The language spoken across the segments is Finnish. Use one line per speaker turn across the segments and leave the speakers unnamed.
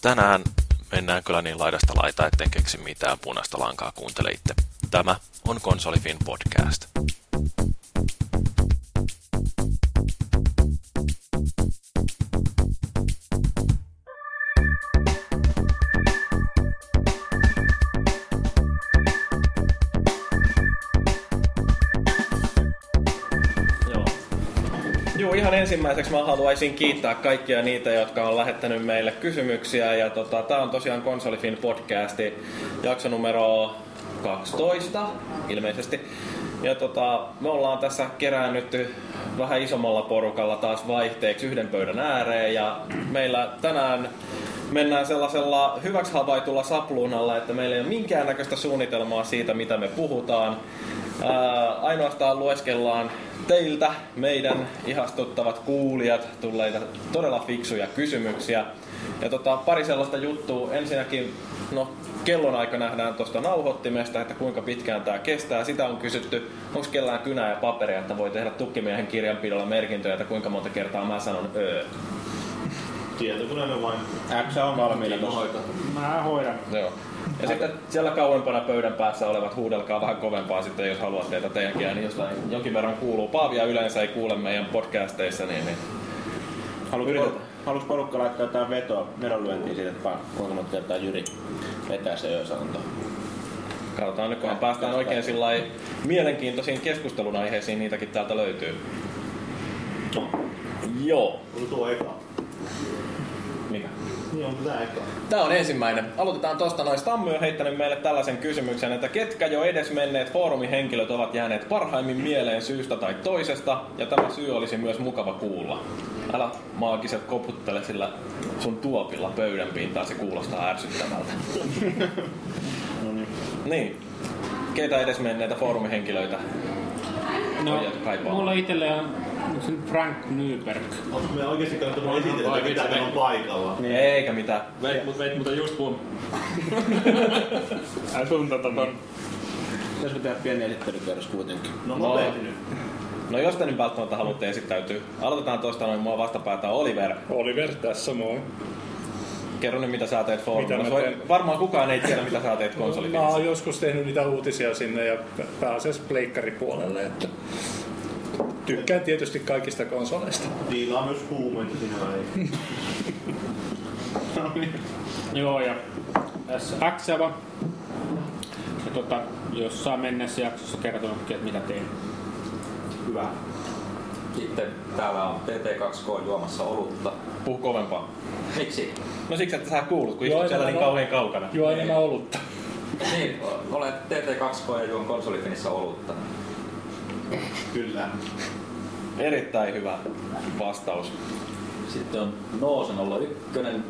Tänään mennään kyllä niin laidasta laita, etten keksi mitään punaista lankaa kuuntele itse. Tämä on Konsolifin podcast.
Joo. Joo, ihan ensimmäiseksi mä haluaisin kiittää kaikkia niitä, jotka on lähettänyt meille kysymyksiä. Ja tota, tää on tosiaan Konsolifin podcasti, jakso numero 12 ilmeisesti. Ja tota, me ollaan tässä kerännytty vähän isommalla porukalla taas vaihteeksi yhden pöydän ääreen. Ja meillä tänään mennään sellaisella hyväksi havaitulla sapluunalla, että meillä ei ole minkäännäköistä suunnitelmaa siitä, mitä me puhutaan. Ää, ainoastaan lueskellaan teiltä, meidän ihastuttavat kuulijat, tulleita todella fiksuja kysymyksiä. Ja tota, pari sellaista juttua. Ensinnäkin, no kellonaika nähdään tuosta nauhoittimesta, että kuinka pitkään tämä kestää. Sitä on kysytty, onko kellään kynää ja paperia, että voi tehdä tukkimiehen kirjanpidolla merkintöjä, että kuinka monta kertaa mä sanon öö.
Tietokoneella vain.
X on valmiina
Kiitos.
tuossa.
Mä hoidan.
Joo. Ja sitten siellä kauempana pöydän päässä olevat huudelkaa vähän kovempaa sitten, jos haluatte, että teidänkin ääni jostain niin jonkin verran kuuluu. Paavia yleensä ei kuule meidän podcasteissa, niin, niin
Halus,
Yritetään.
por- halus porukka laittaa jotain vetoa, vedonlyöntiä siitä, että vaan kuinka monta kertaa Jyri vetää se yösanto.
Katsotaan nyt, kunhan päästään oikein sillä mielenkiintoisiin keskustelun aiheisiin, niitäkin täältä löytyy. Joo.
Oli tuo eka.
Mikä?
Niin on tää eka.
Tämä on ensimmäinen. Aloitetaan tosta noin. Stammi on heittänyt meille tällaisen kysymyksen, että ketkä jo edes menneet foorumihenkilöt ovat jääneet parhaimmin mieleen syystä tai toisesta, ja tämä syy olisi myös mukava kuulla. Älä maagiset koputtele sillä sun tuopilla pöydän pintaan, se kuulostaa ärsyttävältä. niin. Keitä edes menneitä foorumihenkilöitä?
No,
Pojat kaipaa.
mulla itselle on yksi Frank Nyberg.
Onko me oikeesti kannattanut esitellä,
vai
että mitä
vitsi, me-
meillä on paikalla?
Niin. Eikä mitään.
Veit mut, veit mut just mun.
Ai sun tota ton.
Pitäisikö tehdä pieni esittelykierros kuitenkin?
No
No.
nopeesti nyt.
No jos te nyt välttämättä haluatte esittäytyä, aloitetaan toista noin mua vastapäätä Oliver.
Oliver tässä moi.
Kerro nyt mitä sä teet
Mitä
foorumilla.
mä
Voi-
teen? No
Varmaan kukaan ei tiedä mitä sä teet
Mä
konsolipelissä.
oon joskus tehnyt niitä uutisia sinne ja pääasiassa pleikkaripuolelle, että tykkään tietysti kaikista konsoleista.
Diilaa myös huumeita sinä ei.
Joo, ja tässä Akseva. Ja tota, jossain mennessä jaksossa kertonutkin, että mitä tein.
Hyvä.
Sitten täällä on PT2K juomassa olutta.
Puhu kovempaa.
Miksi?
No siksi, että sä kuulut, kun
Joo,
istut
en
siellä
mä
niin
vaan-
kauhean kaukana.
Juo enemmän olutta.
Niin, o- olen TT2K ja juon konsolifinissä olutta.
Kyllä.
Erittäin hyvä vastaus.
Sitten on Noosen 01,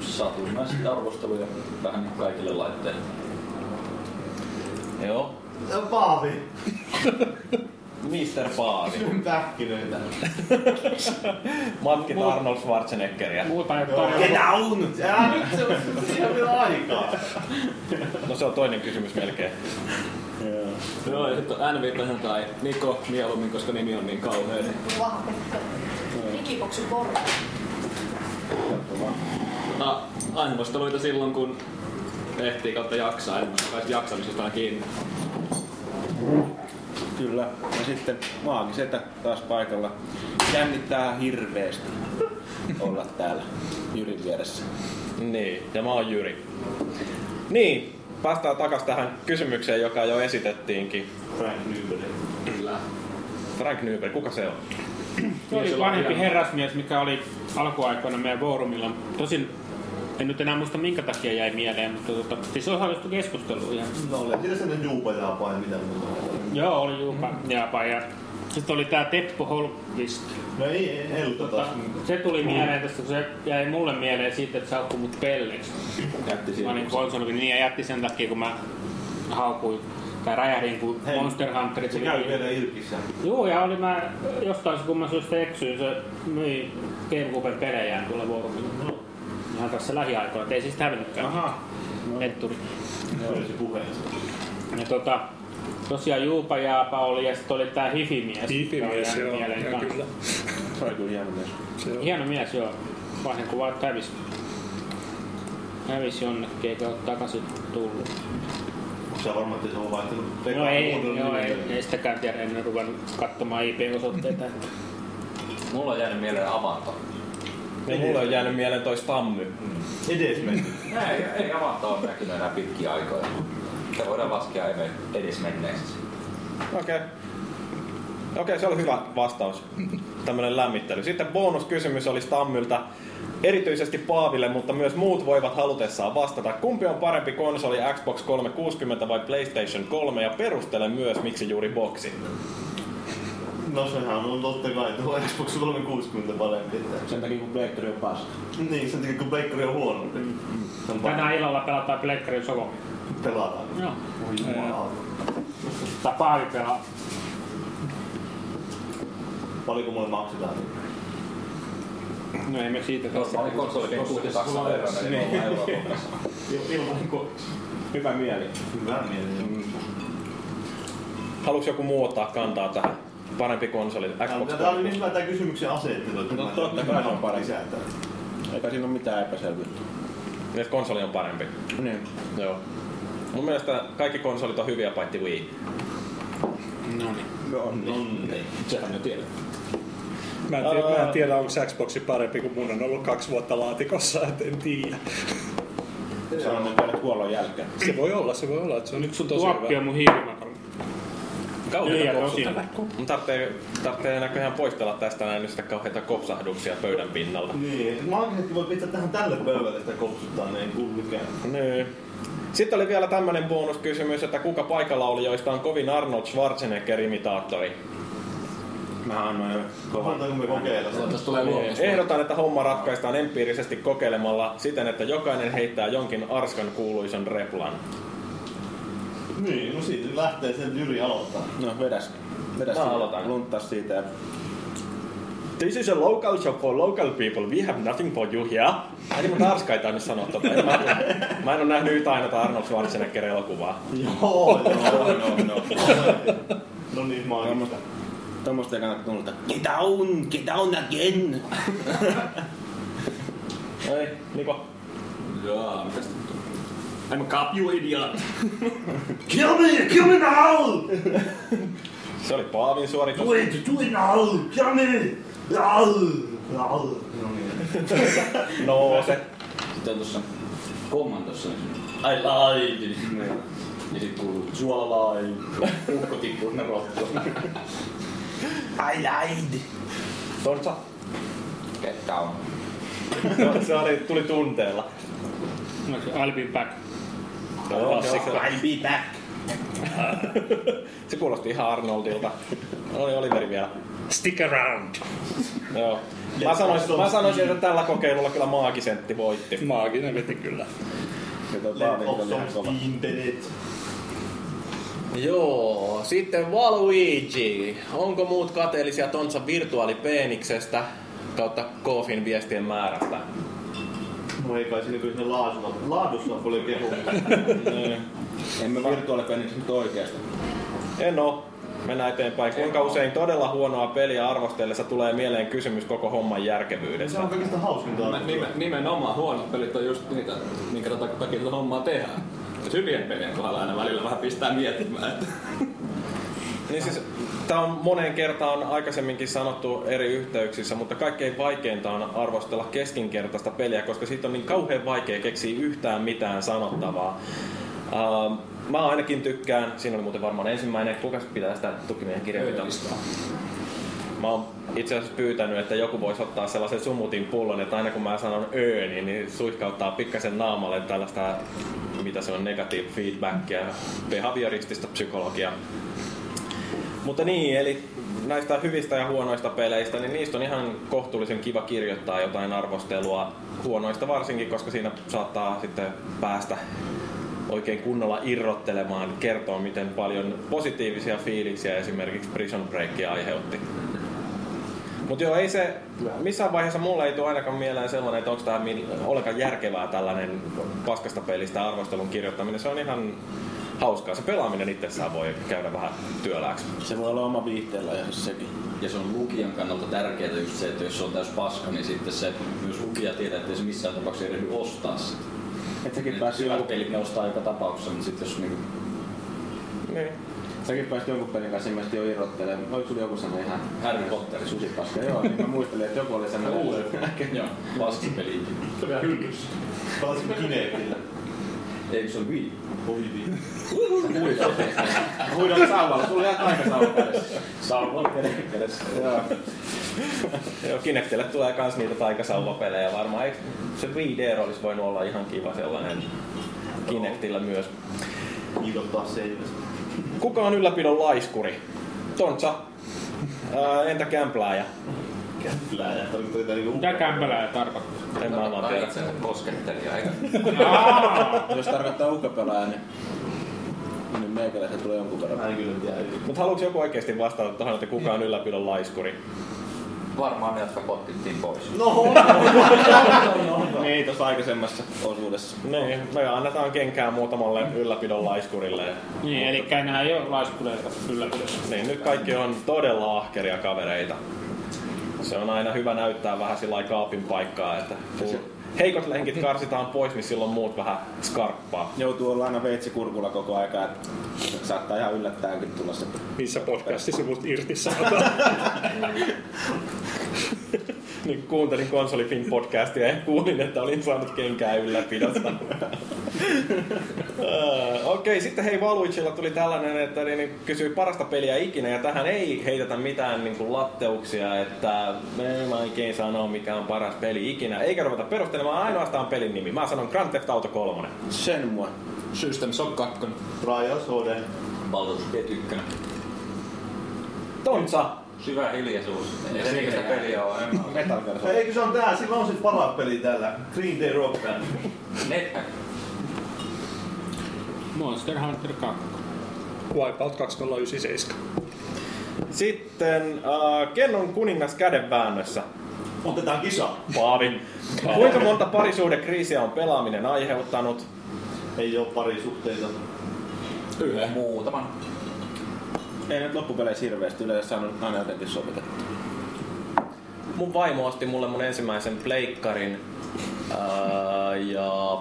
satunnaisesti arvosteluja vähän niin kuin kaikille laitteille.
Joo.
Tää on Paavi.
Mr. Paavi.
Syön pähkinöitä.
Matkit Arnold Schwarzeneggeria.
Muuta ei
Joo,
ole
Get on! Älä nyt se on siihen on vielä aikaa.
No se on toinen kysymys melkein.
Joo, ja sitten on n tai Niko mieluummin, koska nimi on niin kauhea. Niin.
Digiboksi porno.
Tota, arvosteluita silloin, kun ehtii kautta jaksaa, en mä pääs jaksamisesta aina kiinni.
Kyllä. Ja sitten maagisetä taas paikalla. Jännittää hirveesti olla täällä Jyrin vieressä.
Niin, ja mä oon Jyri. Niin, päästään takas tähän kysymykseen, joka jo esitettiinkin.
Frank Nyberg.
Kyllä.
Frank Nyberg, kuka se on?
Se oli vanhempi herrasmies, mikä oli alkuaikoina meidän foorumilla. Tosin en nyt enää muista minkä takia jäi mieleen, mutta tota, siis osallistui keskusteluun ihan.
No oli sitä sinne juupajaa vai mitä muuta.
Joo, oli Juupa Jaapa Mm. ja sitten oli tää Teppo Holkvist.
No ei, ei, ei ollut taas.
Se tuli mieleen tästä, kun se jäi mulle mieleen siitä, että sä haukkui mut pelleksi.
Jätti
Mä
siihen.
olin konsolvi, niin ja jätti sen takia, kun mä haukuin tai räjähdin, kun
Hei,
Monster Hunter
Se
tuli.
käy vielä irkissä.
Joo, ja oli mä jostain kumman syystä eksyin, se myi GameCuben pelejään tuolla vuoromilla.
No.
Ihan tässä lähiaikoina, et ei siis hävinnytkään. Aha. Etturi.
Kyllä se puheensa.
Ja tota, tosiaan Juupa Jaapa oli ja sitten oli tää Hifi-mies.
Hiipimies,
joka oli
joo.
jäänyt mieleen
Ja
kanssa.
kyllä.
Se oli kyllä hieno mies.
Se on.
Hieno mies, joo. Vanhin kuin vaan kävis. hävisi jonnekin eikä ole takaisin tullut.
Sä varmaan, että se on vaihtanut.
No ei,
uudella
joo, ei,
nimellä.
ei sitäkään tiedä, en ole ruvennut katsomaan IP-osoitteita.
Mulla on jäänyt mieleen Avanto.
Ja mulle on jäänyt mieleen toi Stammy.
Edes mennyt.
Ei, ei Avanto ole näkynyt enää pitkiä aikoja. Se voidaan laskea edes menneeksi.
Okei. Okei, se oli hyvä vastaus. Tämmöinen lämmittely. Sitten bonuskysymys oli Tammyltä. Erityisesti Paaville, mutta myös muut voivat halutessaan vastata. Kumpi on parempi konsoli, Xbox 360 vai PlayStation 3? Ja perustele myös, miksi juuri boksi.
No sehän on totta kai tuo Xbox 360 parempi. että-
Sen takia kun Blakeri on paska.
Niin, sen takia kun pleikkari on huono.
Mm,
Se on parempi.
Tänään illalla pelataan Pleikkarin solo.
Pelataan.
Joo.
Voi jumalauta.
Tai Paavi pelaa.
Paljonko mulle maksetaan?
No ei me siitä
Normaali konsoli kuusi taksan verran, eli nolla euroa kuukaudessa.
Ilman
niinku-
koksi.
Hyvä mieli.
Hyvä
Mm,
mieli.
Haluatko joku muu ottaa kantaa tähän? Parempi konsoli, Xbox
Tämä oli
360.
niin hyvä tämä kysymyksen asettelu. että
No
mä-
totta kai se on parempi.
Lisätään.
Eikä siinä ole mitään epäselvyyttä.
Niin, että konsoli on parempi.
Niin.
Joo. Mun mielestä kaikki konsolit on hyviä paitsi Wii.
No on niin.
Onni.
Sehän me tiedät.
Mä en, tiedä, mä en tiedä, onko Xboxi parempi, kun mun on ollut kaksi vuotta laatikossa, et en tiedä.
Se on nyt vielä kuollon jälkeen.
Se voi olla, se voi olla, että se on nyt sun tosi
Tuoppi
hyvä.
on mun hiilimaton.
Kauheita
Neljä
kopsutella. Mun tarvitsee, tarvitsee näköjään poistella tästä näin nyt sitä kauheita kopsahduksia pöydän pinnalta.
Niin, maagisesti voi pistää tähän tälle pöydälle sitä kopsuttaa, niin ei kuulu mikään.
Niin. Sitten oli vielä tämmönen bonuskysymys, että kuka paikalla oli, joista on kovin Arnold Schwarzenegger-imitaattori.
Mä annoin jo kovan.
Voidaanko me kokeilla sitä?
Tässä tulee luomus.
Ehdotan, että homma ratkaistaan empiirisesti kokeilemalla siten, että jokainen heittää jonkin arskan kuuluisen replan.
Niin, no siitä lähtee sen Jyri aloittaa.
No vedäs. Vedäs
Mä
siitä.
aloitan.
Lunttaa siitä. ja-
This is a local shop for local people. We have nothing for you here. Äiti mun tarska niin, ei tainnut sanoa tota. En Mä, mä en ole nähnyt yhtä ainoa Arnold Schwarzenegger elokuvaa.
Joo, joo, no, no. No niin, maagista.
Tuommoista ei kannata tunneta. Get down, get down again.
No Ei, Niko.
Jaa, mitäs
I'm a cop, you idiot!
Kill me, kill me now!
Se oli Paavin suoritus.
Wait, do it now! Kill me! Now! Now! No niin.
Nouse.
Sitten on tuossa kommandossa, niin
I lied!
niin sit kuuluu
Suola lied! Ukko tippuu sinne rottuun.
I lied.
Tontsa.
get down.
No, se oli, tuli tunteella.
No, I'll be back.
Joo, se,
I'll be back.
se kuulosti ihan Arnoldilta. Oli Oliveri vielä.
Stick around!
Joo. Mä sanoisin, mä sanoisin, että tällä kokeilulla kyllä maagisentti voitti.
Maaginen veti kyllä.
Ja toi
Let
Paavin
off
oli
some
ihan kova.
steam, Bennett.
Joo, sitten Waluigi. Onko muut kateellisia Tontsa virtuaalipeeniksestä kautta Koofin viestien määrästä?
No ei kai siinä kyllä siinä laadussa, laadussa oli kehu.
Emme virtuaalipeliksi nyt oikeasti.
En oo. Mennään eteenpäin. Kuinka usein todella huonoa peliä arvostellessa tulee mieleen kysymys koko homman järkevyydestä?
Se on kaikista hauskinta.
Mä-
niin
nime- Nimenomaan huonot pelit on just niitä, minkä tak- takia tätä hommaa tehdään. Et hyvien pelien kohdalla aina välillä vähän pistää miettimään, että
Niin siis, tämä on moneen kertaan aikaisemminkin sanottu eri yhteyksissä, mutta kaikkein vaikeinta on arvostella keskinkertaista peliä, koska siitä on niin kauhean vaikea keksiä yhtään mitään sanottavaa. Uh, mä ainakin tykkään, siinä oli muuten varmaan ensimmäinen, kuka pitää sitä tukimiehen kirjanpitoa? Mä oon itse asiassa pyytänyt, että joku voisi ottaa sellaisen sumutin pullon, että aina kun mä sanon öö, niin, niin suihkauttaa pikkasen naamalle tällaista, mitä se on, negative feedbackia, behavioristista psykologiaa. Mutta niin, eli näistä hyvistä ja huonoista peleistä, niin niistä on ihan kohtuullisen kiva kirjoittaa jotain arvostelua. Huonoista varsinkin, koska siinä saattaa sitten päästä oikein kunnolla irrottelemaan, kertoa miten paljon positiivisia fiiliksiä esimerkiksi Prison Break aiheutti. Mutta joo, ei se, missään vaiheessa mulle ei tule ainakaan mieleen sellainen, että onko tämä ollenkaan järkevää tällainen paskasta pelistä arvostelun kirjoittaminen. Se on ihan hauskaa. Se pelaaminen itsessään voi käydä vähän työlääksi.
Se voi olla oma viihteellä ja sekin.
Ja se on lukijan kannalta tärkeää just se, että jos se on täys paska, niin sitten se myös lukija tietää, että ei se missään tapauksessa ei ehdy ostaa sitä.
Et säkin
Hyvät
päässyt jonkun,
pelit ne ostaa joka tapauksessa, mutta sitten jos niinku...
Niin.
säkin pääsit jonkun pelin kanssa ilmeisesti jo irrottelemaan. Oliko sulla joku sellainen ihan
Harry Potter.
susipaska? Joo, niin mä muistelin, että joku oli sellainen.
Joo, paskipeli ikinä.
Pelasin Kinectillä.
Eikö se ole Wii?
Voi vittu.
Huidon sauvalla, sulla oli ihan taikasauva kädessä.
Sauvalla käden kädessä.
Joo.
Joo, Kinectille tulee kans niitä taikasauvapelejä varmaan. Eikö se 5D olisi voinut olla ihan kiva sellainen Kinectillä myös.
Kiikottaa seivästä.
Kuka on ylläpidon laiskuri? Tontsa. Ää, entä kämplääjä?
Kämplää ja tarkoittaa jotain niinku
Mitä kämpälää tarkoittaa?
En mä vaan tiedä.
itse kosketteli aika.
Jos tarkoittaa uhkapelaaja, niin, niin meikäläisen tulee jonkun verran.
Mä en kyllä tiedä.
Mutta haluatko joku oikeasti vastata tuohon, että kuka on ylläpidon laiskuri?
Varmaan ne, jotka potkittiin pois.
Niin, tuossa aikaisemmassa osuudessa.
Niin, me annetaan kenkää muutamalle ylläpidon laiskurille.
Niin, eli nämä ei ole laiskuleita ylläpidossa.
Niin, nyt kaikki on todella ahkeria kavereita. Se on aina hyvä näyttää vähän sillä lailla kaapin paikkaa, että heikot lenkit karsitaan pois, niin silloin muut vähän skarppaa.
Joutuu olla aina veitsi kurkulla koko aikaa, että saattaa ihan yllättäenkin tulla se.
Missä podcastissa mut irti sanotaan.
Nyt kuuntelin konsolifin podcastia ja kuulin, että olin saanut kenkää ylläpidosta. Öö, Okei, sitten hei Valuicilla tuli tällainen, että niin kysyi parasta peliä ikinä ja tähän ei heitetä mitään niin kuin latteuksia, että me en mä oikein sano mikä on paras peli ikinä, eikä ruveta perustelemaan ainoastaan pelin nimi. Mä sanon Grand Theft Auto 3.
Sen mua.
System Shock 2.
Trials HD.
Baldur's Gate 1.
Tonsa!
Syvä hiljaisuus. Ei se niistä peliä ole. en mä-
Metal Gear Solid.
Eikö se on tää? Sillä on sit paras peli täällä. Green Day Rock Band.
Nethack.
Monster Hunter 2.
Wipeout 2097.
Sitten, äh, ken on kuningas kädenväännössä?
Otetaan kisa.
Paavi. Kuinka monta parisuhdekriisiä on pelaaminen aiheuttanut?
Ei oo pari suhteita.
Yhden. Muutaman.
Ei nyt loppupeleissä hirveästi yleensä saanut aina jotenkin sovitettu.
Mun vaimo osti mulle mun ensimmäisen pleikkarin. Ää, ja...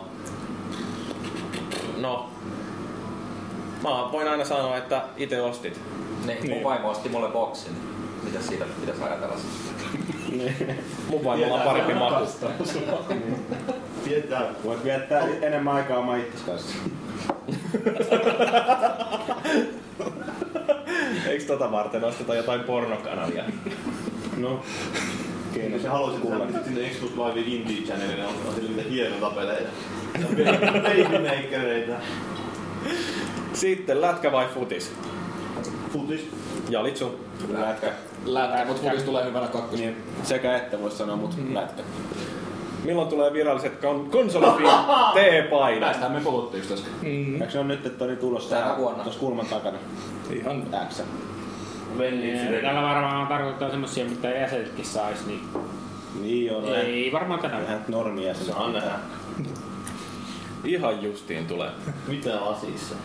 No... Mä voin aina sanoa, että itse ostit.
Niin, mun vaimo osti mulle boksin. Mitä siitä nyt pitäisi ajatella siis?
Mun vaimolla on
Tiedän,
parempi
se on
maku.
vastaus. Tietää.
Voit viettää enemmän aikaa oman itsesi kanssa.
Eiks tota varten osteta jotain pornokanavia?
No,
Jos
kiinnostaa
sä haluaisit
kuulla.
kuulla sinne Xbox Live Indie Channelille, on on sillä niitä hienoja pelejä. Ja baby- Babymakereita.
Sitten lätkä vai futis?
Futis.
Ja litsu.
Lätkä.
Lätkä, mut futis tulee hyvänä kakkos.
Niin, sekä ette voi sanoa, mutta
Mm-hmm.
lätkä.
Milloin tulee viralliset kon- konsolifin T-painat?
Tästähän me puhuttiin just äsken.
Eikö se on nyt, että oli tulossa
Mm-hmm. Tänä vuonna.
tuossa kulman takana?
Ihan
X.
Niin, Tällä varmaan tarkoittaa semmosia, mitä jäsenetkin sais, niin
Niin on. Ei.
ei varmaan tänä vuonna.
Vähän normia se
Saa nähdä.
Ihan justiin tulee.
Mitä lasissa?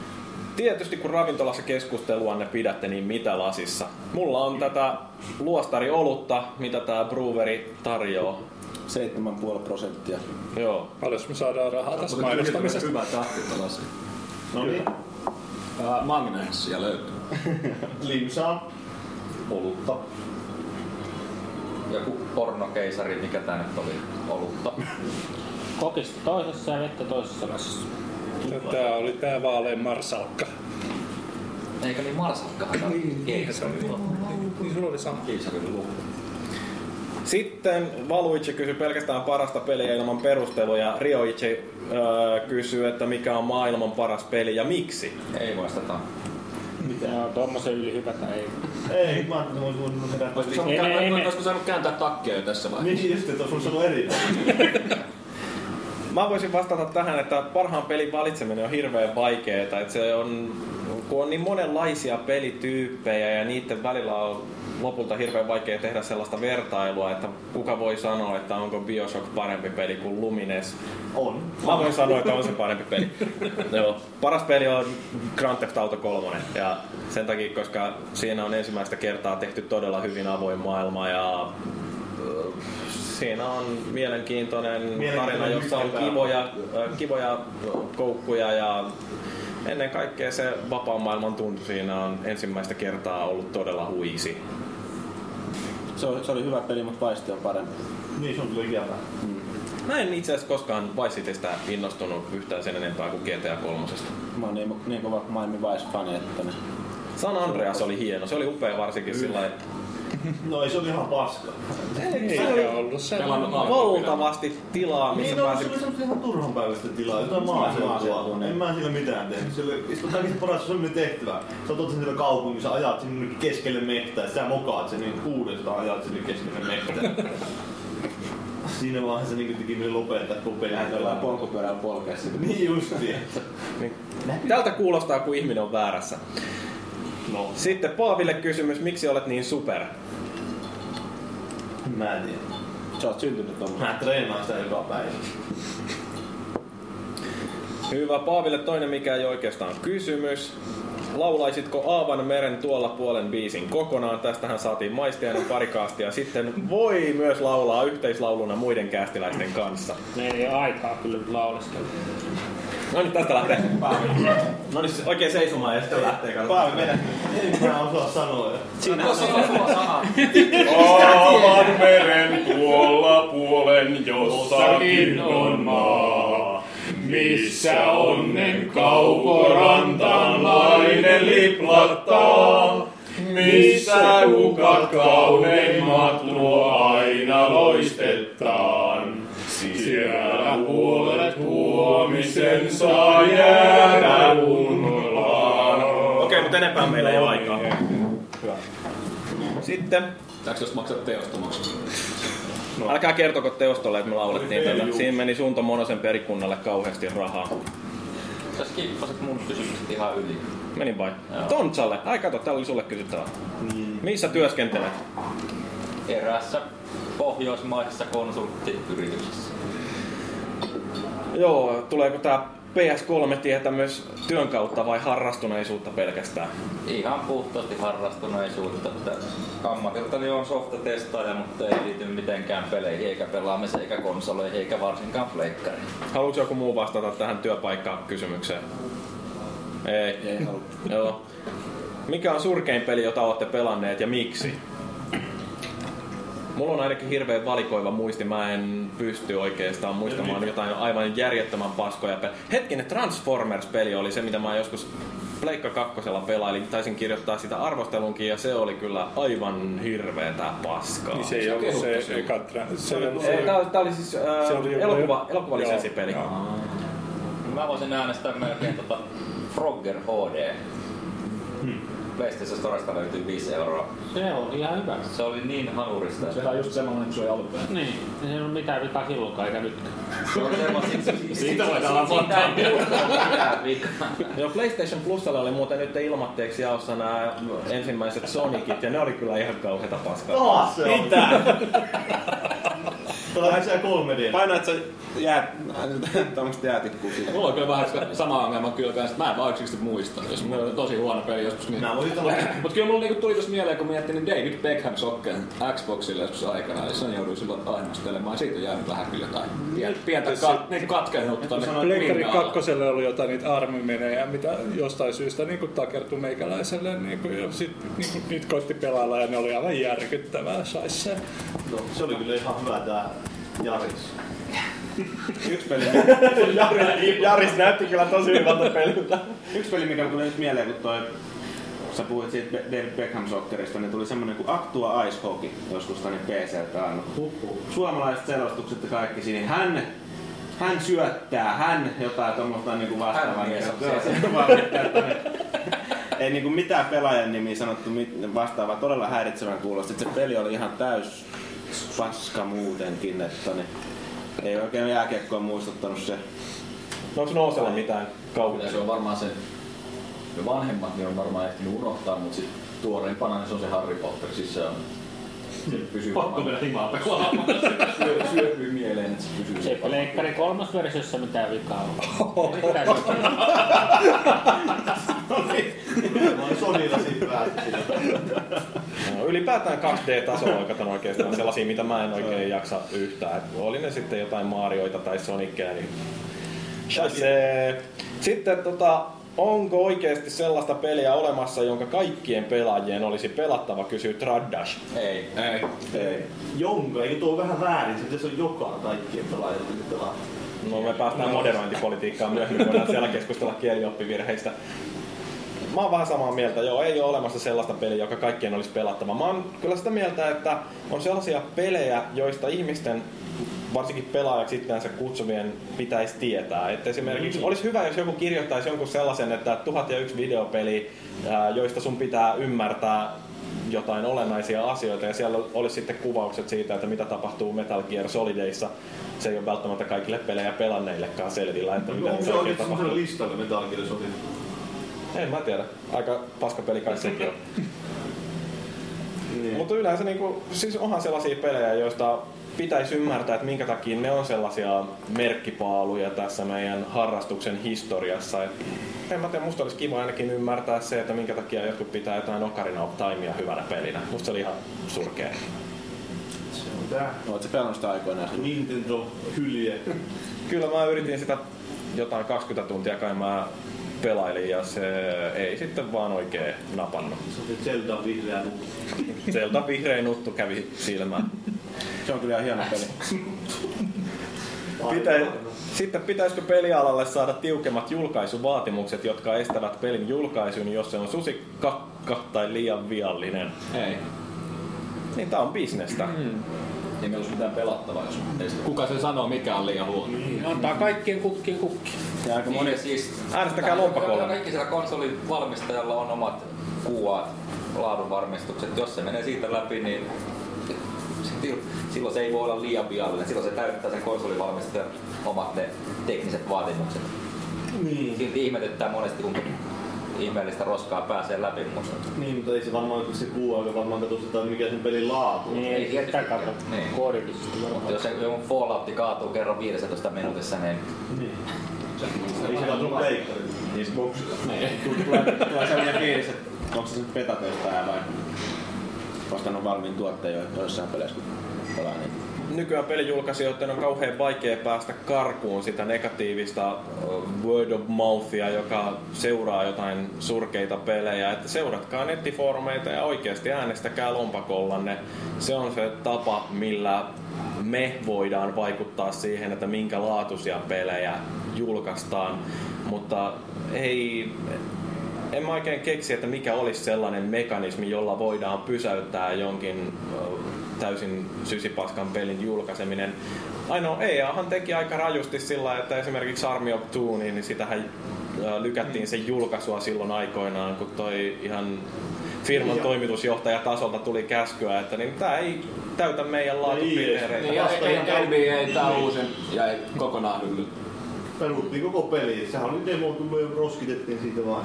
Tietysti kun ravintolassa keskustelua ne pidätte, niin mitä lasissa? Mulla on tätä luostari olutta, mitä tää breweri tarjoaa.
7,5 prosenttia.
Joo.
paljon me saadaan rahaa tässä mainostamisesta.
Hyvä tahti tällaisia.
No niin.
Äh, Magnessia löytyy.
Limsaa. Olutta.
Joku pornokeisari, mikä tää nyt oli? Olutta.
Kokista toisessa ja vettä toisessa lasissa.
Tää oli tää vaalean marsalkka.
Eikö niin marsakkahan?
Niin, se oli. Niin, sulla oli sama.
Kiisarin luku.
Sitten Valuichi kysyi pelkästään parasta peliä ilman perusteluja. Rioichi öö, kysyy, että mikä on maailman paras peli ja miksi.
Ei vastata.
Joo, tommosen yli hypätä ei.
Ei, mä ajattelin, että voisin voinut tehdä.
Olisiko
Ei,
saanut,
ei,
kääntää,
ei, me-
olisiko saanut kääntää takkia jo tässä vai?
Niin just, että on ollut eri.
Mä voisin vastata tähän, että parhaan pelin valitseminen on hirveän vaikeaa. Että se on, kun on niin monenlaisia pelityyppejä ja niiden välillä on lopulta hirveän vaikea tehdä sellaista vertailua, että kuka voi sanoa, että onko Bioshock parempi peli kuin Lumines.
On.
Mä voin sanoa, että on se parempi peli. Joo. Paras peli on Grand Theft Auto 3. Ja sen takia, koska siinä on ensimmäistä kertaa tehty todella hyvin avoin maailma ja
äh, Siinä on mielenkiintoinen, tarina,
Mielenkiintoinen
jossa on
hyppää.
kivoja, ö, kivoja koukkuja ja ennen kaikkea se vapaan maailman tuntu siinä on ensimmäistä kertaa ollut todella huisi.
Se, on, se oli hyvä peli, mutta vaisti on parempi.
Niin, se on kyllä ikävää.
Mä en itse asiassa koskaan Vice Citystä innostunut yhtään sen enempää kuin GTA 3.
Mä oon niin, niin kova Miami Vice-fani, että ne...
San Andreas oli hieno, se oli upea varsinkin sillä lailla,
No ei, se oli ihan paska.
Eikä ollut se.
Pelannut
valtavasti tilaa, missä
Niin, no,
pääsi
se oli semmoista ihan turhan päivästä tilaa, jotain maaseutua. En mä siinä mitään tehnyt. Sillä istu kaikista paras semmoinen tehtävä. Sä otat sen siellä kaupungissa, ajat sinne keskelle mehtää, sä mokaat sen niin uudestaan, ajat sinne keskelle mehtää. Siinä vaiheessa niinku teki mieli lopettaa, kun
Lähdet jollain
pelää.
polkupyörällä polkeessa.
Niin justiin.
Niin. Tältä kuulostaa, kun ihminen on väärässä.
No,
Sitten Paaville kysymys, miksi olet niin super?
en mä en tiedä.
Sä oot syntynyt tommoinen.
Mä treenaan sitä joka päivä.
Hyvä. Paaville toinen, mikä ei oikeastaan kysymys. Laulaisitko Aavan meren tuolla puolen biisin kokonaan? Tästähän saatiin maistiainen pari kaastia. Sitten voi myös laulaa yhteislauluna muiden kästiläisten kanssa.
Meillä ei ole aikaa kyllä nyt lauleskella.
No niin, tästä lähtee. No niin, siis oikein seisomaan ja sitten lähtee. katsotaan.
Päivä vedä. En mä osaa sanoa.
Siinä
No,
on sulla sana.
Aavan meren tuolla puolen jossakin on maa, missä onnen kaukorantanlainen liplattaa. Missä kukat kauneimmat luo aina loistettaan. Siellä huolet huomisen saa jäädä unholaan.
Okei, mutta enempää meillä ei ole aikaa. niin. Sitten,
Pitääkö jos maksaa teosta maksaa?
älkää kertoko teostolle, että me laulettiin tätä. Siinä meni Suunto Monosen perikunnalle kauheasti rahaa.
Sä skippasit mun kysymykset ihan yli.
Menin vai? Tontsalle. Ai kato, täällä oli sulle kysyttävä. Missä työskentelet?
Eräässä pohjoismaisessa konsulttiyrityksessä.
Joo, tuleeko tää PS3-tietä myös työn kautta vai harrastuneisuutta pelkästään?
Ihan puhtaasti harrastuneisuutta. Että ammatiltani on softatestaaja, mutta ei liity mitenkään peleihin, eikä pelaamiseen, eikä konsoleihin, eikä varsinkaan pleikkariin.
Haluatko joku muu vastata tähän työpaikka-kysymykseen? Ei.
Ei halua.
Joo. Mikä on surkein peli, jota olette pelanneet ja miksi? Mulla on ainakin hirveän valikoiva muisti, mä en pysty oikeastaan muistamaan jotain aivan järjettömän paskoja. pe- Hetkinen, Transformers-peli oli se, mitä mä joskus Pleikka kakkosella pelailin. Taisin kirjoittaa sitä arvostelunkin ja se oli kyllä aivan hirveetä paskaa.
Niin se ei ollut se eka tra- se,
Ei,
se,
tää, oli- tää oli siis
se
äh,
oli joku-
elokuva, elokuvalisenssipeli.
joo,
Joo,
joo.
Mä voisin äänestää melkein tota Frogger HD.
Hmm.
PlayStation Storesta löytyy 5 euroa.
Se on ihan hyvä.
Se oli niin hanurista.
Tämä on just semmonen, kun se oli alun perin.
Niin, ei siinä ole mitään vikaa silloinkaan eikä nytkään.
Se oli semmoinen...
Siitä voidaan monta
PlayStation Plusalla oli muuten nyt ilmatteeksi jaossa nämä ensimmäiset Sonicit ja ne oli kyllä ihan kauheita paskaa.
Taas se on. Mitä? Tää on siellä 3D.
Painoit sä jää, tommoset jäätikkuu siihen.
Mulla on kyllä vähän sitä samaa ongelmaa kyllä kanssa, että mä en vaan yksinkertaisesti muista, jos mulla on tosi huono peli joskus. Niin...
Mä voisin olla
Mut kyllä mulla niinku tuli tuossa mieleen, kun miettii, niin David Beckham sokkeen Xboxille joskus aikana, ja sen jouduin silloin aimastelemaan. Siitä on jäänyt vähän kyllä jotain pientä- pientä kat- niinku katkenuutta tonne
Niin.
Pleikkari
pinnalle.
kakkoselle oli jotain niitä armimenejä, mitä jostain syystä niin kuin takertui meikäläiselle. Niin kuin, ja sit, niin kuin, niitä koitti pelailla ja ne oli aivan järkyttävää. Sais se.
No, se oli kyllä ihan hyvä tää Jaris.
Yksi peli,
Jaris näytti kyllä tosi hyvältä peliltä.
yksi peli, mikä tuli nyt mieleen, kun toi sä puhuit siitä Be- David Beckham Soccerista, niin tuli semmonen kuin Actua Ice Hockey joskus tänne PCltä aina. Suomalaiset selostukset ja kaikki siinä. niin Hän hän syöttää, hän jotain tuommoista niinku vastaavaa.
Hän mies on
Joo,
siellä.
se on vaan mitään tämmönen- Ei niinku mitään pelaajan nimiä sanottu mit- vastaavaa, todella häiritsevän kuulosti. Sitten se peli oli ihan täys paska muutenkin, että niin ei oikein jääkiekkoa muistuttanut se.
Onko nousella mitään
Kyllä
kauhuja?
se on varmaan se, ne vanhemmat ne on varmaan ehtinyt unohtaa, mutta sit tuoreimpana niin se on se Harry Potter, siis se on se pysyy
Pakko
varmaan,
vielä himaa pelaamaan.
syö, syöpyy mieleen, että se pysyy.
Se ei pleikkari kolmosversiossa mitään vikaa on. Ei mitään vikaa.
Mä olin Sonilla siinä päässä sillä.
No, ylipäätään 2D-taso on katon oikeastaan sellaisia, mitä mä en oikein jaksa yhtään. Et oli ne sitten jotain Marioita tai Sonicia, niin tai se. Sitten tota, onko oikeasti sellaista peliä olemassa, jonka kaikkien pelaajien olisi pelattava, kysyy Traddash.
Ei.
Ei. Ei.
Jonka, eikö tuo vähän väärin? Se pitäisi olla joka kaikkien pelaajien pelaa.
No me päästään moderointipolitiikkaan myöhemmin, voidaan siellä keskustella kielioppivirheistä. Mä oon vähän samaa mieltä, joo, ei ole olemassa sellaista peliä, joka kaikkien olisi pelattava. Mä oon kyllä sitä mieltä, että on sellaisia pelejä, joista ihmisten, varsinkin pelaajaksi itseänsä kutsuvien, pitäisi tietää. Että
Mm.
esimerkiksi olisi hyvä, jos joku kirjoittaisi jonkun sellaisen, että tuhat ja yksi videopeli, ää, joista sun pitää ymmärtää jotain olennaisia asioita ja siellä olisi sitten kuvaukset siitä, että mitä tapahtuu Metal Gear Solideissa. Se ei ole välttämättä kaikille pelejä pelanneillekaan selvillä, että mitä
Onko se
niissä oikein
oikein
tapahtuu.
semmoisella listalla Metal Gear Solid?
En mä tiedä. Aika paska peli kai sekin on.
Niin.
Mutta yleensä niinku, siis onhan sellaisia pelejä, joista pitäisi ymmärtää, että minkä takia ne on sellaisia merkkipaaluja tässä meidän harrastuksen historiassa. Et en mä tiedä, musta olisi kiva ainakin ymmärtää se, että minkä takia jotkut pitää jotain Ocarina of Timea hyvänä pelinä. Musta se oli ihan surkea.
Oletko No, pelannut sitä aikoinaan?
Nintendo hylje.
Kyllä mä yritin sitä jotain 20 tuntia kai mä pelailin ja se ei sitten vaan oikein napannut.
Se on se Zelda vihreä nuppu.
Zelda vihreä nuttu kävi silmään.
Se on kyllä ihan hieno peli.
Pitä, sitten pitäisikö pelialalle saada tiukemmat julkaisuvaatimukset, jotka estävät pelin julkaisun, jos se on susikakka tai liian viallinen?
Ei.
Niin tää on bisnestä. Mm.
Ei meillä olisi mitään pelattavaa, jos ei sitä- kuka se sanoo, mikä on liian huono.
Antaa kaikkien kukkien kukki.
Ja aika moni...
Niin, siis,
Äänestäkää lompakolla.
Kaikki siellä konsolin valmistajalla on omat kuvat, laadunvarmistukset. Jos se menee siitä läpi, niin silti- silloin se ei voi olla liian viallinen. Silloin se täyttää sen konsolivalmistajan omat ne tekniset vaatimukset. Niin. Silti ihmetyttää monesti, kuinka ihmeellistä roskaa pääsee läpi, mutta
Niin, mutta ei se varmaan se kuu aika varmaan katso sitä, mikä sen pelin laatu. on.
Niin, ei sitä kato.
Niin.
Koodillisesti
mutta
varmaan.
jos se joku Falloutti kaatuu kerran 15 minuutissa, niin
Ei se katso pleikkari.
Niin Tulee, tulee sellainen fiilis, että onko se sitten betatestaaja vai ostanut valmiin tuotteen jo joissain peleissä, kun pelaa niin.
Nykyään pelijulkaisijoiden on kauhean vaikea päästä karkuun sitä negatiivista ö, word of mouthia, joka seuraa jotain surkeita pelejä. Että seuratkaa nettifoorumeita ja oikeasti äänestäkää lompakollanne. Se on se tapa, millä me voidaan vaikuttaa siihen, että minkä laatuisia pelejä julkaistaan. Mutta ei, en mä oikein keksi, että mikä olisi sellainen mekanismi, jolla voidaan pysäyttää jonkin ö, täysin sysipaskan pelin julkaiseminen. Ainoa EAhan teki aika rajusti sillä, että esimerkiksi Army of Two, niin sitähän ö, lykättiin sen julkaisua silloin aikoinaan, kun toi ihan firman toimitusjohtaja tasolta tuli käskyä, että niin tämä ei täytä meidän laatukriteereitä.
Niin, ja NBA tää uusin jäi kokonaan hyllylle.
Peruttiin koko peli. Sehän oli demo, kun me roskitettiin siitä vaan.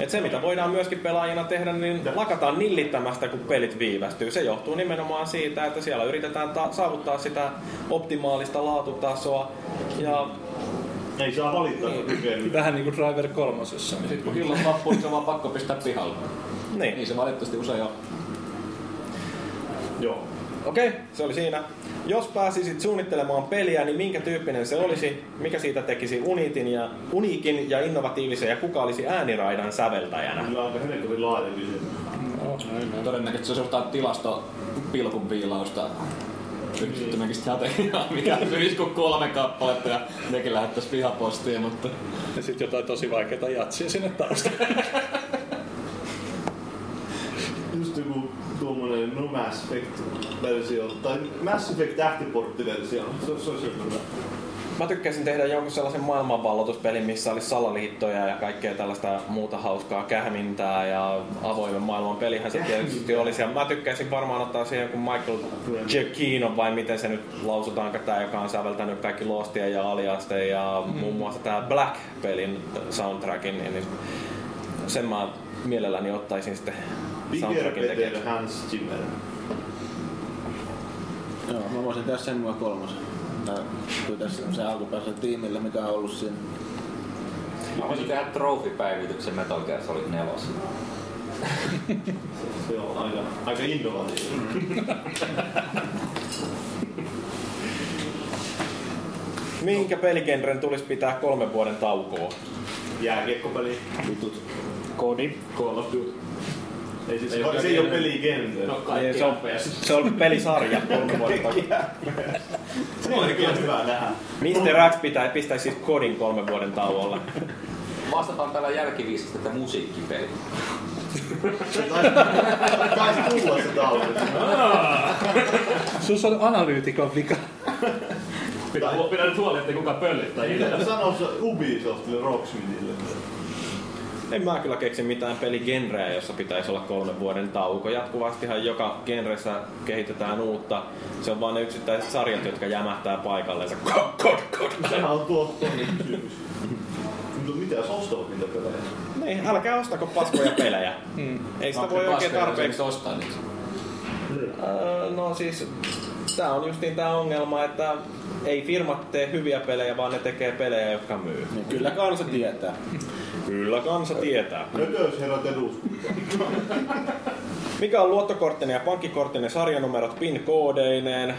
Et se mitä voidaan myöskin pelaajina tehdä, niin lakataan nillittämästä, kun pelit viivästyy. Se johtuu nimenomaan siitä, että siellä yritetään ta- saavuttaa sitä optimaalista laatutasoa. Ja
Ei saa valittaa, kun kykenee.
Vähän niinku Driver kolmosessa. Niin.
Sitten kun hillot loppuu, niin se on vaan pakko pistää pihalle.
niin.
Niin se valitettavasti usein on.
Joo.
Okei, se oli siinä. Jos pääsisit suunnittelemaan peliä, niin minkä tyyppinen se olisi? Mikä siitä tekisi uniitin ja, uniikin ja innovatiivisen ja kuka olisi ääniraidan säveltäjänä?
Kyllä Niin aika helppoin laaja kysymys.
Todennäköisesti se olisi jotain tilastopilkun piilausta yhdistettymäkin strategiaa, mikä myisi kuin kolme kappaletta ja nekin lähettäisi pihapostiin, mutta...
Ja sit jotain tosi vaikeita jatsia sinne taustalle.
Just joku tuommoinen no Mass Effect-versio, tai Mass Effect tähtiporttiversio. Se, se olisi joku hyvä.
Mä tykkäisin tehdä jonkun sellaisen maailmanvalloituspelin, missä olisi salaliittoja ja kaikkea tällaista muuta hauskaa kähmintää ja avoimen maailman pelihän se tietysti olisi. Ja mä tykkäisin varmaan ottaa siihen kun Michael Giacchino, vai miten se nyt lausutaanko tämä, joka on säveltänyt kaikki Lostia ja Aliaste ja muun muassa tämä Black-pelin soundtrackin, niin sen mä mielelläni ottaisin sitten
Bigger,
soundtrackin
better,
tekijäksi.
Hans Zimmer.
Joo, mä voisin tehdä sen mua kolmosen. Tai kyllä tässä se alkuperäisellä tiimillä, mikä on ollut siinä.
Mä voisin tehdä trofipäivityksen Metal Gear Solid 4.
Se on aika, aika innovatiivinen.
Minkä peligenren tulisi pitää kolmen vuoden taukoa?
Mm. Jääkiekkopeli.
Vitut. Kodi.
Call of Duty.
Ei siis, se, se ei ole No, peligenre.
Ei, se, on, se on pelisarja kolmen vuoden taukoa.
Se on kyllä hyvä nähdä.
Mr. X pitää, pistäisi siis kodin kolmen vuoden tauolla.
Vastataan tällä jälkiviisasta, että musiikkipeli.
Taisi tulla se tauko.
Sus on analyytikon vika.
Pitää, pitää nyt huoli, ettei kukaan pöllittää.
Sano se Ubisoftille Rocksmithille.
En mä kyllä keksi mitään peligenreä, jossa pitäisi olla kolmen vuoden tauko. Jatkuvastihan joka genressä kehitetään uutta. Se on vaan ne yksittäiset sarjat, jotka jämähtää paikallensa. Kod, kod, kod.
Sehän on tuo toinen kysymys. Mutta mitä jos ostavat niitä pelejä?
Niin, älkää ostako paskoja pelejä. Ei sitä voi oikein tarpeeksi
ostaa
niin
niitä.
Öö, no siis, tää on justiin tää ongelma, että ei firmat tee hyviä pelejä, vaan ne tekee pelejä, jotka myy.
Niin kyllä kansa tietää.
Kyllä kansa tietää.
Nötös herrat eduskunta.
Mikä on luottokorttinen ja pankkikorttinen sarjanumerot PIN-koodeineen?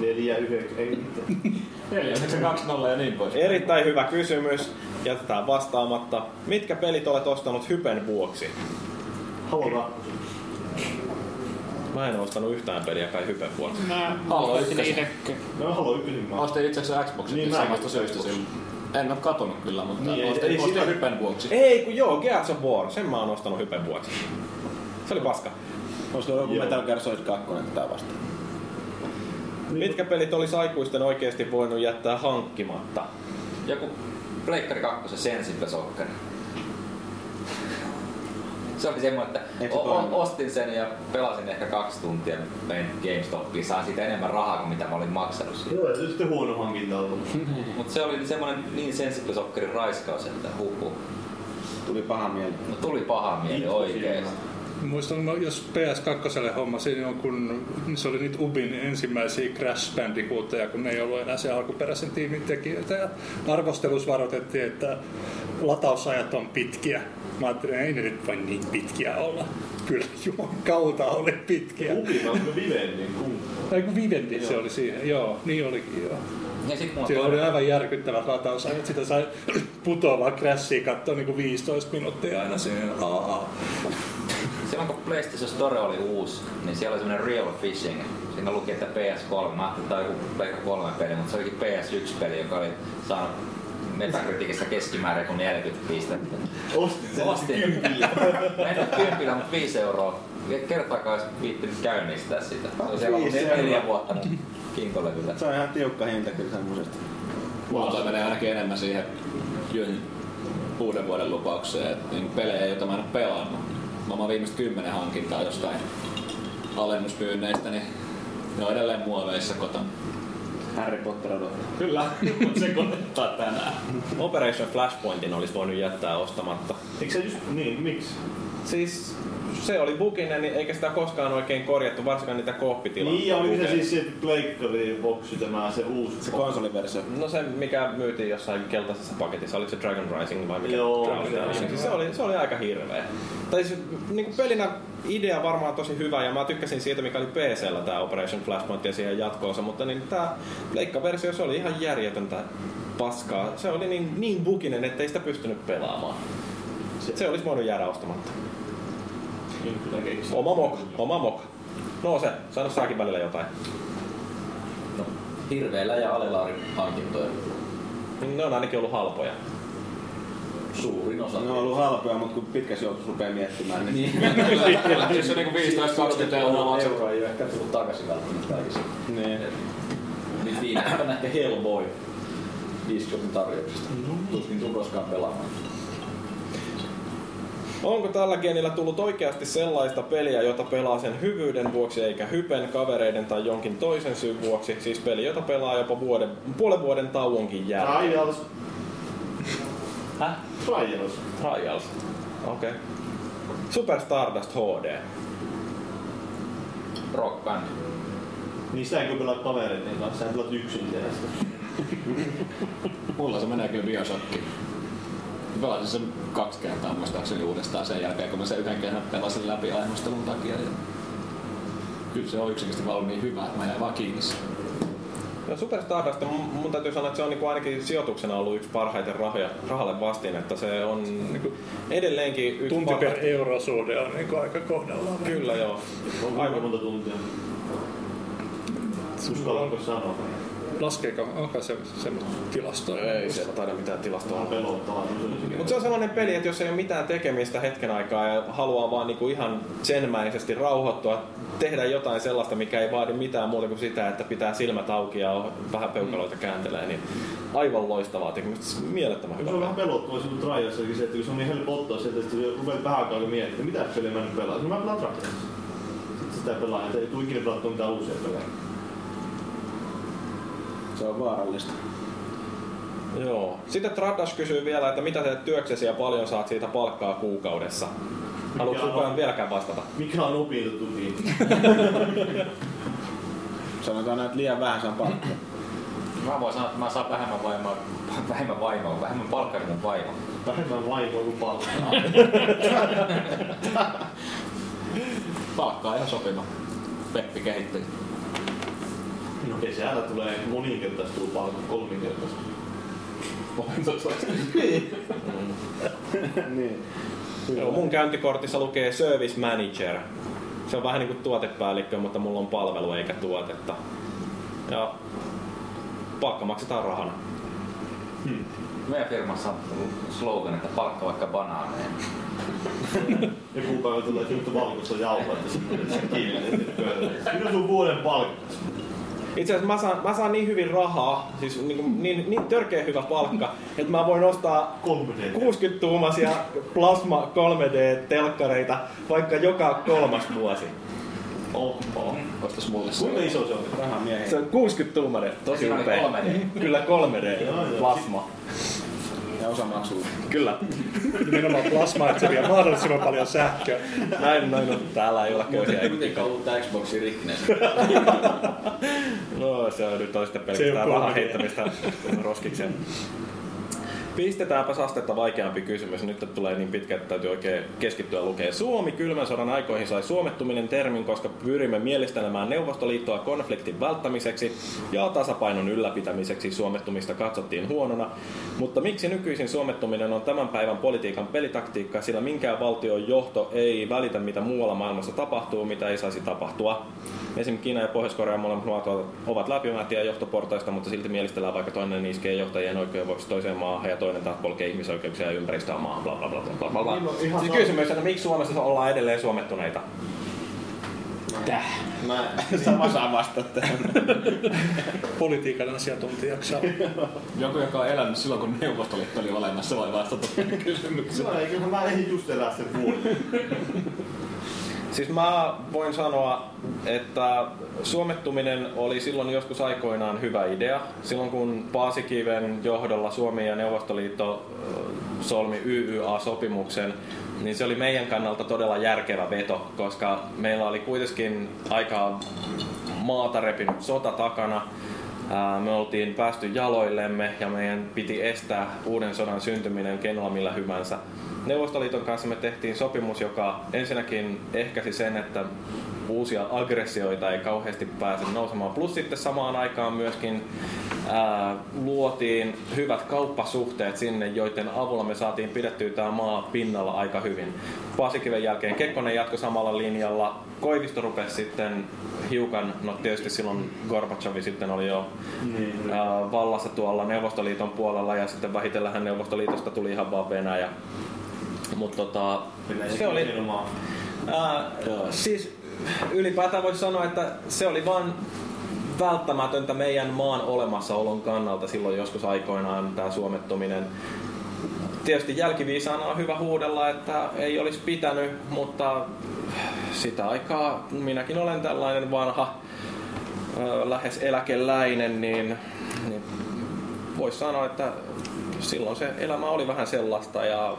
4, 9, ei mitään.
4920 ja niin pois.
Erittäin hyvä kysymys. Jätetään vastaamatta. Mitkä pelit olet ostanut hypen vuoksi?
Haluaa.
Mä en oo ostanut yhtään peliä kai hypen vuoksi.
Mä
Halo,
olisin
ykkösen.
itsekin.
No haluaa ykkösen mä.
Ostin itse asiassa Xboxin
Niin,
niin,
mäkin
samasta
ostin
syystä
Xboxin.
silloin. En ole katonut kyllä, mutta
Niin, ei-
niin, ostin,
ei
ostin
sillä-
hypen vuoksi.
Ei kun joo, Gears of War. Sen mä oon ostanut hypen vuoksi. Se oli paska.
Olisiko joku
Joo.
Metal Gear Solid 2 tätä vastaan?
Niin.
Mitkä pelit olisi aikuisten oikeasti voinut jättää hankkimatta?
Joku Pleikkari 2, Sensible Soccer. Se oli semmoinen,
Eikö
että
se
o- o-
toimi?
ostin sen ja pelasin ehkä kaksi tuntia, menin GameStopiin, sain siitä enemmän rahaa kuin mitä mä olin maksanut siitä.
Joo, se sitten huono hankinta on ollut.
Niin.
Mutta se oli semmoinen niin Sensible Soccerin raiskaus, että huhu.
Tuli paha mieli.
No tuli paha mieli
Itku
oikeesti.
Muistan, mä- jos PS2 homma, siinä on kun se oli niitä Ubin ensimmäisiä Crash Bandicootteja, kun ne ei ollut enää se alkuperäisen tiimin tekijöitä. Ja arvostelussa varoitettiin, että latausajat on pitkiä. Mä ajattelin, ei ne nyt voi niin pitkiä olla. Kyllä juon kautta oli pitkiä.
Ubi, mä oon viveen niin kun.
Tai kun Vivendi se oli siihen, joo, niin olikin joo.
Ja sit mulla
Siellä oli aivan järkyttävät latausajat, sitä sai putoavaa crashia katsoa niin kuin 15 minuuttia aina siihen. Aa.
Silloin kun PlayStation Store oli uusi, niin siellä oli semmonen Real Fishing. Siinä luki, että PS3. Mä ajattelin, että tämä on joku Pleikka 3 peli, mutta se olikin PS1-peli, joka oli saanut Metacriticissa keskimäärin kuin 40 pistettä.
Ostit sen
Ostin.
kympillä.
Mä en ole kympillä, mutta 5 euroa. Ja Kertaakaan olisi viittinyt käynnistää sitä. Se on siellä ollut
Viisi
neljä
euroa.
vuotta mun kinkolevyllä.
Se on ihan tiukka hinta kyllä semmosesta.
Mulla toi menee ainakin enemmän siihen jyn uuden vuoden lupaukseen, että niin pelejä, joita mä en ole pelannut. Mä oon viimeiset kymmenen hankintaa jostain alennusmyynneistä, niin ne on edelleen muoveissa kotona.
Harry Potter odottaa.
Kyllä, mutta se kotettaa tänään.
Operation Flashpointin olisi voinut jättää ostamatta.
Eikö se just, niin, miksi?
Siis se oli buginen, niin eikä sitä koskaan oikein korjattu, varsinkaan niitä kohpitilanteita.
Niin, ja oliko se
Bugeja.
siis se pleikkari boksi tämä se uusi?
Se konsoliversio.
No se, mikä myytiin jossain keltaisessa paketissa, oliko se Dragon Rising vai mikä?
Joo,
Dragon
se oli.
Rising. Siis se, oli, se oli aika hirveä. Tai siis, niin kuin pelinä idea varmaan tosi hyvä ja mä tykkäsin siitä, mikä oli PCllä tämä Operation Flashpoint ja siihen jatkoosa, mutta niin tämä leikkaversio se oli ihan järjetöntä paskaa. Se oli niin, niin buginen, ettei sitä pystynyt pelaamaan. Se olisi voinut jäädä ostamatta. Oma moka, oma moka. No se, sano säkin välillä jotain.
No, hirveellä ja alelaarin hankintoja.
Niin Ne on ainakin ollut halpoja.
Suurin osa.
Ne on ollut halpoja, mutta kun pitkässä joutuisi rupeaa miettimään, niin...
Kyllä, siis se on niinku 15-20 euroa maksettu.
Euroa ei ole ehkä tullut takaisin välttämättä kaikissa.
niin.
Nyt viimeistään ehkä Hellboy 50 tarjouksesta.
No niin.
Tuskin tuu koskaan pelaamaan.
Onko tällä genillä tullut oikeasti sellaista peliä, jota pelaa sen hyvyyden vuoksi, eikä hypen, kavereiden tai jonkin toisen syyn vuoksi? Siis peli, jota pelaa jopa vuoden, puolen vuoden tauonkin jälkeen.
Trials.
Häh?
Trials.
Trials.
Ah.
Okei. Okay. Super Stardust HD.
Rock Band.
Niin sitä enkö pelaa niin kavereiden kanssa, sä pelaat yksin siellä.
Mulla se menee kyllä biosokki. Pelasin sen kaksi kertaa muistaakseni uudestaan sen jälkeen, kun mä sen yhden kerran pelasin läpi ainoastelun takia. Ja kyllä se on yksinkertaisesti vaan ollut niin hyvä, että mä jäin vaan kiinni siihen.
No Super Stardust, mun, mun täytyy sanoa, että se on niin ainakin sijoituksena ollut yksi parhaiten rahoja, rahalle vastin, että se on niin kuin edelleenkin yksi
Tunti per euro suhde on niin aika kohdallaan.
Kyllä joo.
Aika monta tuntia. Uskallanko sanoa?
Laskeeko? Onko se semmoista tilastoa?
Ei se taida mitään tilastoa olla.
Pelottavaa.
Mutta se on sellainen peli, että jos ei ole mitään tekemistä hetken aikaa ja haluaa vaan niinku ihan senmäisesti rauhoittua, tehdä jotain sellaista, mikä ei vaadi mitään muuta kuin sitä, että pitää silmät auki ja vähän peukaloita kääntelee, niin aivan loistavaa tekemistä. Mielettömän
Se
hyvä
on
peli.
vähän pelottavaa sinun triassakin se, että kun se on niin helppo ottaa sieltä, että sä rupeat vähän aikaa miettimään, että mitä peliä mä nyt pelaan. No mä pelaan Triasia. Sitten sitä pelaa, että ei tule ikinä pelattua mitään uusia pelejä.
Se on vaarallista.
Joo. Sitten Tradas kysyy vielä, että mitä teet työksesi ja paljon saat siitä palkkaa kuukaudessa. Haluatko
Mikä on-
kukaan vieläkään vastata?
Mikä on opintotuki?
Sanotaan näin, että liian vähän saa palkkaa.
Mä voin sanoa, että mä saan vähemmän vaimaa, vähemmän vaimaa, vähemmän palkkaa kuin vaimaa.
Vähemmän vaimoa kuin palkkaa.
Palkka on ihan sopiva. Peppi kehittäjä.
No kesällä tulee moninkertaistuu palkka, kolminkertaistuu.
niin.
Joo, mun käyntikortissa lukee Service Manager. Se on vähän niin kuin tuotepäällikkö, mutta mulla on palvelu eikä tuotetta. Ja palkka maksetaan rahana.
Meidän firmassa on slogan, että palkka vaikka banaaneja.
Joku päivä tulee juttu valkoista jauhaa, että semmoinen se kiinni. Mikä on sun vuoden palkka?
Itse asiassa mä saan, mä saan niin hyvin rahaa, siis niin, kuin, niin, niin törkeä hyvä palkka, että mä voin ostaa
3D.
60-tuumaisia plasma 3D-telkkareita vaikka joka kolmas vuosi.
Oho.
Ostas mulle
Kuinka
se.
iso se on?
Raha miehiä.
Se on 60-tuumainen, tosi
Siinä oli
upea.
3D.
Kyllä 3D.
Joo, joo.
Plasma.
Ja osa maksuu.
Kyllä.
Nimenomaan plasma, että se vie mahdollisimman paljon sähköä.
Näin, näin on. Täällä ei olla köysiä. ei
Miten ollut tää Xboxin rikkinä?
No se on nyt on sitten
Se
pelkästään
on
rahan
kolme.
heittämistä roskikseen. Pistetäänpäs astetta vaikeampi kysymys. Nyt tulee niin pitkä, että täytyy oikein keskittyä lukee. Suomi kylmän sodan aikoihin sai suomettuminen termin, koska pyrimme mielistelemään Neuvostoliittoa konfliktin välttämiseksi ja tasapainon ylläpitämiseksi suomettumista katsottiin huonona. Mutta miksi nykyisin suomettuminen on tämän päivän politiikan pelitaktiikka, sillä minkään valtion johto ei välitä, mitä muualla maailmassa tapahtuu, mitä ei saisi tapahtua. Esim. Kiina ja Pohjois-Korea molemmat maat ovat läpimätiä johtoportaista, mutta silti mielistellään vaikka toinen iskee johtajien oikeudeksi toiseen maahan ja toinen taas polkee ihmisoikeuksia ja ympäristöä maahan, bla bla bla bla bla bla.
Niin, no, ihan
siis
sama.
kysymys on, että miksi Suomessa ollaan edelleen suomettuneita?
Mä
Sama saa vastata.
Politiikan asiantuntijaksi.
Joku, joka on elänyt silloin, kun Neuvostoliitto oli olemassa, voi vastata tähän kysymykseen.
Joo, eiköhän mä ehdin just elää sen vuoden.
Siis mä voin sanoa, että suomettuminen oli silloin joskus aikoinaan hyvä idea. Silloin kun Paasikiven johdolla Suomi ja Neuvostoliitto äh, solmi YYA-sopimuksen, niin se oli meidän kannalta todella järkevä veto, koska meillä oli kuitenkin aika maata repinyt sota takana. Ää, Me oltiin päästy jaloillemme ja meidän piti estää uuden sodan syntyminen kenellä millä hyvänsä. Neuvostoliiton kanssa me tehtiin sopimus, joka ensinnäkin ehkäisi sen, että uusia aggressioita ei kauheasti pääse nousemaan. Plus sitten samaan aikaan myöskin ää, luotiin hyvät kauppasuhteet sinne, joiden avulla me saatiin pidettyä tämä maa pinnalla aika hyvin. Paasikiven jälkeen Kekkonen jatkoi samalla linjalla. Koivisto rupesi sitten hiukan, no tietysti silloin Gorbachev sitten oli jo
Niin.
ää, vallassa tuolla Neuvostoliiton puolella ja sitten vähitellähän Neuvostoliitosta tuli ihan vaan Venäjä. Mutta tota, se oli,
Nimenomaan.
Ää, siis ylipäätään voisi sanoa, että se oli vaan välttämätöntä meidän maan olemassaolon kannalta silloin joskus aikoinaan tämä suomettuminen. Tietysti jälkiviisaana on hyvä huudella, että ei olisi pitänyt, mutta sitä aikaa minäkin olen tällainen vanha ö, lähes eläkeläinen, niin, niin voisi sanoa, että silloin se elämä oli vähän sellaista ja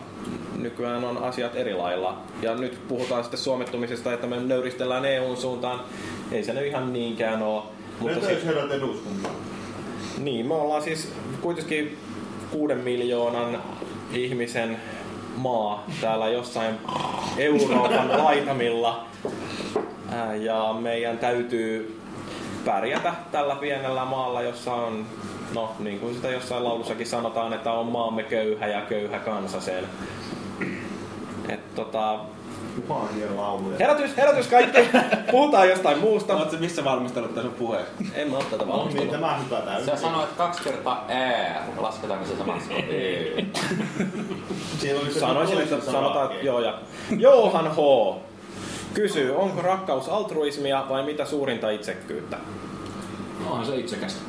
nykyään on asiat eri lailla. Ja nyt puhutaan sitten suomettumisesta, että me nöyristellään EUn suuntaan. Ei se nyt ihan niinkään ole. Mutta
Entä
sit,
jos herrat eduskuntaan?
niin, me ollaan siis kuitenkin kuuden miljoonan ihmisen maa täällä jossain Euroopan laitamilla. Ää, Ja meidän täytyy pärjätä tällä pienellä maalla, jossa on, no niin kuin sitä jossain laulussakin sanotaan, että on maamme köyhä ja köyhä kansa siellä. Et tota...
Tuhansia lauluja.
Herätys, herätys kaikki! Puhutaan jostain muusta.
Oletko missä valmistellut tämän sun puheen?
En mä oo tätä
Niin,
valmistellut.
tämä hyvä täysin.
Sä sanoit kaksi kertaa ää. Lasketaanko se samassa? Ei.
Siellä oli se
Sanoisin,
toisen
että
sana.
sanotaan, että joo ja... Johan H. Kysyy, onko rakkaus altruismia vai mitä suurinta itsekkyyttä?
Onhan se itsekästä.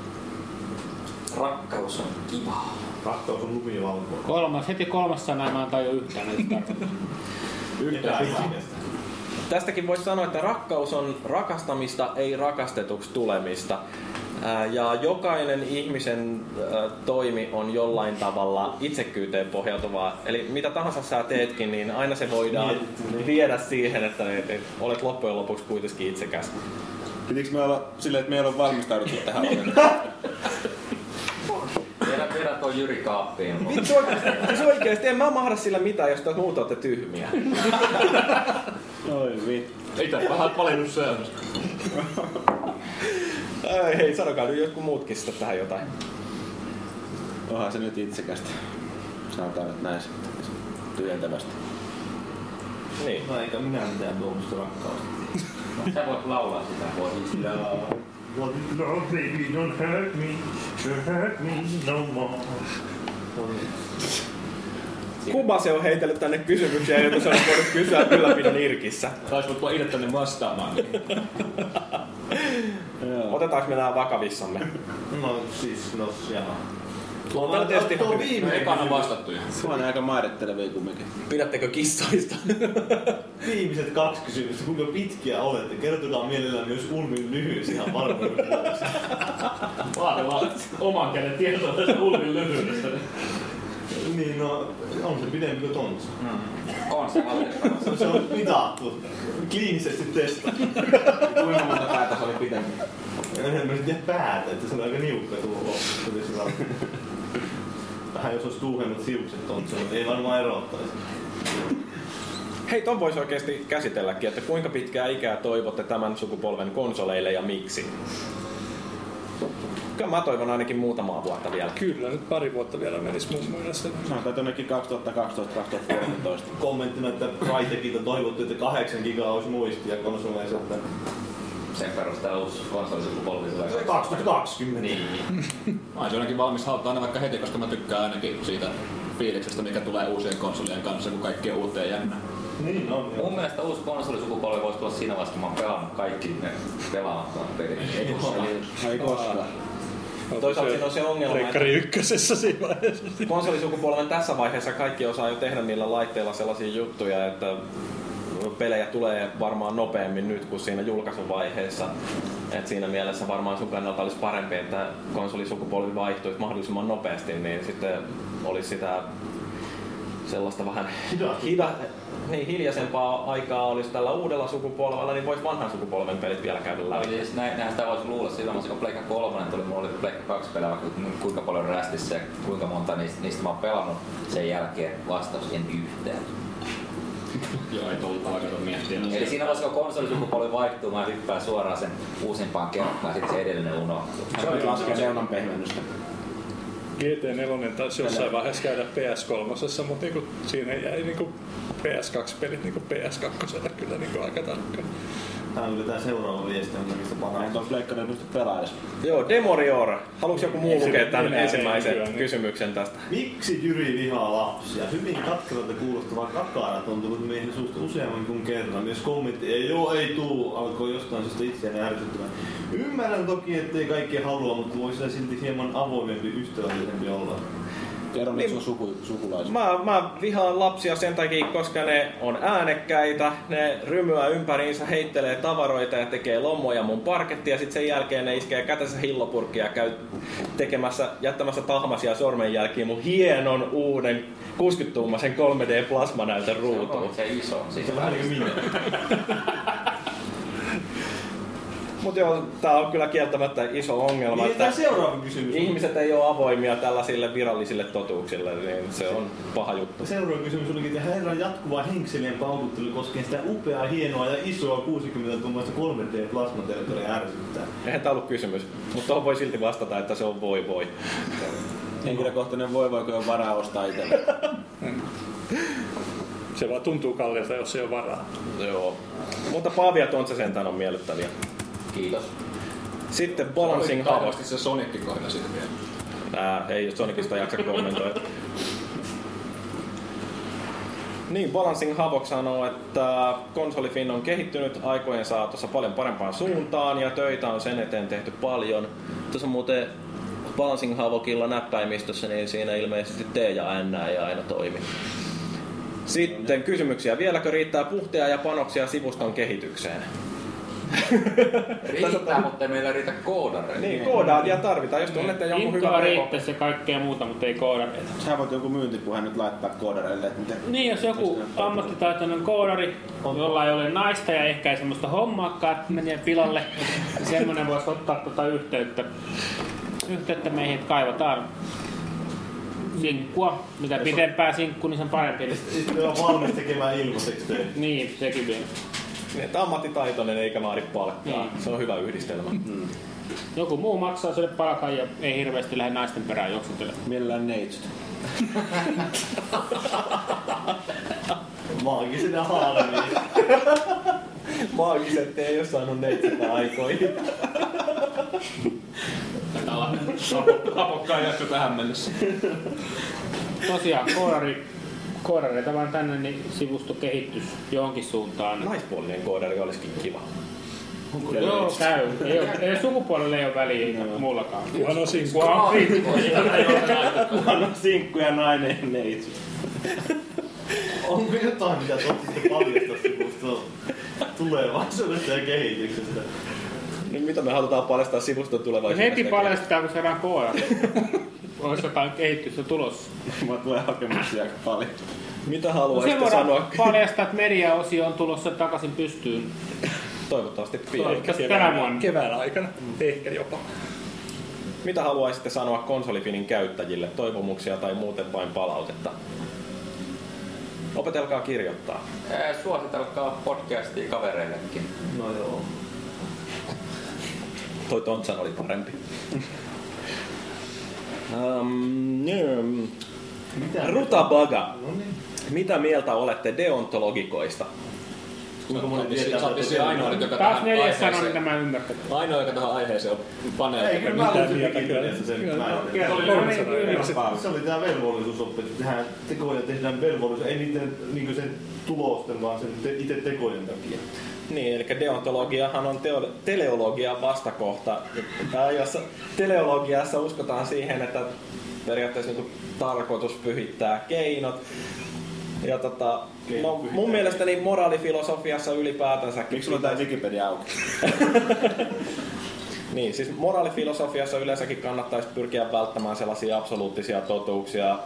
Rakkaus on kivaa.
Rakkaus on lumivalkoa.
Kolmas, heti kolmas sana mä en tajua yhtään mitä se tarkoittaa.
Epäilystä.
Tästäkin voisi sanoa, että rakkaus on rakastamista, ei rakastetuksi tulemista. Ää, Ja jokainen ihmisen ää, toimi on jollain tavalla itsekkyyteen pohjautuvaa. Eli mitä tahansa sä teetkin, niin aina se voidaan viedä siihen, että et- et olet loppujen lopuksi kuitenkin itsekäs.
Pitikö me olla silleen, että me ei ole valmistauduttu tähän
Viedä, viedä tuo Jyri kaappiin. mun.
Vittu oikeesti, siis oikeesti en mä mahda sillä mitään, jos te muut olette tyhmiä.
Oi vittu.
Itse vähän valinnut sen.
Ei, hei, sanokaa nyt jotkut muutkin sitten tähän jotain.
Onhan se nyt itsekästä. Sanotaan nyt näin sitten. Tyhjentävästi.
Niin.
No eikä minä mitään tuommoista rakkautta.
Sä voit laulaa sitä. Voit.
What is love, baby? Don't hurt me. Don't hurt me no more.
Kuba se on heitellyt tänne kysymyksiä, joita se on voinut kysyä ylläpidon irkissä.
Saisi tulla itse tänne vastaamaan.
Otetaanko me nämä vakavissamme?
No siis, no siellä.
On täällä tietysti...
Tuo
No,
viimeinen,
ekana vastattu jo.
Se on aika mairittelevia kumminkin.
Pidättekö kissoista?
viimeiset kaksi kysymystä. Kuinka pitkiä olette? Kertokaa mielellään myös Ulmin lyhyys ihan varmuuden vuoksi.
Vaate vaan oman käden tietoa tästä ulvin lyhyydestä.
Niin, no on se pidempi kuin tontsa.
On se valitettavasti.
Se on mitattu. Kliinisesti testattu.
Kuinka monta päätä se oli pitempi?
En mä nyt tiedä päätä, että se on aika niukka tuo loppu. Tuli sillä lailla. Vähän jos olisi tuuhennut hiukset tontsa, mutta ei varmaan erottaisi.
Hei, ton voisi oikeasti käsitelläkin, että kuinka pitkää ikää toivotte tämän sukupolven konsoleille ja miksi? Kyllä mä toivon ainakin muutamaa vuotta vielä.
Kyllä, nyt pari vuotta vielä menisi mun mielestä.
Sanotaan jonnekin 2012-2013.
Kommenttina, että Crytekiltä toivottiin, että 8 gigaa olisi muistia konsoleissa. että
Sen perusteella uusi konsolisukupolvi tulee.
2020.
Niin.
Mä olisin ainakin valmis hauttaa aina vaikka heti, koska mä tykkään ainakin siitä fiiliksestä, mikä tulee uusien konsolien kanssa, kun kaikki on uuteen jännä.
Niin on joo.
Mun mielestä uusi konsolisukupolvi voisi tulla siinä vasta, kun mä oon pelannut kaikki ne pelaamattomat pelit. Ei koskaan.
Ei koskaan.
Toisaalta siinä on se ongelma, että
Reikkari ykkösessä siinä vaiheessa.
konsolisukupolven tässä vaiheessa kaikki osaa jo tehdä niillä laitteilla sellaisia juttuja, että pelejä tulee varmaan nopeammin nyt kuin siinä julkaisuvaiheessa. Et siinä mielessä varmaan sun kannalta olisi parempi, että konsolisukupolvi vaihtuisi mahdollisimman nopeasti, niin sitten olisi sitä sellaista vähän
Hidasta.
hida, niin hiljaisempaa aikaa olisi tällä uudella sukupolvella, niin voisi vanhan sukupolven pelit vielä käydä
No
läpi.
Siis näin, näin sitä voisi luulla silloin, mutta kun Pleikka 3 tuli, mulla oli Pleikka 2 pelejä, vaikka ku- kuinka paljon rästissä ja kuinka monta niistä, niistä mä oon pelannut sen jälkeen vastaus en yhtään.
Joo, ei tuolla kato miettiä.
Eli siinä vaiheessa, kun konsolisukupolvi vaihtuu, mä hyppään suoraan sen uusimpaan kertaan, sit se edellinen unohtuu.
Se oli laskea seunan pehmennystä.
GT4 taisi jossain vaiheessa käydä PS3, mutta niinku, siinä jäi niinku PS2-pelit niinku PS2 kyllä niinku aika tarkkaan.
Tää on kyllä tää seuraava viesti, on mistä
Mä en
parhaita.
tuon pleikkarin pysty pelaamaan.
Joo, Demorior. Haluatko joku muu
se
lukea
nyt
tämän
enää
ensimmäisen
ei nykyään, niin.
kysymyksen tästä?
Miksi Jyri vihaa lapsia? Hyvin katkelalta kuulostava kakarat on tullut meihin suusta useamman kuin kerran. Jos kommentti ei joo ei tuu, alkoi jostain syystä itseäni ärsyttämään. Ymmärrän toki, ettei kaikki halua, mutta voisi sitä silti hieman avoimempi, ystävällisempi olla.
Kerro nyt
Niin.
sun suku, sukulaiset.
Mä, mä vihaan lapsia sen takia, koska ne on äänekkäitä, ne rymyää ympäriinsä, heittelee tavaroita ja tekee lommoja mun parkettiin ja sitten sen jälkeen ne iskee kätensä hillopurkkia ja käy tekemässä, jättämässä tahmasia sormenjälkiä mun hienon uuden 60-tuumaisen 3D-plasmanäytön ruutuun.
Se iso. Siis
Se on vähän niin kuin minä.
Mutta joo, tää on kyllä kieltämättä iso ongelma.
Niin, tää seuraava kysymys.
Ihmiset ei ole avoimia tällaisille virallisille totuuksille, niin se on paha juttu.
Seuraava kysymys olikin, että herran jatkuva henkselien paukuttelu koskien sitä upeaa, hienoa ja isoa 60 tuommoista 3D-plasmatertoria ärsyttää.
Eihän tää ollut kysymys, mutta tuohon voi silti vastata, että se on voi voi.
Henkilökohtainen voi voi, kun on varaa ostaa itselle.
Se vaan tuntuu kalliilta, jos ei ole varaa.
Joo. Mutta paaviat on se sentään on miellyttäviä.
Kiitos.
Sitten Balancing Havoc.
Taivasti se Sonicin kohdalla sitten vielä.
Ää, ei Sonicista jaksa kommentoida. Niin, Balancing Havoc sanoo, että konsolifin on kehittynyt aikojen saatossa paljon parempaan suuntaan ja töitä on sen eteen tehty paljon. Tuossa on muuten Balancing Havocilla näppäimistössä, niin siinä ilmeisesti T ja N ei aina toimi. Sitten kysymyksiä. Vieläkö riittää puhtia ja panoksia sivuston kehitykseen?
Riittää, mutta ei meillä riitä koodareita.
Niin, koodaajia tarvitaan. Jos tunnette jonkun
Intoa
hyvän pekon-
riittäisi ja kaikkea muuta, mutta ei koodareita.
Sä voit joku myyntipuhe nyt laittaa koodareille, että miten...
Niin, jos joku ammattitaitoinen koodari, jolla ei ole naista ja ehkä ei semmoista hommaakaan, että menee pilalle, niin semmoinen voisi ottaa tuota yhteyttä, yhteyttä meihin, että kaivataan sinkkua. Mitä pitempää sinkku, niin sen parempi.
Sitten on valmis tekemään ilmaiseksi töitä.
Niin, sekin vielä.
Niin, että ammattitaitoinen eikä vaadi palkkaa.
Niin.
Se on hyvä yhdistelmä.
Joku muu maksaa sille palkan ja ei hirveästi lähde naisten perään juoksutelle.
Millään neitsyt.
Maagisena haalamiin.
Maagiset ei ole saanut neitsetä aikoihin.
Apokkaan jakso tähän mennessä.
Tosiaan, koodari, koodareita vaan tänne, niin sivusto kehittys johonkin suuntaan.
Naispuolinen koodari olisikin kiva.
Joo, käy. Ei, ole, ei sukupuolelle ei ole väliä mullakaan.
Ihan osin kun
Kukaan
Huono sinkku ja nainen neitsyt.
Onko jotain, mitä te ottisitte paljastaa sivustoon tulevaisuudesta ja kehityksestä?
Nyt No, mitä me halutaan paljastaa sivuston tulevaisuudesta?
Heti paljastetaan, kun saadaan koodari. Olisi jotain kehitystä tulossa.
Mä tulee hakemuksia aika paljon.
Mitä
No sen
haluaisitte
voidaan
sanoa?
paljastaa, että mediaosio on tulossa takaisin pystyyn.
Toivottavasti pian.
Toivottavasti tänä vuonna.
kevään aikana. Ehkä jopa.
Mitä haluaisitte sanoa konsolifinin käyttäjille? Toivomuksia tai muuten vain palautetta? Opetelkaa kirjoittaa.
Eh, Suositelkaa podcastia kavereillekin.
No joo.
Toi Tontsan oli parempi. um, mm,
Mitä?
Rutabaga.
No niin.
Mitä mieltä olette deontologikoista?
Kuinka moni tietää,
Sä
että
oot vissiin
teillä
ainoa, nyt, joka
Taas
tähän
neljäs sanoi, niin
aiheeseen...
tämä ymmärtää.
Ainoa, joka tähän aiheeseen on
Ei,
paneutunut.
kyllä mä
Mitä
luulen,
mieltä
että
kyllä?
kyllä sen mä en tiedä.
Kerro
no niin,
kolme sanaa.
Se oli tää velvollisuusoppi, että tehdään tekoja tehdään velvollisuus, ei niiden niinku sen tulosten, vaan sen te, itse tekojen takia.
Niin, eli deontologiahan on teo- teleologian vastakohta, Ää, jossa teleologiassa uskotaan siihen, että periaatteessa niin tarkoitus pyhittää keinot. Ja tota,
Keinot
no, mun
pyhittää.
mielestä niin moraalifilosofiassa ylipäätänsäkin...
Miksi sulla on tää Wikipedia auki?
Niin, siis moraalifilosofiassa yleensäkin kannattaisi pyrkiä välttämään sellaisia absoluuttisia totuuksia.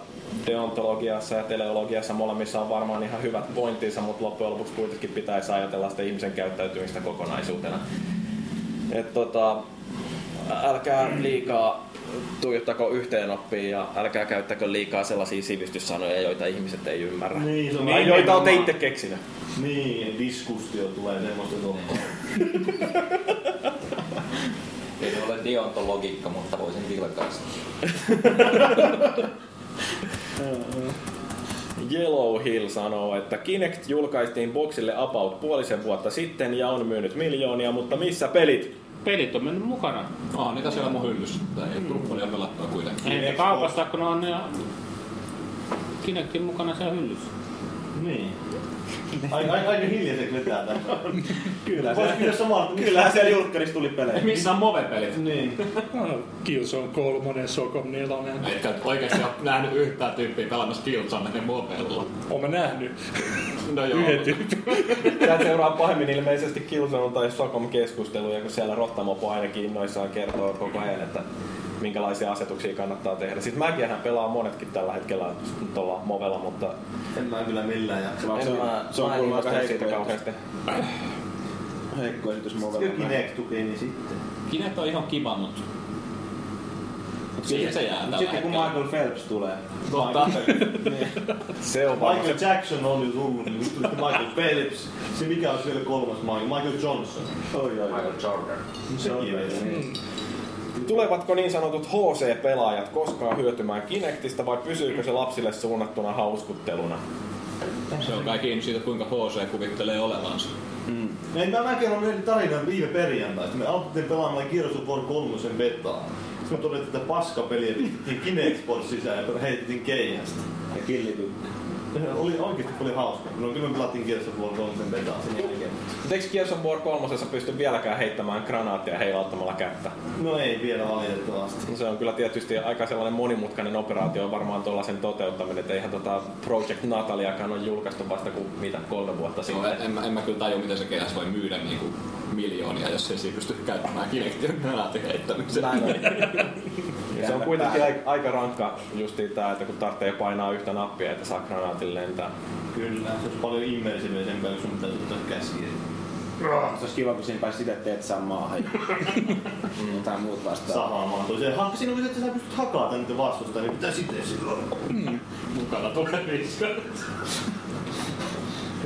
Deontologiassa ja teleologiassa molemmissa on varmaan ihan hyvät pointtinsa, mutta loppujen lopuksi kuitenkin pitäisi ajatella sitä ihmisen käyttäytymistä kokonaisuutena. Et tota, älkää liikaa tuijottako yhteen oppiin ja älkää käyttäkö liikaa sellaisia sivistyssanoja, joita ihmiset ei ymmärrä.
Niin, se on
tai
aina
joita olette
nimenomaan-
itse keksinyt.
Niin, diskustio tulee semmoista tuolla.
Ei se ole deontologiikka, mutta voisin vilkaista.
Yellow Hill sanoo, että Kinect julkaistiin boksille about puolisen vuotta sitten ja on myynyt miljoonia, mutta missä pelit?
Pelit on mennyt mukana.
Onhan niitä siellä mun hyllyssä, mutta ei tullut paljon pelattua kuitenkin.
Ei niitä kaupassa, kun ne on ne Kinectin mukana siellä hyllyssä.
Niin. Aika, aika, aika hiljaiseksi vetää tämän.
Kyllä
Voisi
se.
kyllä samaa,
Kyllähän siellä julkkarissa tuli pelejä.
Missä on Move-pelit?
Niin.
No, Killzone 3, Socom 4.
Etkä nyt oikeesti ole nähnyt yhtään tyyppiä pelaamassa Killzone Movella.
Oon mä nähnyt
No joo.
yhden tyypin.
Tää seuraa pahemmin ilmeisesti Killzone tai Stockholm keskusteluja, kun siellä Rottamopo ainakin innoissaan kertoo koko ajan, että minkälaisia asetuksia kannattaa tehdä. Sitten mäkin hän pelaa monetkin tällä hetkellä tuolla movella, mutta
En mä kyllä millään jaksa.
No, Se on-
en mä,
se on
mä en
kuulemma aika
innostunut siitä
heikko.
kauheasti.
heikko esitys
Eikö
Movella.
Kinect tukee niin sitten?
Kinect on ihan kiva, mut... Mut siihen se jää
Mut
tällä
Sitten kun
hetkellä.
Michael Phelps tulee.
Totta.
Se on varmaan
Michael Jackson on jo tullut, niin nyt tuli sitten Michael Phelps. Se mikä on vielä kolmas maa, Michael Johnson.
Oi, oi, oi.
Jordan.
Se on vielä.
Tulevatko niin sanotut HC-pelaajat koskaan hyötymään Kinectistä vai pysyykö se lapsille suunnattuna hauskutteluna?
Se on kai kiinni siitä, kuinka HC kuvittelee olevansa.
Ei, mä, mä kerron yhden tarinan viime perjantaista. Me aloitettiin pelaamaan Gears of War 3 betaa. Sitten me todettiin, että paskapeliä pistettiin Kinexport sisään ja heitettiin keihästä.
Ja killitykkö.
Oli oikeasti paljon hauskaa. No kyllä me pelattiin Gears of War 3 betaa sen jälkeen.
Mut Eikö Gears of War 3 pysty vieläkään heittämään granaattia heilauttamalla kättä?
No ei vielä valitettavasti.
No Se on kyllä tietysti aika sellainen monimutkainen operaatio varmaan tuollaisen toteuttaminen, että eihän tota Project Nataliakaan on julkaistu vasta kuin mitä kolme vuotta
Joo,
sitten.
No, en, en, mä- en mä kyllä tajua, miten se keihäs voi myydä niinku miljoonia, jos ei siinä pysty käyttämään kinektion granaatin heittämiseen.
Näin on. Ja se on kuitenkin aika, aika rankka justiin tää, että kun tarvitsee painaa yhtä nappia, että saa granaatin lentää.
Kyllä, se olisi paljon immersiivisempää, kun sun pitäisi ottaa käsiä.
Se olisi kiva, kun siinä pääsi sitä teet saa maahan. Mm, tai muut vastaan.
Sahaa mahtoiseen. Hakka siinä on, että sä pystyt hakata niitä vastustajia, niin mitä sitten silloin?
Mukana tulee viskata.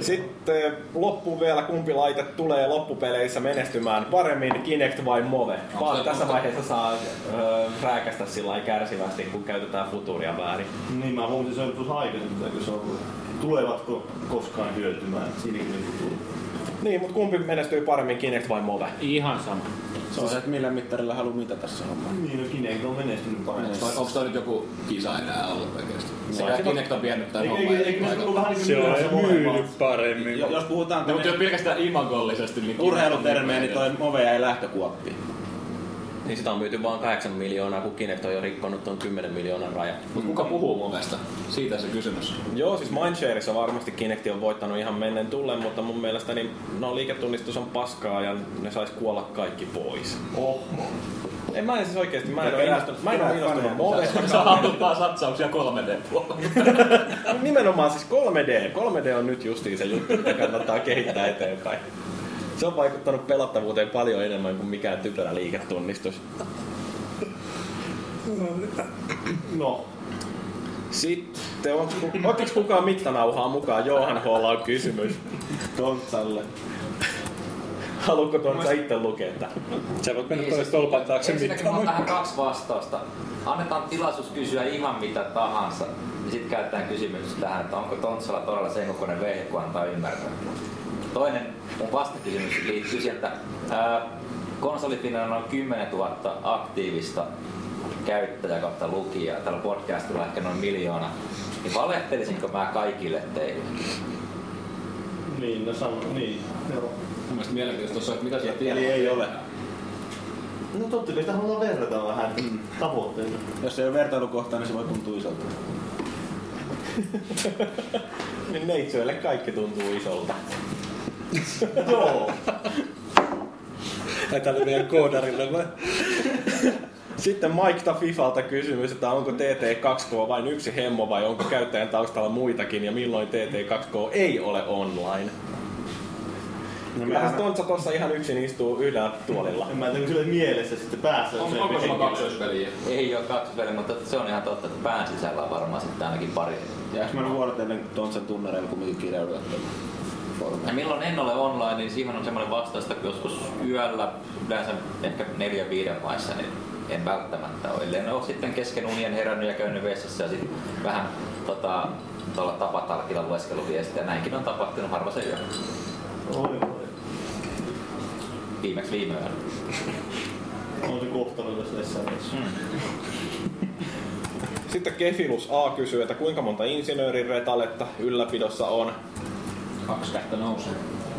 Sitten loppuun vielä kumpi laite tulee loppupeleissä menestymään paremmin, Kinect vai Move? Vaan tässä vaiheessa saa öö, rääkästä sillä lailla kärsivästi, kun käytetään futuria väärin.
Niin, mä huomasin sen tuossa aikaisemmin, mutta eikö se ollut. Tulevatko koskaan hyötymään? Siinäkin nyt tulee.
Niin, mutta kumpi menestyy paremmin, Kinect vai Move?
Ihan sama.
Se on se, että millä mittarilla haluaa mitä tässä hommaa.
Niin, no Kinect on menestynyt paremmin.
Vai Onko toi nyt joku kisa enää ollut oikeesti?
Se on
Se
kiva.
Kinect on vienyt tämän
Eikö-
homman.
Eikö eikö se ollut vähän niin
Se
kuin
on
myöhässä
myynyt
molemmat?
paremmin.
Jo- Jos puhutaan
No, mutta jo
tänne
pelkästään imagollisesti, niin
urheilutermejä, niin toi Move jäi lähtökuoppiin.
Niin sitä on myyty vain 8 miljoonaa, kun Kinect on jo rikkonut tuon 10 miljoonan rajan.
Mut kuka puhuu movesta? Siitä se kysymys.
Joo, siis Mindshareissa varmasti Kinect on voittanut ihan menneen tullen, mutta mun mielestä niin, no, liiketunnistus on paskaa ja ne sais kuolla kaikki pois.
Oh,
En mä en siis oikeesti, mä en
Ja
ole
perä-
innostunut, mä en ole
perä-
innostunut
faneja.
Sä
Movestakaan.
haluttaa satsauksia 3D-puolella.
Nimenomaan siis 3D. 3D on nyt justiin se juttu, mitä kannattaa kehittää eteenpäin. Se on vaikuttanut pelattavuuteen paljon enemmän kuin mikään typerä liiketunnistus.
no.
Sitten, on, ottiko kukaan mittanauhaa mukaan? Johan Holla on kysymys.
Tontsalle.
Haluatko tuon sä itse lukea tämän?
Sä voit
Niin
mennä tuonne tolpan taakse
Niin, Ensinnäkin
mittaan.
mulla on tähän kaksi vastausta. Annetaan tilaisuus kysyä ihan mitä tahansa. Ja sitten käytetään kysymys tähän, että onko Tontsalla todella sen kokoinen vehje, kun antaa ymmärtää. Toinen mun vastakysymys liittyy sieltä. Ää, Konsolifinnan on 10 000 aktiivista käyttäjää kautta lukijaa. Tällä podcastilla on ehkä noin miljoona. Niin valehtelisinko mä kaikille teille?
Niin, no sano, niin. Joo.
Mielestäni mielenkiintoista on se, että mitä sä tiedät.
Eli ei ole.
No totta kai sitä haluaa verrata vähän
Mm.
tavoitteita.
Jos ei ole vertailukohtaa, niin se voi tuntua isolta.
Niin neitsöille kaikki tuntuu isolta.
Joo.
Tai tälle meidän koodarille vai?
Sitten Mike ta Fifalta kysymys, että onko TT2K vain yksi hemmo vai onko käyttäjän taustalla muitakin ja milloin TT2K ei ole online? No Kyllähän Tontsa tuossa ihan yksin istuu yhdellä tuolilla.
Ah, En mä tiedä, kyllä mielessä sitten päässä. jos
On,
ei
onko
pidä.
sulla kaksoispeliä?
Ei ole kaksi peliä, mutta se on ihan totta, että pään sisällä on varmaan sitten ainakin pari.
Ja jos mä nyt vuorotellen Tontsan tunnareilla kumminkin kirjaudutaan tuonne
Ja
foorumille.
milloin en ole online, niin siihen on semmoinen vastaus, että joskus yöllä, yleensä ehkä neljä viiden maissa, niin en välttämättä ole. Ellei ne ole sitten kesken unien herännyt ja käynyt vessassa ja sitten vähän tota, tuolla tapatalkilla lueskellut viestiä. Näinkin on tapahtunut harva se yö.
Oi, oi.
Viimeksi viime yönä.
On se kohtalokas tässä edessä.
Sitten Kefilus A kysyy, että kuinka monta insinöörin retaletta ylläpidossa on?
Kaksi kättä nousee.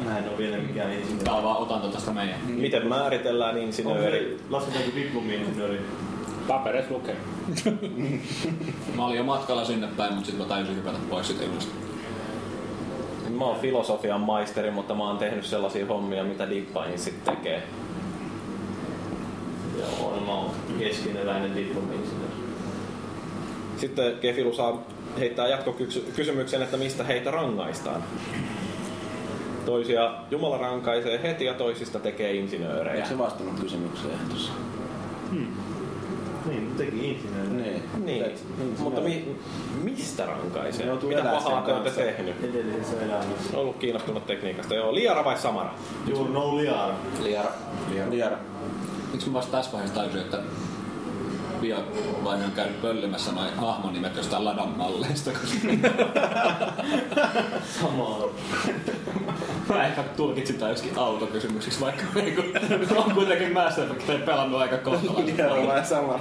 Mä en ole vielä mikään insinööri.
Tää on vaan otanto tästä meidän.
Mm.
Miten määritellään
Onko se
insinööri?
lasketaanko diplomi-insinööri?
Papereissa lukee.
Mä olin jo matkalla sinne päin, mutta sitten mä täysin hypätä pois siitä junasta.
Mä oon filosofian maisteri, mutta mä oon tehnyt sellaisia hommia, mitä Deep sitten tekee.
Joo, no mä oon keskeneräinen diplomi-insinööri.
Sitten Kefilu saa heittää jatkokysymyksen, että mistä heitä rangaistaan.
Toisia Jumala rankaisee heti ja toisista tekee insinöörejä.
Eikö se vastannut kysymykseen tuossa?
Hmm.
Niin, teki insinööri.
Niin.
Niin.
Niin,
Mutta
sinä-
mi- mistä rankaisee?
Ne joutuu
Mitä
elämään
pahaa te
sen
olette
kanssa.
tehnyt?
Edellisessä elämässä.
On ollut kiinnostunut tekniikasta. Joo, Liara vai Samara?
Juuri no liara.
Liara.
Liara. Liara.
Miksi mä vasta tässä vaiheessa tajusin, että Pia vain on käynyt pöllimässä noin hahmon nimet jostain ladan malleista, koska
Samaa.
mä ehkä tulkitsin tai joskin autokysymyksiksi, vaikka niinku, on kuitenkin Mass Effect pelannut aika kohtalaisesti.
Liara vai Samara?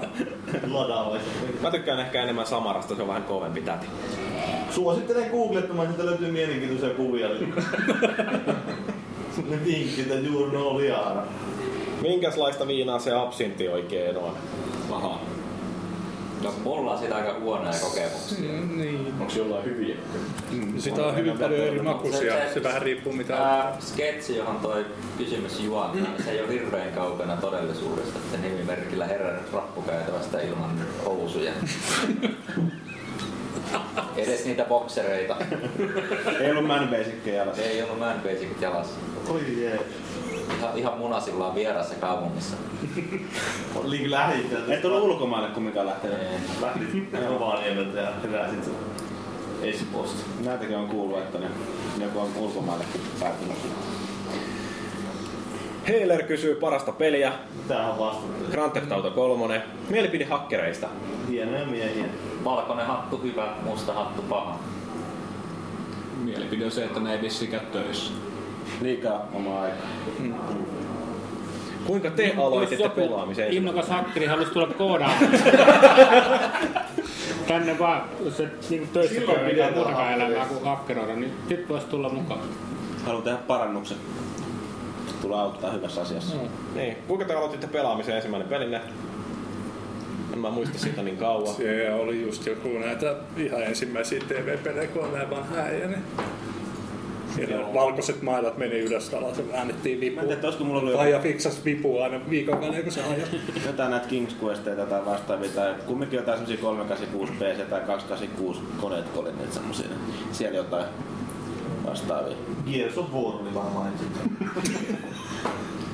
Ladaa vai?
Mä tykkään ehkä enemmän Samarasta, se on vähän kovempi täti.
Suosittelen googlettamaan, sieltä löytyy mielenkiintoisia kuvia. Ne vinkit, että juuri no liara.
Minkäslaista viinaa se absintti oikein on?
Paha.
No, mulla on siitä aika huonoja kokemuksia.
Niin. Mm,
Onko jollain hyviä?
Sitä on hyvin paljon eri makuisia. Se vähän riippuu mitä...
Tää sketsi, johon toi kysymys juontaa, niin se ei ole hirveän kaukana todellisuudesta, että nimimerkillä herännyt rappukäytävästä ilman housuja. Edes niitä boksereita.
Ei ollut man basickeja alas.
Ei ollut man basicit jalassa.
Oi jee.
Ihan, ihan munasillaan vieraassa kaupungissa.
Liikin lähdit täältä.
Et ollut ulkomaille kumminkaan lähtenyt.
Lähdit Rovaniemeltä ja heräsit Espoosta.
Näitäkin on kuullut, että ne, joku on ulkomaillekin päätynyt.
Heiler kysyy parasta peliä.
Tämähän on vastattu.
Grand Theft Auto 3. Mielipide hakkereista.
Hienoja miehiä.
Valkoinen hattu hyvä, musta hattu paha.
Mielipide on se, että ne ei vissikään töissä.
Liikaa omaa aikaa.
Kuinka
Niin,
te aloititte
joku
pelaamisen?
Innokas hakkeri halusi tulla koodaan. Tänne vaan, jos et niinku töissä
Silloin
käy eikä
pidetään
muutakaan elämää
hakkereista.
kuin hakkeroida, niin nyt voisi tulla mukaan.
Haluan tehdä parannuksen. Tulee auttaa hyvässä asiassa.
Niin. Kuinka te aloititte pelaamisen ensimmäinen pelinne? En mä muista siitä niin kauan.
Se oli just joku näitä ihan ensimmäisiä TV-pelejä, kun on näin vanha äijä, niin... Ja valkoiset mailat meni ylös alas ja väännettiin
Mä en
vipua.
tiedä, että olisiko mulla ollut jotain-
Faija fiksas vipua aina viikon välein, kun se ajoi.
jotain näitä Kings Questeja tai vastaavia tai kumminkin jotain semmosia 386 PC tai 286 koneet, kun oli niitä semmosia. niin Siellä jotain vastaavia.
Gears of War oli varmaan ensin.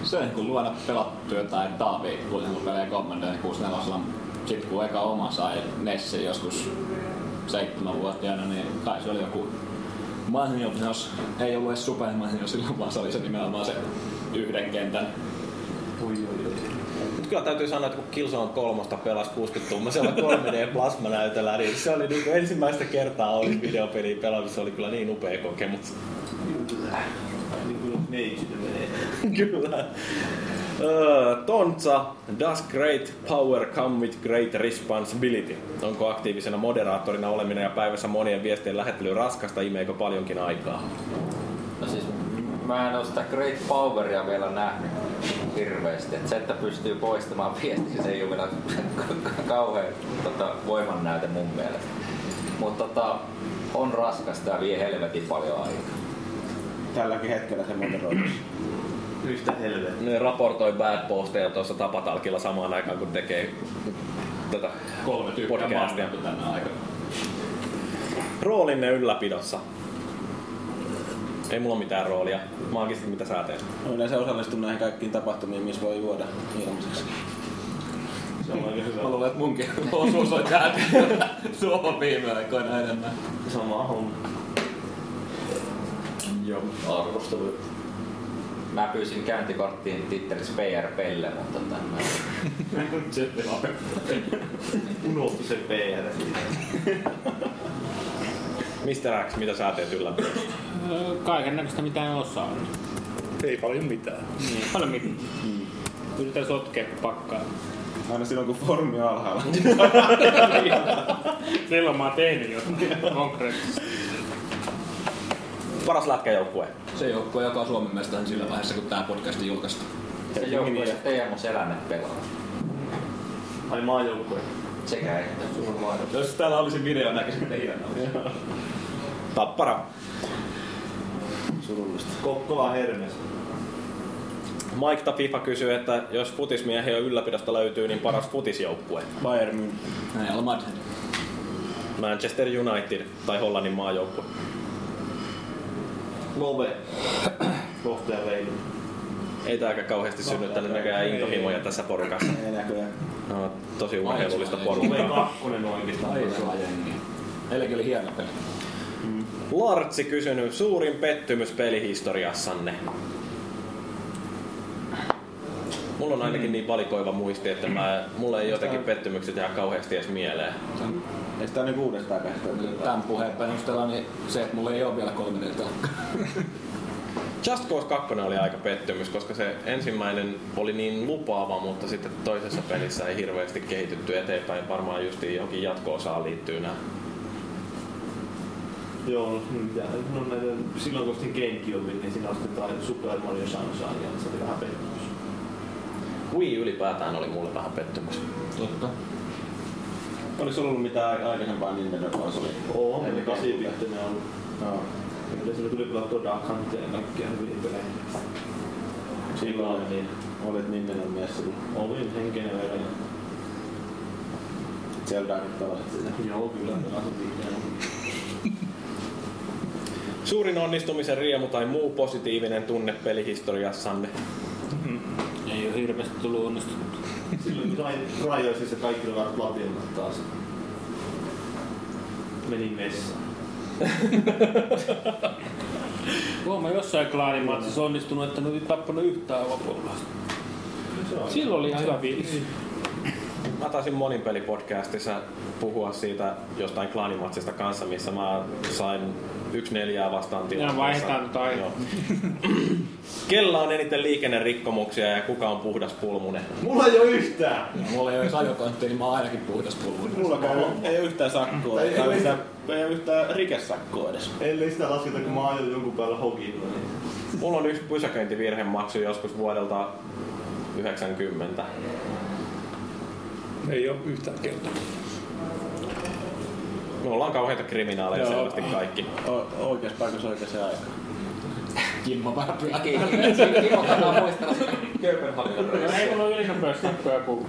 Se on kun luoda pelattu jotain taaviikkuja, kun pelejä Commodore 64 sit kun eka oma sai Nessi joskus seitsemänvuotiaana, niin kai se oli joku Manio, jos ei ollut edes Super Manio silloin, vaan se oli se nimenomaan se yhden kentän.
Mut kyllä täytyy sanoa, että kun Killzone kolmosta pelas 60 tuumasella 3D plasmanäytöllä, niin se oli niinku ensimmäistä kertaa oli videopeliä pelaamassa, se oli kyllä niin upea kokemus.
Niin kuin neitsyt menee.
Kyllä. Öö, Tontsa, does great power come with great responsibility? Onko aktiivisena moderaattorina oleminen ja päivässä monien viestien lähettely raskasta, imeekö paljonkin aikaa?
No siis mä en oo sitä Great Poweria vielä nähnyt hirveesti. Et se, että pystyy poistamaan viestiä, se ei ole vielä kauhean tota, voimannäyte mun mielestä. Mutta tota, on raskasta ja vie helvetin paljon aikaa.
Tälläkin hetkellä se moderoidus.
Yhtä helvettiä.
Ne raportoi bad posteja tuossa tapatalkilla samaan aikaan, kun tekee tätä
Kolme tyyppiä
podcastia.
maailmaa tänä aikana.
Roolinne ylläpidossa. Ei mulla mitään roolia. Mä oonkin sit, mitä sä teet.
No yleensä osallistun näihin kaikkiin tapahtumiin, missä voi juoda ilmaiseksi.
Se on aika hyvä.
Mä luulen, että munkin osuus on jäänyt tuohon viime aikoina enemmän.
Sama homma.
Joo, arvostelu.
Mä pyysin käyntikorttiin Twitterissä PRPlle, mutta tota, mä
Sitten vaan
Unohtu se PR siitä.
Mr. X, mitä sä teet ylläpidossa?
Öö, Kaiken näköistä mitä en osaa.
Ei paljon mitään.
Niin, paljon mitään.
Mm.
Yritän sotkea kun pakkaa.
Aina silloin, kun formi on alhaalla.
Silloin mä oon tehnyt jotain konkreettista.
Paras lätkäjoukkue.
Se joukkue, joka on Suomen mestarin sillä vaiheessa, kun tää podcasti julkaistaan.
se joukkue, se Teemu Selänne pelaa.
Ai maajoukkue.
Sekä että.
Jos täällä olisi video, näkisitte hienoa.
Tappara.
Surullista.
Kokkola Hermes.
Mike Tapifa kysyy, että jos futismiehiä ylläpidosta löytyy, niin paras futisjoukkue.
Bayern München.
Näin on Madrid.
Manchester United tai Hollannin maajoukkue.
Love. Kohteen reilu.
Ei tääkään kauheasti synnyttänyt näköjään intohimoja tässä porukassa.
Ei näköjään.
No, tosi urheilullista porukkaa.
Kakkonen oikeastaan.
Ainoa jengi. Eilenkin oli hieno peli.
Lartsi kysynyt, suurin pettymys pelihistoriassanne. Mulla on ainakin niin valikoiva muisti, että mä, mulle ei jotenkin pettymykset jää kauheasti edes mieleen.
Ei sitä niinku uudestaan käsitellä.
Tämän puheen perusteella niin se, että mulla ei ole vielä kolme niitä.
Just Cause 2 oli aika pettymys, koska se ensimmäinen oli niin lupaava, mutta sitten toisessa pelissä ei hirveästi kehitytty eteenpäin. Varmaan justiin johonkin jatko-osaan liittyy nämä.
Joo, no, mitä, no näitä, silloin kun ostin Gamecubin, niin siinä ostetaan Super Mario Sunshine, ja se oli vähän pettymys.
Wii ylipäätään oli mulle vähän pettymys.
Totta.
Oliko sulla ollut mitään aikaisempaa Nintendo konsolia?
Oo,
Ei
eli
mitään.
8-bittinen on.
Joo.
Kyllä sillä tuli pelattua Dark Huntia ja kaikkia hyviä pelejä.
Silloin niin. olet Nintendo mies silloin.
Olin henkinen veren.
Zeldaa nyt pelasit sitä.
Joo, kyllä pelasin vihreän.
Suurin onnistumisen riemu tai muu positiivinen tunne pelihistoriassanne.
Ei ole hirveästi tullut onnistunut.
Silloin kun sain rajoisissa kaikki ovat platinat taas. Menin vessaan.
Oon mä jossain klaanimatsissa onnistunut, että nyt ei tappanut yhtään avapuolasta. Silloin oli ihan hyvä
niin.
fiilis.
Mä taisin monin pelipodcastissa puhua siitä jostain klaanimatsista kanssa, missä mä sain yksi neljää vastaan
Ja
tilanteessa.
vaihdetaan nyt aina.
Joo. Kella on eniten liikennerikkomuksia ja kuka on puhdas pulmunen?
Mulla ei oo yhtään!
No, Mulla ei ole edes ajokonttia, niin mä oon ainakin puhdas pulvun.
Mulla ei ole yhtään sakkoa, ei, ole yhtään, ei ole yhtään rikesakkoa edes.
Ellei sitä lasketa, kun mä ajoin jonkun päällä hokilla. Niin.
Mulla on yksi pysäköintivirhemaksu joskus vuodelta 90.
Ei ole yhtään kertaa.
Me ollaan kauheita kriminaaleja
Joo.
selvästi kaikki.
O- oikeassa paikassa oikeassa aikaa.
Kimmo vähän pyörii.
Kimmo kannattaa muistella sitä Kööpenhaminan reissua.
Ei mulla ole ylinopeussakkoja kuin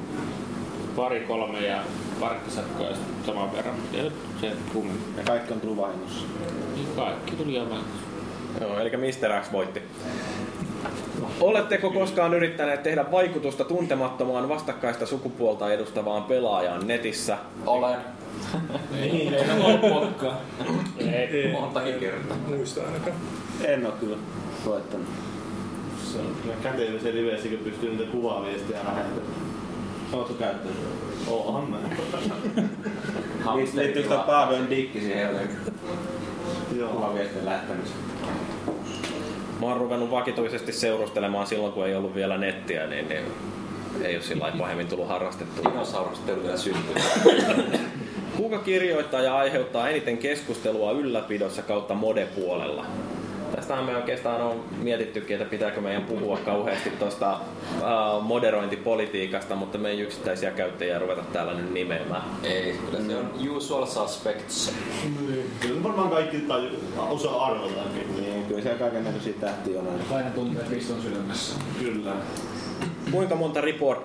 pari kolme ja parkkisakkoja ja sit saman verran. Ei nyt se kummin.
Ja kaikki on tullut vahingossa.
Niin kaikki tuli ihan vähän.
Joo, eli Mr. X voitti. Oletteko koskaan yrittäneet tehdä vaikutusta tuntemattomaan vastakkaista sukupuolta edustavaan pelaajaan netissä?
Olen.
Niin, ei ole pokkaa.
Ei.
Montakin kertaa.
Muista ainakaan.
En oo kyllä koettanut.
Se on kyllä kätevä se livessä, kun pystyy niitä kuvaviestejä lähettämään.
Ootko käyttänyt?
Oohan mä.
Liit- Liittyykö tää Paavoin dikki siihen jotenkin?
Joo.
Kuvaviestin lähettämiseen.
Mä oon ruvennut vakituisesti seurustelemaan silloin, kun ei ollut vielä nettiä, niin, niin ei ole sillä lailla pahemmin tullut harrastettua.
Dinosaurusteluja syntyy.
Kuka kirjoittaa ja aiheuttaa eniten keskustelua ylläpidossa kautta modepuolella? Tästähän me oikeastaan on mietittykin, että pitääkö meidän puhua kauheasti tuosta uh, moderointipolitiikasta, mutta me ei yksittäisiä käyttäjiä ruveta täällä nyt nimeämään.
Ei, kyllä se on usual suspects.
Niin.
Kyllä varmaan kaikki taju, osaa arvotakin.
Niin, kyllä siellä kaiken näköisiä tähtiä on aina.
Aina tuntuu, että piston sydämessä.
Kyllä.
Kuinka monta report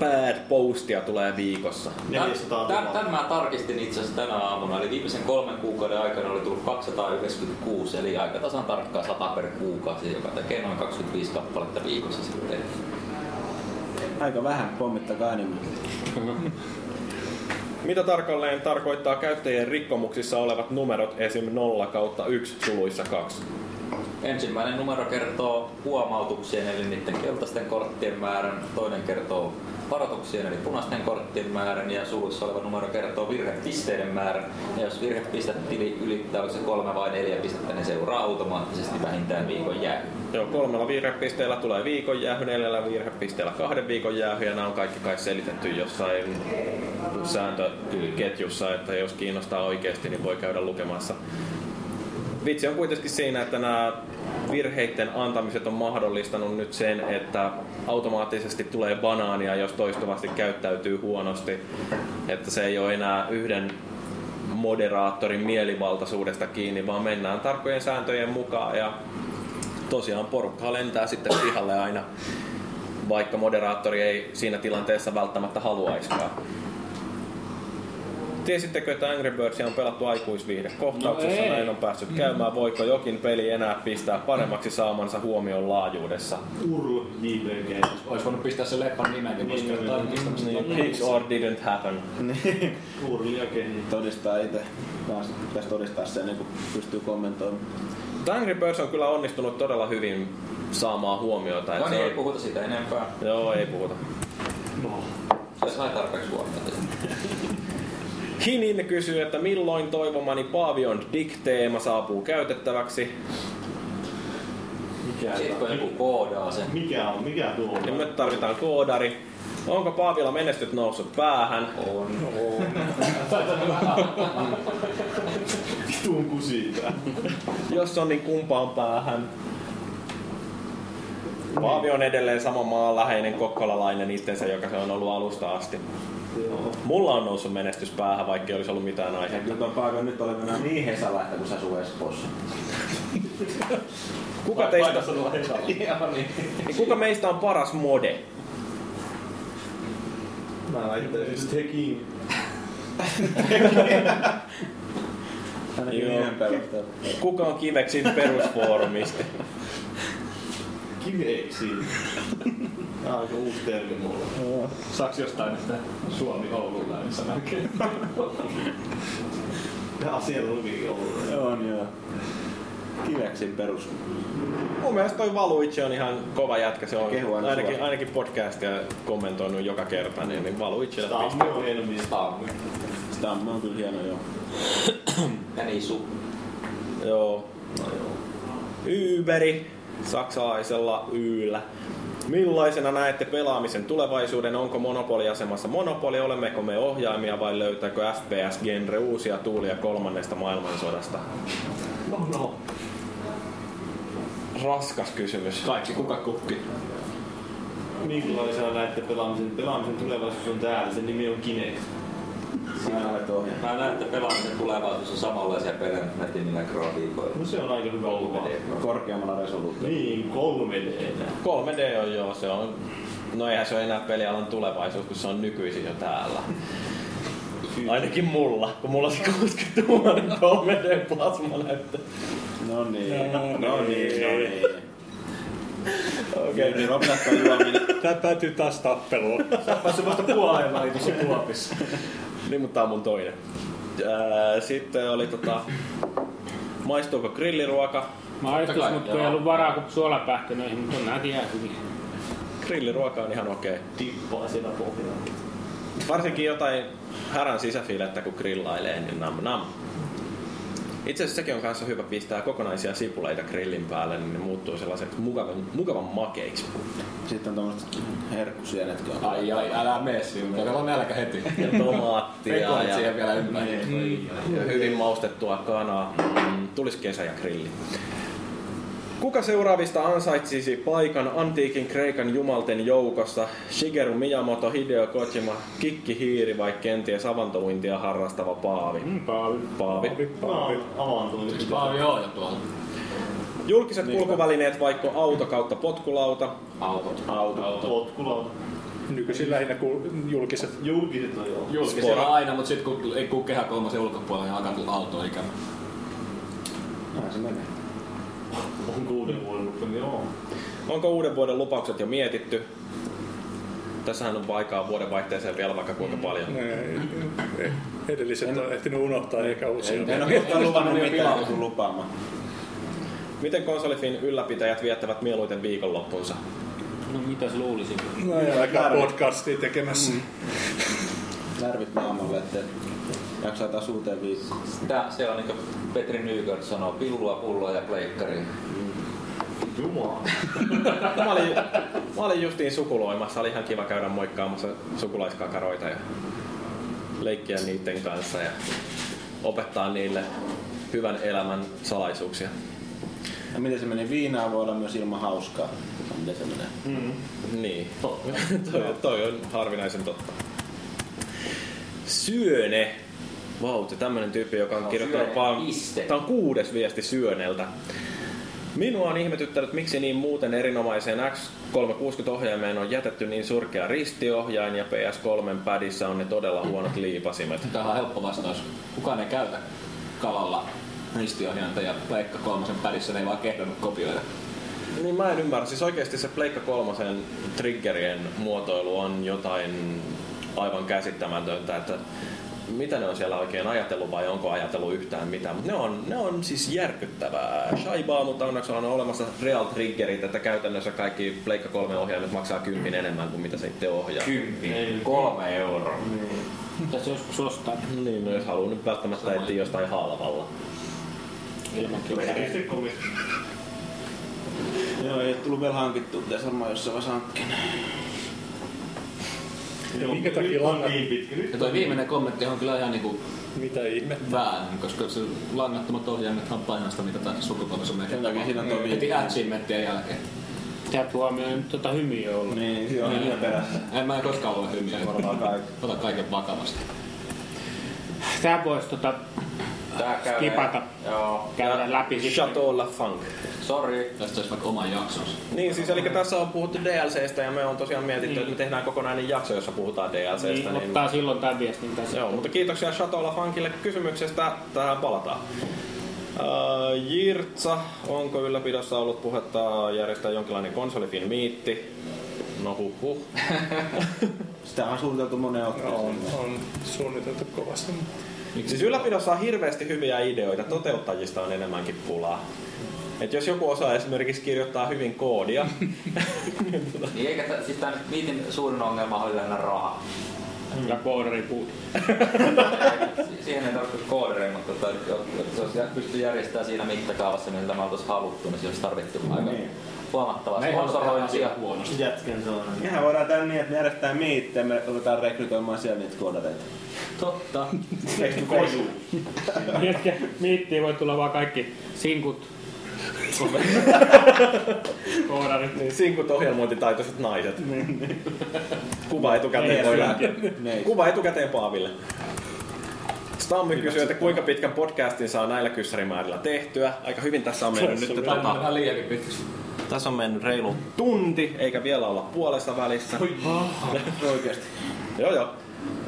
bad postia tulee viikossa?
400
Tän,
000.
tän mä tarkistin itse asiassa tänä aamuna, eli viimeisen kolmen kuukauden aikana oli tullut 296, eli aika tasan tarkkaan 100 per kuukausi, joka tekee noin 25 kappaletta viikossa sitten.
Aika vähän pommittakaa enemmän.
Mitä tarkalleen tarkoittaa käyttäjien rikkomuksissa olevat numerot esim. 0 kautta 1 suluissa 2?
Ensimmäinen numero kertoo huomautuksien eli niiden keltaisten korttien määrän, toinen kertoo varoituksien eli punaisten korttien määrän ja suluissa oleva numero kertoo virhepisteiden määrän. Ja jos virhepistetili ylittää oliko se kolme vai neljä pistettä, niin seuraa automaattisesti vähintään viikon jää.
Joo, kolmella virhepisteellä tulee viikon jäähy, neljällä virhepisteellä kahden viikon jäähy, ja nämä on kaikki kai selitetty jossain sääntöketjussa, että jos kiinnostaa oikeasti, niin voi käydä lukemassa. Vitsi on kuitenkin siinä, että nämä virheiden antamiset on mahdollistanut nyt sen, että automaattisesti tulee banaania, jos toistuvasti käyttäytyy huonosti. Että se ei ole enää yhden moderaattorin mielivaltaisuudesta kiinni, vaan mennään tarkkojen sääntöjen mukaan ja tosiaan porukkaa lentää sitten pihalle aina, vaikka moderaattori ei siinä tilanteessa välttämättä haluaiskaan. Tiesittekö, että Angry Birdsia on pelattu aikuisviihdekohtauksessa?
No ei.
Näin on päässyt käymään. Voiko jokin peli enää pistää paremmaksi saamansa huomion laajuudessa?
Url JPG.
Ois voinut pistää sen leppan nimenkin, koska
Niin,
jotain pistää
niin, Pigs or didn't happen.
Urlia
Niin todistaa itse. Vaan sit pitäisi todistaa sen, niin kun pystyy kommentoimaan.
Mutta Angry Birds on kyllä onnistunut todella hyvin saamaan huomiota. et
No
se
niin,
on-
ei puhuta siitä enempää.
Joo, ei puhuta.
Se sai tarpeeksi huomiota.
Hinin kysyy, että milloin toivomani Paavion Dick-teema saapuu käytettäväksi.
Mikä
Sitten kun joku koodaa sen.
Mikä on? Mikä tuo on?
Ja nyt tarvitaan koodari. Onko Paavilla menestyt noussut päähän?
On.
Vitun kusiipää.
Jos on, niin kumpaan päähän? Paavi on edelleen sama maanläheinen kokkolalainen itsensä, joka se on ollut alusta asti.
Joo.
Mulla on noussut menestys päähän, vaikka ei olisi ollut mitään
Ja
aihetta.
kyllä tuon paikan nyt oli mennä niin hesalahta, kun sä suu Espoossa.
Kuka, teistä,
Joo, niin.
kuka meistä on paras mode?
Mä laittaisin tekin.
Ainakin
Joo.
niiden perusteella.
Kuka on kiveksin perusfoorumista?
Kiveksi. Tää on aika uusi termi mulla.
Saaks jostain, että Suomi Oulun lämmissä näkee?
Tää siellä lukikin ollut.
On joo. Kiveksin perus.
Mun mielestä toi Valuichi on ihan kova jätkä. Se on
Kehu aina
ainakin,
suoraan.
ainakin podcastia kommentoinut joka kerta, niin, niin Valuichi
Stammi on enemmän. Stammi.
Sitä on, on kyllä hieno joo.
Ja niin su.
Joo. No joo. Uberi, saksalaisella Yllä. Millaisena näette pelaamisen tulevaisuuden? Onko monopoliasemassa monopoli? Olemmeko me ohjaimia vai löytääkö FPS-genre uusia tuulia kolmannesta maailmansodasta?
No no.
Raskas kysymys.
Kaikki kuka kukki.
Minkälaisena näette pelaamisen? Pelaamisen tulevaisuus on täällä. Sen nimi on Kinex.
Siinä olet ohjaa.
Mä näen, että pelaamisen tulevaisuus on samanlaisia pelejä nätin niillä grafiikoilla.
No se on aika hyvä lupa.
Korkeammalla resoluutiolla.
Niin, 3D.
3D on joo, se on... No eihän se ole enää pelialan tulevaisuus, kun se on nykyisin jo täällä. Ainakin mulla, kun mulla on se 60 tuumainen 3D-plasmanäyttö.
No niin. No niin. No niin.
Okei,
Niin, Robertko juominen.
Tää päätyy taas tappeluun.
Päässyt vasta puoleen väliin tuossa kuopissa.
Niin, mutta tää on mun toinen. Ää, sitten oli tota... Maistuuko grilliruoka?
Mä aistus, mutta kun ei ollut varaa kuin suolapähkinöihin, mutta on näitä ihan hyvin.
Grilliruoka on ihan okei.
Tippaa siellä pohjalla.
Varsinkin jotain härän sisäfilettä, kun grillailee, niin nam nam. Itse asiassa sekin on kanssa hyvä pistää kokonaisia sipuleita grillin päälle, niin ne muuttuu sellaiseksi mukavan, mukavan makeiksi.
Sitten on tommoset herkkusienet. jotka on-
Ai ai, älä mene sinne. Meillä on nälkä heti.
Ja tomaattia
Pekoit
ja,
siihen vielä
Niin,
ympäri.
ja hyvin maustettua kanaa. Mm, Tulisi kesä ja grilli. Kuka seuraavista ansaitsisi paikan antiikin Kreikan jumalten joukossa? Shigeru Miyamoto, Hideo Kojima, Kikki Hiiri vai kenties avantouintia harrastava Paavi?
Mm, Paavi.
Paavi.
Paavi avaantui.
Yksi paavi on jo tuolla.
Julkiset kulkuvälineet vaikka auto kautta potkulauta.
Autot.
Potkulauta.
Nykyisin lähinnä kul- julkiset.
Julkiset on joo.
Julkisella aina, mutta sitten kun, ei- kun kehä kolmosen ulkopuolella, niin alkaa tulla autoa ikävä.
Näin se menee.
On kuuden vuoden mutta niin joo.
Onko uuden vuoden lupaukset jo mietitty? Tässähän on aikaa vuodenvaihteeseen vielä vaikka kuinka paljon.
Ei, ei, ei. Eh, Edelliset on ehtinyt unohtaa eikä uusia.
En ole
Oikeastaan
kohtaan luvannut
meni jo
mitään,
pilalle.
kun lupaamaan.
Miten konsolifin ylläpitäjät viettävät mieluiten viikonloppunsa?
No mitäs luulisin?
No ei aika podcastia tekemässä.
Närvit naamalle, ettei jaksaa taas uuteen viikkoon.
Tää, se on niinku Petri Nygård sanoo, pillua, pulloa ja pleikkari.
Jumala.
Mä olin, mä olin justiin sukuloimassa, oli ihan kiva käydä moikkaamassa sukulaiskakaroita ja leikkiä niiden kanssa ja opettaa niille hyvän elämän salaisuuksia.
Ja miten se menee? Viinaa voi olla myös ilman hauskaa. Miten se menee?
Niin. toi, toi on harvinaisen totta. Syöne. Vau, wow, tämmönen tyyppi, joka on
No,
kirjoittanut
Syöne,
vaan...
piste.
Tää on kuudes viesti Syöneltä.
Minua on ihmetyttänyt, miksi niin muuten erinomaiseen X360-ohjaimeen on jätetty niin surkea ristiohjain ja PS3 pädissä on ne todella huonot liipasimet.
Tähän on helppo vastaus. Kukaan ei käytä kalalla ristiohjainta ja Pleikka kolmosen pädissä ne ei vaan kehdannut kopioida.
Niin mä en ymmärrä. Siis oikeasti se Pleikka kolmosen triggerien muotoilu on jotain aivan käsittämätöntä, että mitä ne on siellä oikein ajatellut vai onko ajatellut yhtään mitään. Mutta ne on, ne on siis järkyttävää shaibaa, mutta onneksi on olemassa real triggerit, että käytännössä kaikki Pleikka 3 ohjaimet maksaa kympin enemmän kuin mitä se itse ohjaa.
Kymppi. Kolme euroa.
Niin.
Pitäisi joskus ostaa.
Niin, no jos haluaa nyt välttämättä etsiä jostain halvalla.
Ilman kypäriä.
Joo, ei ole tullut vielä hankittua. Pitäisi varmaan jossain vaiheessa hankkia.
Ja minkä takia langat...
Niin pitkä. Nyt
Ja toi viimeinen kommentti on kyllä ihan niinku
Mitä ihme?
väärin, koska se langattomat ohjaimet on painosta mitä tahansa sukupolvessa meitä.
Sen takia siinä on tuo
Heti
viikko.
achievementtien jälkeen.
Pitää huomioida nyt tota hymiä olla.
Niin, siinä on hyviä perässä.
En mä koskaan ole hymiä.
Varmaan kaikki.
Ota kaiken vakavasti.
Tää voisi tota
Tää käy.
skipata.
Joo.
Käydä läpi sitten.
Chateau La Funk.
Sori.
Tästä olisi vaikka oma jaksonsa.
Niin siis, eli tässä on puhuttu DLCstä ja me on tosiaan mietitty, että me tehdään kokonainen jakso, jossa puhutaan DLCstä.
Niin, ottaa silloin tämän viestin tässä.
Joo, mutta kiitoksia Shatola Funkille kysymyksestä. Tähän palataan. Öö, Jirtsa, onko ylläpidossa ollut puhetta järjestää jonkinlainen konsolifin miitti? No huh huh.
Sitä on suunniteltu moneen
On,
otteeseen.
on suunniteltu kovasti.
Siis ylläpidossa on hirveästi hyviä ideoita, toteuttajista on enemmänkin pulaa. Et jos joku osaa esimerkiksi kirjoittaa hyvin koodia,
Niin eikä tä, siis tämän miitin suurin ongelma oli lähinnä raha.
Ja koodari puut.
Si- Siihen ei tarvitse koodereja, mutta tota, jotta se olisi jä- pystyy järjestämään siinä mittakaavassa, mitä me oltaisiin haluttu, niin se olisi tarvittu aika
Niin.
huomattavasti
Me ei haluta tehdä asiaa
sponsorointia.
huonosti.
Jätkän se on.
Mehän voidaan tehdä niin, että me järjestetään miittejä ja me ruvetaan rekrytoimaan siellä niitä koodareita.
Totta.
Tehty koju.
Mietkä, miittiin voi tulla vaan kaikki sinkut. Koodarit.
niin sinkut ohjelmointitaitoiset naiset. Kuva etukäteen voi lähteä.
Neis.
Kuva etukäteen Paaville. Stammi kysyy, että kuinka pitkän podcastin saa näillä kyssärimäärillä tehtyä. Aika hyvin tässä on mennyt nyt. Tota,
Vähän liiankin pitkäksi.
tässä on mennyt reilu tunti, eikä vielä olla puolessa välissä.
Oikeesti.
Joo joo.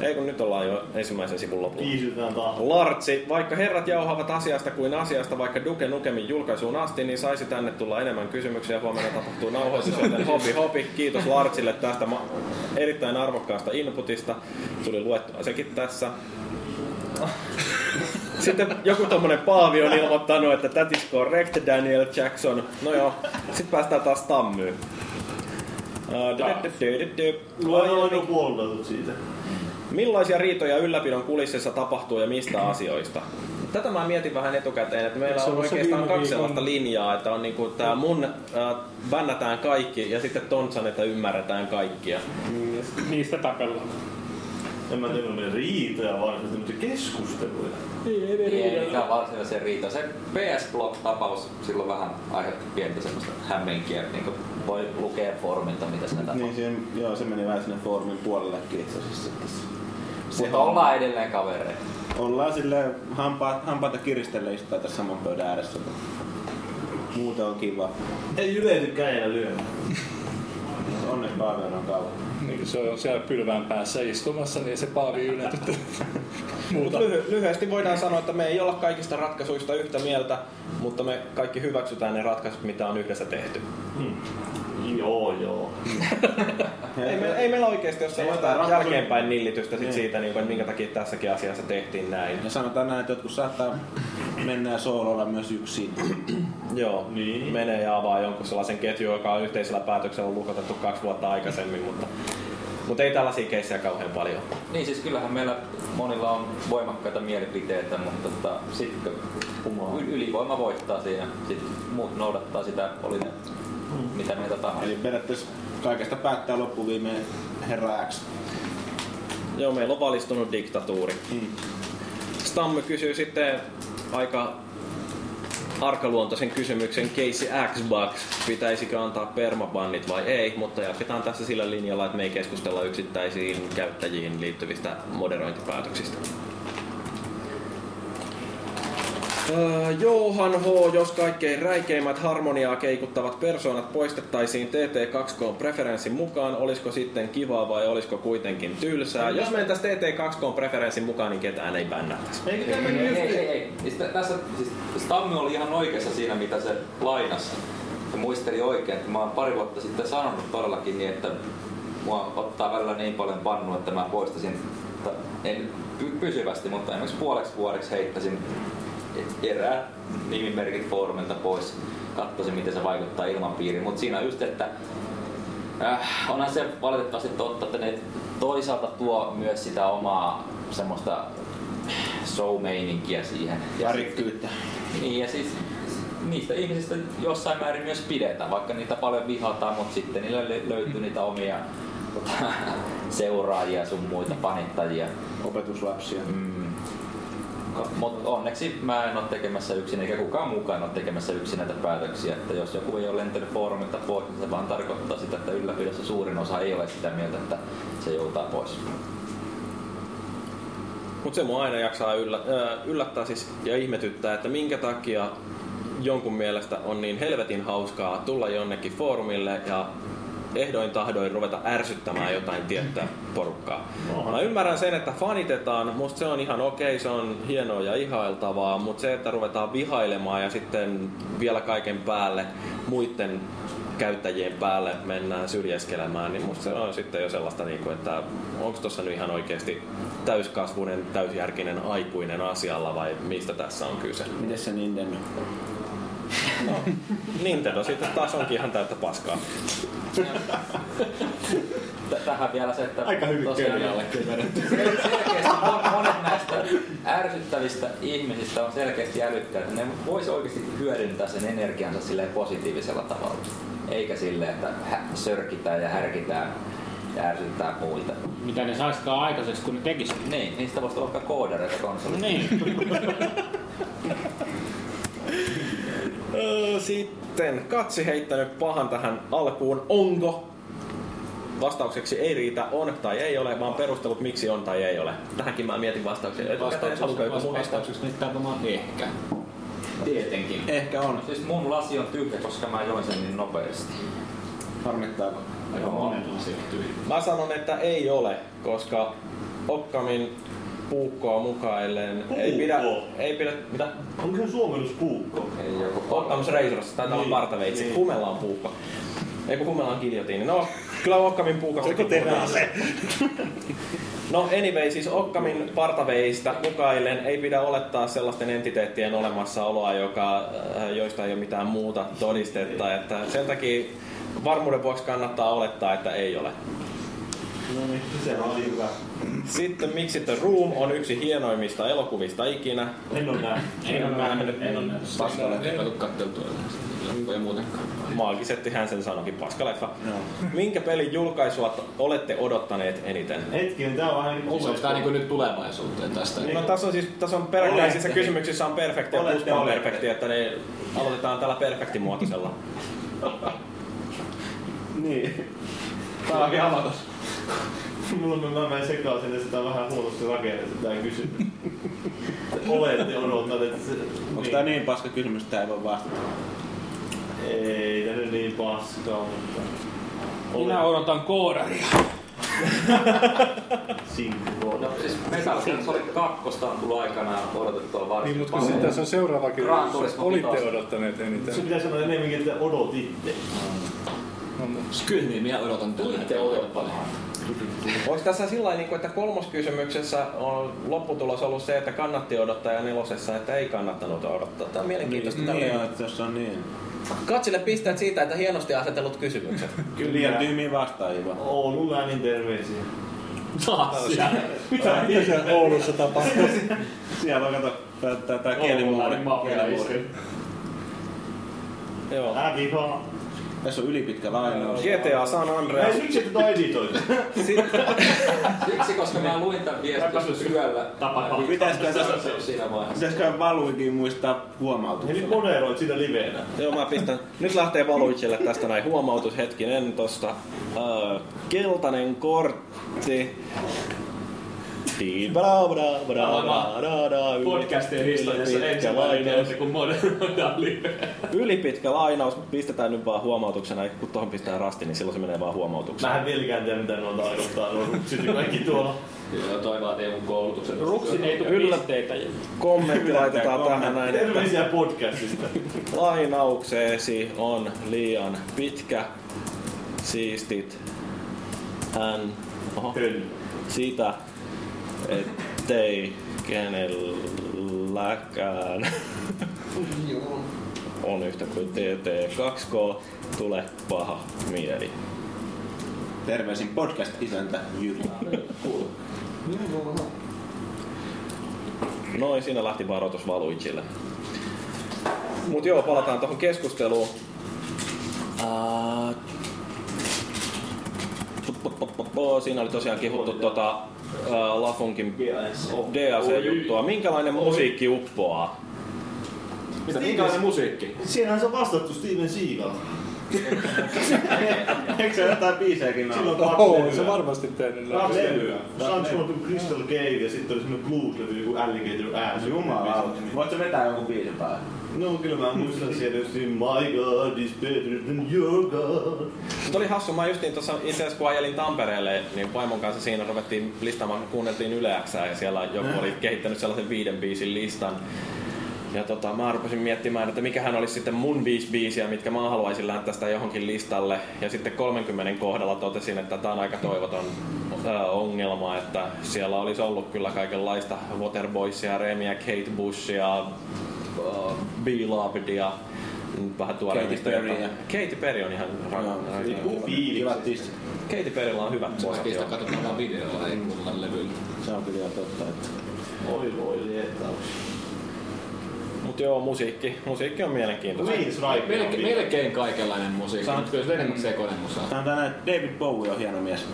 Ei kun nyt ollaan jo ensimmäisen sivun lopulla.
Kiisytään tahto.
Lartsi, vaikka herrat jauhavat asiasta kuin asiasta, vaikka Duke Nukemin julkaisuun asti, niin saisi tänne tulla enemmän kysymyksiä. Huomenna tapahtuu nauhoitus, joten hopi hopi. Kiitos Lartsille tästä ma- erittäin arvokkaasta inputista. Tuli luettua sekin tässä. Sitten joku tommonen Paavi on ilmoittanut, että that is correct, Daniel Jackson. No joo, sitten päästään taas tammyyn. Äh, dö-dö-dö-dö-dö.
Luo on jo puolelta siitä.
Millaisia riitoja ylläpidon kulississa tapahtuu ja mistä asioista? Tätä mä mietin vähän etukäteen, että meillä
Eikö se
on
ollut se
oikeastaan
viime
kaksi
viikon-
sellaista linjaa, että on niinku tää mun äh, bännätään kaikki ja sitten Tontsan, että ymmärretään kaikkia.
Niin, Niistä tapellaan.
En mä tiedä, miten riitoja varsinaisesti, mutta keskusteluja.
Ei mikään varsinaisia riita. Se PS Block-tapaus silloin vähän aiheutti pientä semmoista hämminkiä. Niin kuin voi lukea foorumilta, mitä siinä tapahtui.
Niin, siinä, joo, se meni vähän sinne foorumin puolellekin itse asiassa. tässä.
Mutta ollaan edelleen kavereita.
Ollaan silleen hampaat, hampaita kiristelle istutaan tässä saman pöydän ääressä. Muuten on kiva.
Ei ylety kädellä lyö.
Onneksi Paavion on kauan.
Niin, se on siellä pylvään päässä istumassa, niin se paavi yletyttää muuta.
Lyhy- lyhyesti voidaan sanoa, että me ei olla kaikista ratkaisuista yhtä mieltä, mutta me kaikki hyväksytään ne ratkaisut, mitä on yhdessä tehty.
Joo, joo.
Ei, me, ei meillä oikeasti ole
jotain
sellaista
ratkaisuja.
jälkeenpäin nillitystä sit
Niin.
siitä, niinku, että minkä takia tässäkin asiassa tehtiin näin.
Ja sanotaan näin, että jotkut saattaa mennä ja soololla myös yksin.
Joo,
Niin.
menee ja avaa jonkun sellaisen ketjun, joka on yhteisellä päätöksellä lukotettu kaksi vuotta aikaisemmin, mutta, mutta ei tällaisia keissejä kauhean paljon.
Niin siis kyllähän meillä monilla on voimakkaita mielipiteitä, mutta tota, sitten ylivoima voittaa siinä. Sitten muut noudattaa sitä, oli ne mitä mieltä tahansa.
Eli periaatteessa kaikesta päättää loppuviimein herra X.
Joo, meillä on valistunut diktatuuri. Mm. Stamme kysyy sitten aika arkaluontoisen kysymyksen Case Xbox, pitäisikö antaa permabannit vai ei, mutta jatketaan tässä sillä linjalla, että me ei keskustella yksittäisiin käyttäjiin liittyvistä moderointipäätöksistä. Öö, Johan H. Jos kaikkein räikeimmät harmoniaa keikuttavat persoonat poistettaisiin TT2K preferenssin mukaan, olisiko sitten kivaa vai olisiko kuitenkin tylsää? Jos mentäisiin TT2K preferenssin mukaan, niin ketään ei bännättäisi.
Ei, ei, ei, ei. Siis tä- Tässä, siis Stammi oli ihan oikeassa siinä, mitä se lainasi. Ja muisteli oikein, että mä oon pari vuotta sitten sanonut todellakin niin, että mua ottaa välillä niin paljon pannua, että mä poistaisin, tai en py- pysyvästi, mutta esimerkiksi puoleksi vuodeksi heittäisin erää nimimerkit foorumilta pois, katsoisin miten se vaikuttaa ilmapiiriin. Mutta siinä on just, että Äh, onhan se valitettavasti totta, että ne toisaalta tuo myös sitä omaa semmoista show-meininkiä siihen. Ja Värikkyyttä. Niin ja siis niistä ihmisistä jossain määrin myös pidetään, vaikka niitä paljon vihataan, mutta sitten niillä lö- löytyy niitä omia tota, seuraajia sun muita panittajia. Opetuslapsia. Mm. Ko- Mut onneksi mä en ole tekemässä yksin, eikä kukaan mukaan ole tekemässä yksin näitä päätöksiä. Että jos joku ei ole lentänyt foorumilta pois, niin se vaan tarkoittaa sitä, että ylläpidossa suurin osa ei ole sitä mieltä, että se joutaa pois.
Mutta se mua aina jaksaa yllä, ö, yllättää siis ja ihmetyttää, että minkä takia jonkun mielestä on niin helvetin hauskaa tulla jonnekin foorumille ja ehdoin tahdoin ruveta ärsyttämään jotain tiettyä porukkaa. Mä ymmärrän sen, että fanitetaan, musta se on ihan okei, se on hienoa ja ihailtavaa, mutta se, että ruvetaan vihailemaan ja sitten vielä kaiken päälle muiden käyttäjien päälle mennään syrjäskelemään, niin musta se on sitten jo sellaista, niin kuin, että onko tuossa nyt ihan oikeasti täyskasvuinen, täysjärkinen aikuinen asialla vai mistä tässä on kyse? Miten se Nintendo? No, Nintendo sitten taas onkin ihan täyttä paskaa.
Tä- Tähän vielä se, että
Aika hyvin
tosiaan
köyliä
sel- selkeästi mon- monet näistä ärsyttävistä ihmisistä on selkeästi älykkäitä. Ne voisi oikeasti hyödyntää sen energiansa silleen positiivisella tavalla. Eikä silleen, että hä- sörkitään ja härkitään ja ärsyttää muita.
Mitä ne saisikaan aikaiseksi, kun ne tekis?
Niin, niistä voisi olla koodareita konsolilla.
Niin.
Öö, Sitten katsi heittänyt pahan tähän alkuun. Onko? Vastaukseksi ei riitä on tai ei ole, vaan perustelut miksi on tai ei ole. Tähänkin mä mietin vastauksia. Haluatko joku muu vastaus?
nyt tää on ehkä. Tietenkin. Ehkä on. Siis mun lasi on tyhjä, koska mä join sen niin nopeasti. Harmittaako? Aika monen lasi on tyhjä.
Mä sanon, että ei ole, koska Okkamin puukkoa mukaillen ei pidä... Ei pidä... Mitä? Onko se suomennus puukko? Ei joku. Okkams Razorissa, taitaa olla partaveitsi. Niin. Humella on puukko. Ei kun humella on giljotiini. No, kyllä Okkamin puukosta. Onko teräase? No anyway, siis Okkamin partaveistä mukaillen ei pidä olettaa sellaisten entiteettien olemassaoloa, joka, äh, joista ei ole mitään muuta todistetta. Että sen takia varmuuden vuoksi kannattaa olettaa, että ei ole.
No niin, se oli hyvä.
Sitten miksi The Room on yksi hienoimmista elokuvista ikinä? En ole nähnyt. En ole nähnyt. En ole nähnyt. Paskaleffa. Ei tullut katteltua leffoja muutenkaan. Maagisesti hän sen sanokin paskaleffa. No. Minkä pelin julkaisua olette odottaneet eniten?
Hetkinen, tää on vähän niinku...
Siis onks tää niinku
nyt tulevaisuuteen tästä?
No tässä on siis tässä on peräkkäisissä
Olette.
kysymyksissä on perfekti ja
Olette,
plus on
olette.
perfekti, että ne aloitetaan tällä perfektimuotoisella.
Niin. Tää on oikein aloitus. Mulla mä, mä menen sekaisin, että sitä on vähän huonosti rakennettu tää kysymys. Olette odottanut, että se...
Onko tää niin paska kysymys, että tää ei voi vastata?
Ei tää nyt niin paskaa, mutta...
Minä odotan koodaria.
Sinkku.
No siis Metal Gear Solid 2 on tullut aikanaan odotettua varsin
Niin, mutta kun se tässä on seuraava kysymys. Olitte odottaneet eniten.
Se pitää sanoa enemmänkin, että odotitte.
No,
Kyllä niin, minä odotan tällä Onko tässä sillä lailla, niinku, että kolmoskysymyksessä on lopputulos ollut se, että kannatti odottaa ja nelosessa, että ei kannattanut odottaa? Tämä on mielenkiintoista.
Niin,
Niin,
joo, että jos on niin.
Katsille pisteet siitä, että hienosti asetellut kysymykset.
Kyllä liian tyhmiä vastaajia vaan.
Oulun läänin terveisiä.
Taas siellä.
Mitä mitä siellä Oulussa tapahtuu?
Siellä on kato, tää, tää, tää kielimuuri. kielimuuri.
Joo.
Häviha.
Tässä on ylipitkä lainaus.
GTA San Andreas.
Ei, miksi et tota editoitu?
Siksi, koska mä luin tämän viestin yöllä. Tapa,
Pitäisikö
siinä vaiheessa?
Pitäisikö valuikin muistaa huomautus?
Eli moderoit sitä liveenä.
Joo, mä pistän. Nyt lähtee Valuicille tästä näin huomautus hetkinen tosta. Öö, keltainen kortti.
Podcastien historiassa ensimmäinen kerta, kun moderoidaan live.
Ylipitkä lainaus, mutta pistetään nyt vaan huomautuksena, kun tuohon pistää rasti, niin silloin se menee vaan huomautuksena.
Mä en vieläkään tiedä, mitä nuo tarkoittaa, nuo ruksit ja kaikki tuolla.
Joo, toi vaatii joku koulutuksen.
Ruksin ei tule pisteitä.
Kommentti laitetaan tähän näin. että-
Terveisiä podcastista.
Lainaukseesi on liian pitkä. Siistit hän oho, sitä, ettei kenelläkään on yhtä kuin TT2K tule paha mieli.
Terveisin podcast-isäntä Jyri.
Noin, siinä lähti varoitus Valuicille. Mut joo, palataan tuohon keskusteluun. Ää, pu- pu- pu- pu- pu- Siinä oli tosiaan kehuttu tota, ää, Lafunkin DLC-juttua. Minkälainen musiikki uppoaa?
Mitä, minkälainen
musiikki?
Siinähän se on vastattu Steven Seagal.
Eikö se jotain biisejäkin
Silloin
ole?
kaksi
Oh,
levyä.
se varmasti tehnyt
No. Kaksi
läpi.
levyä. Sancho on tullut Crystal Cave ja sitten oli semmonen blues-levy, joku Alligator Ass.
Jumala. Voitko vetää jonkun biisin päälle?
No kyllä mä muistan siellä just My God is better than your God.
Mutta oli hassu, mä justiin tuossa itse asiassa kun ajelin Tampereelle, niin vaimon kanssa siinä ruvettiin listaamaan, kuunneltiin yleäksää ja siellä joku oli kehittänyt sellaisen viiden biisin listan. Ja tota, mä rupesin miettimään, että mikähän olisi sitten mun viisi biisiä, mitkä mä haluaisin lähettää sitä johonkin listalle. Ja sitten 30 kohdalla totesin, että tämä on aika toivoton ö, ongelma, että siellä olisi ollut kyllä kaikenlaista Waterboysia, Remia, Kate Bushia, äh, ö, B. Lovedia, nyt vähän tuoreimmista.
Katy Perryä.
jotain. Katy Perry on ihan rakas.
Kivat tissit.
Katy Perryllä on hyvät
Voisi
musat.
pistää
joo.
katsomaan videolla, ei mulla levyllä.
Se on kyllä ihan totta. Että...
Oi voi lietaus.
Mut joo, musiikki. Musiikki on mielenkiintoista.
Queen's Rike on
Melkein,
viime.
melkein kaikenlainen musiikki, mutta kyllä se enimmäkseen konemusaa.
Tää on tää näin, David Bowie on hieno mies.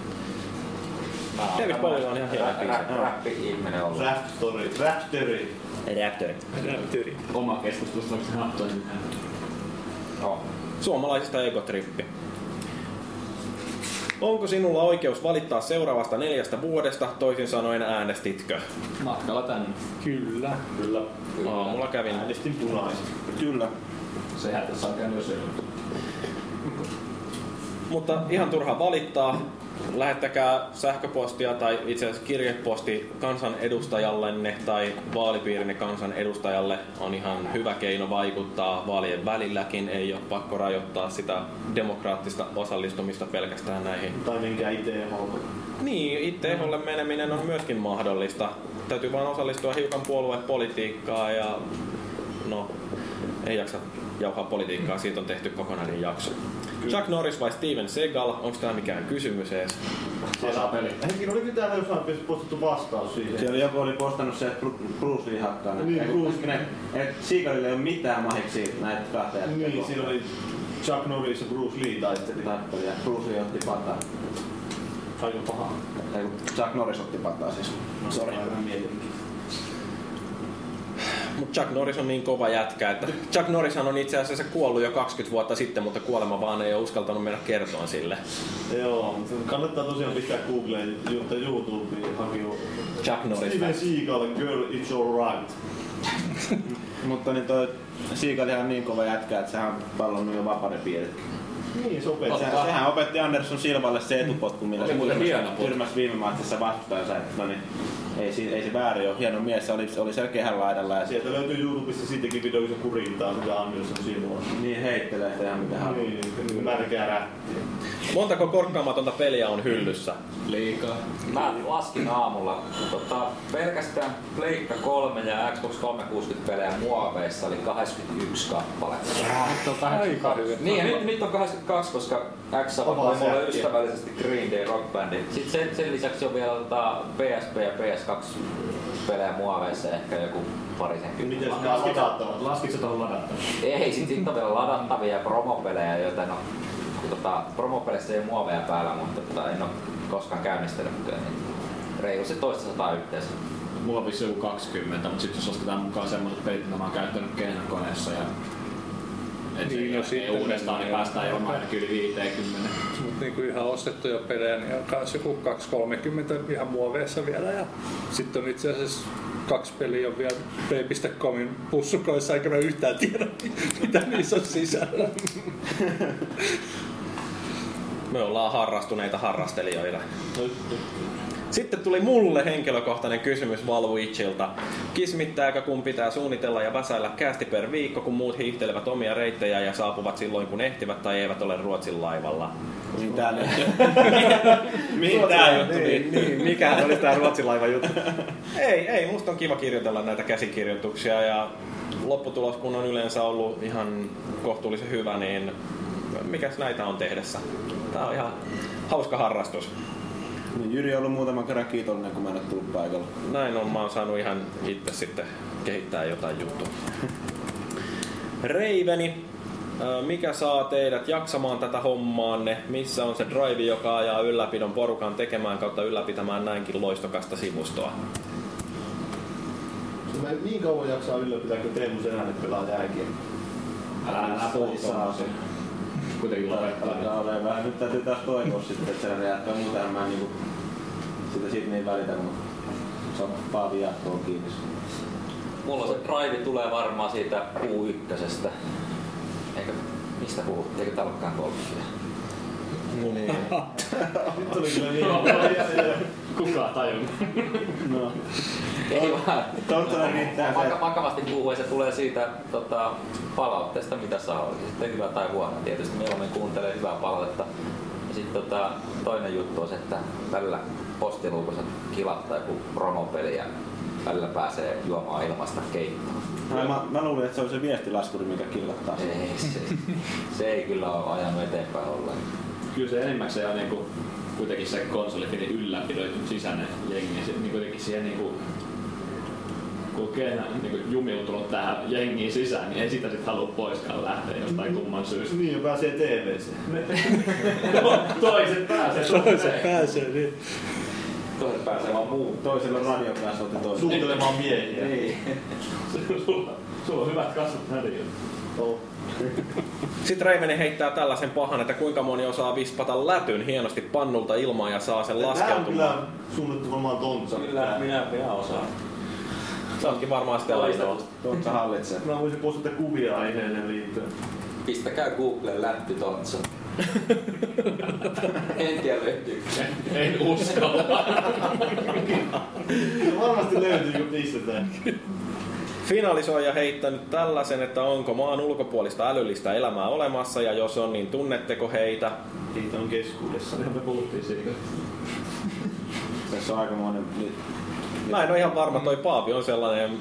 David Bowie on ihan hieno biisi.
Rappi ihminen ollut.
Raptori. Raptori.
Reaktori.
Oma keskustelusta onko se hahtoinen? No,
Suomalaisista ekotrippi. Onko sinulla oikeus valittaa seuraavasta neljästä vuodesta, toisin sanoen äänestitkö?
Matkalla tänne.
Kyllä.
Kyllä.
Aa, mulla kävin.
Äänestin punaisesti.
Kyllä.
Sehän tässä on käynyt jo se.
Mutta ihan turha valittaa. Lähettäkää sähköpostia tai itse asiassa kirjeposti kansanedustajallenne tai vaalipiirinne kansanedustajalle on ihan hyvä keino vaikuttaa vaalien välilläkin. Ei ole pakko rajoittaa sitä demokraattista osallistumista pelkästään näihin
Tai menkää itse eholle.
niin, itse eholle meneminen on myöskin mahdollista. Täytyy vaan osallistua hiukan puoluepolitiikkaa ja no, ei jaksa jauhaa politiikkaa, siitä on tehty kokonainen jakso. Chuck Norris vai Steven Seagal, onko tämä mikään kysymys edes?
Tasapeli. Hetkinen, oliko täällä jossain postattu vastaus siihen?
Siellä joku oli postannut se, että Bru- Bruce Lee hakkaa ne.
Niin,
Ei,
Bruce.
kun ne- Et Seagalille ei ole mitään mahiksi näitä kahta jätkää
Niin, siinä oli Chuck Norris ja Bruce Lee taisteli.
tappelia. Bruce Lee otti pataa.
Aika paha.
Ei, kun Chuck Norris otti pataa siis. Sori.
Mut Chuck Norris on niin kova jätkä, että Chuck Norrishan on itse asiassa kuollut jo 20 vuotta sitten, mutta kuolema vaan ei ole uskaltanut mennä kertoon sille.
Joo, mutta kannattaa tosiaan pistää Googleen jotta YouTubeen hakiu.
Chuck Norris.
Steven Seagal, Girl, It's Alright.
Mutta niin toi Seagal ihan niin kova jätkä, että sehän on pallonnut jo vapauden piirit.
Niin, sopii.
Sehän, sehän opetti Andersson Silvalle se etupotku, millä
Oli
se
muuten
tyrmäsi-
hieno potku.
tyrmäsi viime matsissa vastustajansa. että No niin, ei, si- ei se väärin ole. Hieno mies, se oli, se oli siellä kehän laidalla ja se
Sieltä löytyy YouTubesta siitäkin video, kun se kurintaa sitä Anderson Silvaa.
niin heittelee sitä ihan mitä haluaa.
Niin, niin, märkää rättiä.
Montako korkkaamatonta peliä on hyllyssä?
Liikaa.
Mä laskin aamulla. Tota, pelkästään Pleikka 3 ja Xbox 360 pelejä muoveissa oli 81 kappaletta.
Aika hyvin.
Niin, ja nyt, nyt on 82, koska X
Vapaa
sanoi mulle
säkki.
ystävällisesti Green Day Rock Bandin. Sitten sen, sen lisäksi on vielä tota, PSP ja PS2 pelejä muoveissa ehkä joku parisen
Miten sitä on ladattava? Laskitko tuohon ladattava?
Ei, sit, sit on vielä ladattavia promopelejä, joten no, tota, promopeleissä ei ole muoveja päällä, mutta tota, en ole koskaan käynnistänyt. mutta Reilu se toista sataa yhteensä.
Muovissa joku 20, mutta sitten jos ostetaan mukaan semmoiset pelit, mitä mä oon käyttänyt keinokoneessa ja Et niin, no, sitten uudestaan niin päästään jollain ainakin yli 50.
Mutta niinku ihan ostettuja pelejä, niin on kans joku 2.30 ihan muoveissa vielä. Ja sitten on itse asiassa kaksi peliä on vielä p.comin pussukoissa, eikä mä yhtään tiedä, mitä niissä on sisällä.
Me ollaan harrastuneita harrastelijoita. Sitten tuli mulle henkilökohtainen kysymys Valvuitsilta. Kismittääkö kun pitää suunnitella ja väsäillä kästi per viikko, kun muut hiihtelevät omia reittejä ja saapuvat silloin kun ehtivät tai eivät ole Ruotsin laivalla?
Mitä ne?
Mitä juttu? Niin, niin, mikähän oli tää Ruotsin laiva juttu? ei, ei, musta on kiva kirjoitella näitä käsikirjoituksia ja lopputulos kun on yleensä ollut ihan kohtuullisen hyvä, niin mikäs näitä on tehdessä? Tää on ihan hauska harrastus.
Niin, Jyri on ollut muutaman kerran kiitollinen, kun mä en ole tullut paikalla.
Näin on, mä oon saanut ihan itse sitten kehittää jotain juttua. Reiveni, ö, mikä saa teidät jaksamaan tätä hommaanne? Missä on se drive, joka ajaa ylläpidon porukan tekemään kautta ylläpitämään näinkin loistokasta sivustoa?
Se mä en niin kauan jaksaa ylläpitää, kun Teemu Senänen pelaa jääkiekkoa.
Älä älä saa se.
Kuitenkin
Alkaa olemaan vähän. Nyt täytyy taas toivoa sitten, että se jatkaa muuta en mä niinku... Sitä siitä niin välitä, mutta se on paavi jahtoon kiinni.
Mulla se drive tulee varmaan siitä U1. Eikö, mistä puhuttiin? Eikö täällä olekaan golfia?
No niin.
Nyt tuli kyllä niin. paljon.
Kukaan tajunnut.
No.
Ei vaan.
Tonttuilla riittää se,
Vaka- vakavasti puhuen se tulee siitä tota, palautteesta, mitä saa oli. Sitten hyvä tai huono. Tietysti mieluummin kuuntelee hyvää palautetta. Ja sitten tota, toinen juttu on se, että välillä postiluukossa kilattaa joku promopeli ja välillä pääsee juomaan ilmasta keittoon.
No, mä, mä luulin, että se on se viestilaskuri, mikä killattaa sen.
Ei, se, se ei kyllä ole ajanut eteenpäin ollenkaan.
Kyllä se enimmäkseen on niinku kuitenkin se konsolifinin ylläpidon sisäinen jengi. Se, niin kuitenkin siihen niinku kokee niin jumiutunut tähän jengiin sisään, niin ei sitä sitten halua poiskaan lähteä jostain kumman syystä.
Niin, ja pääsee TVC.
Toiset pääsee.
Toiset pääsee, niin.
Toinen pääsee vaan muu.
Toisella radion kanssa otti toisen.
Suuntelemaan miehiä.
Niin.
Sulla, sulla on hyvät kasvot näin.
Oh.
Sitten Reiveni heittää tällaisen pahan, että kuinka moni osaa vispata lätyn hienosti pannulta ilmaan ja saa sen
Tää on
laskeutumaan.
kyllä suunnittu varmaan Tontsa.
minä minä osaan.
Sä ootkin varmaan sitä ainoa.
Tontsa hallitsee.
Mä voisin postata kuvia aiheeseen liittyen.
Pistäkää Googlen lättytontsa. en tiedä löytyykö se.
En usko.
Se varmasti löytyy, kun pistetään.
Finalisoija heittänyt tällaisen, että onko maan ulkopuolista älyllistä elämää olemassa ja jos on, niin tunnetteko heitä?
Niitä on keskuudessa.
Me puhuttiin siitä.
Tässä on aikamoinen... Nyt,
Mä en ole ihan varma, toi Paavi on sellainen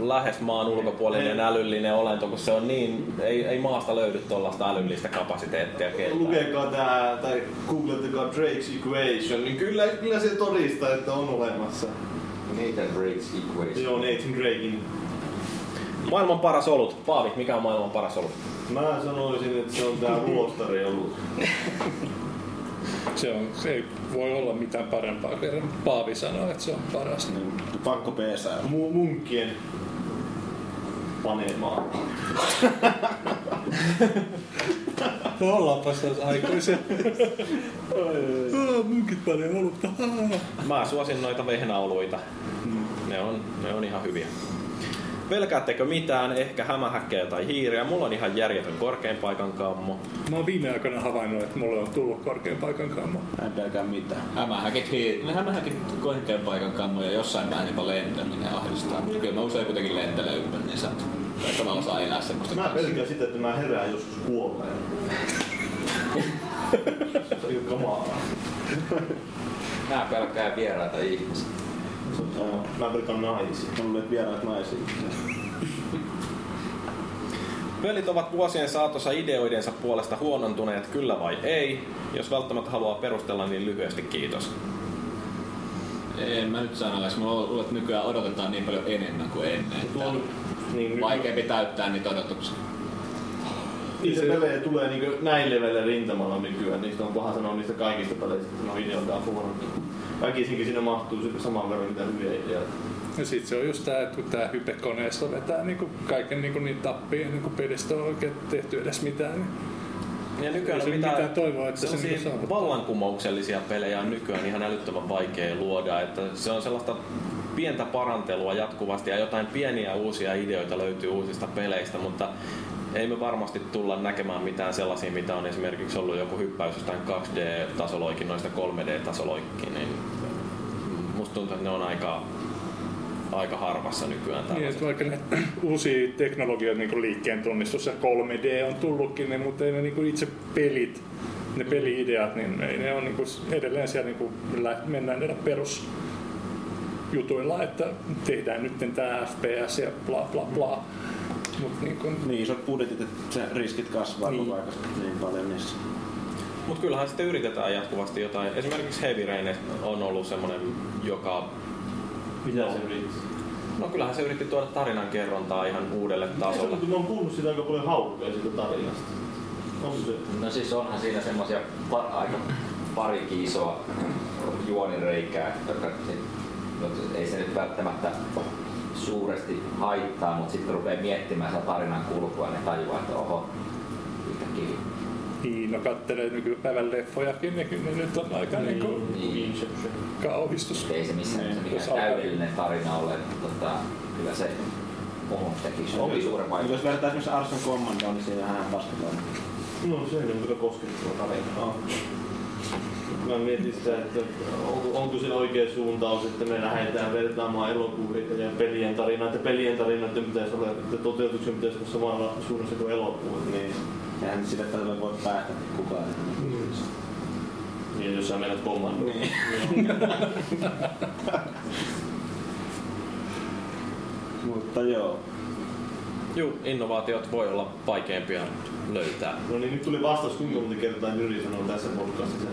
lähes maan ulkopuolinen älyllinen olento, kun se on niin, ei, ei maasta löydy tuollaista älyllistä kapasiteettia keltään.
Lukekaa tää, tai googlettakaa Drake's Equation, niin kyllä, kyllä se todistaa, että on olemassa.
Nathan Drake's Equation.
Joo, Nathan Drakein.
Maailman paras olut. Paavi, mikä on maailman paras olut?
Mä sanoisin, että se on tää ruostari ollut.
Se on, se ei voi olla mitään parempaa, kerran Paavi sanoo, että se on paras.
niin, pakko peesää.
Mu- munkkien panemaa.
No ollaanpas taas aikuisia. Ah, Munkit paljon olutta. Ah.
Mä suosin noita vehnäoluita. Ne on, ne on ihan hyviä. Pelkäättekö mitään, ehkä hämähäkkejä tai hiiriä? Mulla on ihan järjetön korkein paikan kammo.
Mä oon viime aikoina havainnut, että mulle on tullut korkean paikan kammo.
Mä en pelkää mitään.
Hämähäkit, hii- ne hämähäkit korkean paikan kammoja jossain vähän jopa lentäminen ahdistaa. Mutta kyllä mä usein kuitenkin lentelen ympäri niin saat. Että mä osaan elää semmoista.
Mä pelkään sitä, että mä herään joskus kuolleen. se on kyllä kamalaa.
Nää pelkää vieraita ihmisiä.
Mä pelkään naisia.
Mä luulen, että vieraat naisia.
Pelit ovat vuosien saatossa ideoidensa puolesta huonontuneet, kyllä vai ei? Jos välttämättä haluaa perustella, niin lyhyesti kiitos.
En mä nyt sano, jos mä luulen, että nykyään odotetaan niin paljon enemmän kuin ennen.
Tuo on
Että
niin,
vaikeampi täyttää niitä odotuksia.
Niitä pelejä tulee niinku näin leveillä rintamalla nykyään, niistä on paha sanoa niistä kaikista peleistä, että ne on ideoltaan huonottu. Väkisinkin siinä mahtuu se saman verran mitä hyviä ideoita.
Ja sit se on just tää, että kun tää hypekoneisto vetää niinku kaiken niinku niin tappiin, niin kun pedistä on oikein tehty edes mitään. Niin
Ja
ei
nykyään on
se
mitään,
mitään toivoa, että se
sellaisia
niinku saavuttaa.
vallankumouksellisia pelejä on nykyään ihan älyttömän vaikea luoda. Että se on sellaista pientä parantelua jatkuvasti ja jotain pieniä uusia ideoita löytyy uusista peleistä, mutta ei me varmasti tulla näkemään mitään sellaisia, mitä on esimerkiksi ollut joku hyppäys jostain 2D-tasoloikin noista 3D-tasoloikin. Niin musta tuntuu, että ne on aika, aika harvassa nykyään.
Niin,
tällaiset.
että vaikka ne uusia teknologioita niin liikkeen tunnistus ja 3D on tullutkin, niin, mutta ei ne niin itse pelit, ne peliideat, niin ei ne on niin edelleen siellä niin kuin, mennään niillä perusjutuilla, että tehdään nyt tämä FPS ja bla bla bla. Mut niin, kun...
niin isot budjetit, että se riskit kasvaa niin. koko ajan niin paljon niissä.
Mutta kyllähän sitten yritetään jatkuvasti jotain. Esimerkiksi Heavy Rain on ollut semmoinen, joka...
Mitä se yritti?
No kyllähän se yritti tuoda tarinan kerrontaa ihan uudelle tasolle.
Mä oon kuullut siitä aika paljon haukkoja siitä tarinasta. On se.
No siis onhan siinä semmosia pa- aika parikin isoa juonireikää, jotka sit- no se- ei se nyt välttämättä suuresti haittaa, mutta sitten rupeaa miettimään sitä tarinan kulkua ja ne tajuaa, että oho, yhtäkkiä.
niin no kattelee nykypäivän leffojakin, ne kyllä nyt on aika niin, niin kuin,
Niin,
kauhistus.
ei se missään nimessä
Jos
mikään
alkaa-
täydellinen tarina ole, mutta tota, kyllä se on teki on suuren
Mutta
vaikutus.
Jos vertaa esimerkiksi Arson Commandoon, niin se ei vähän paskataan.
No se on kyllä koskettava tarina. Oh. Mä mietin sitä, että onko, onko se oikea suuntaus, että me lähdetään vertaamaan elokuvia ja pelien tarinoita. Pelien tarinoiden pitäisi olla, että toteutuksen pitäisi olla samalla suuressa kuin elokuvat. Niin.
Eihän sitä tällä voi päästä kukaan.
Mm. Niin, jos sä menet kommandoon.
Niin.
Mutta joo. Juu, innovaatiot voi olla vaikeampia löytää.
No niin, nyt tuli vastaus kuinka monta kertaa Jyri sanoi tässä podcastissa.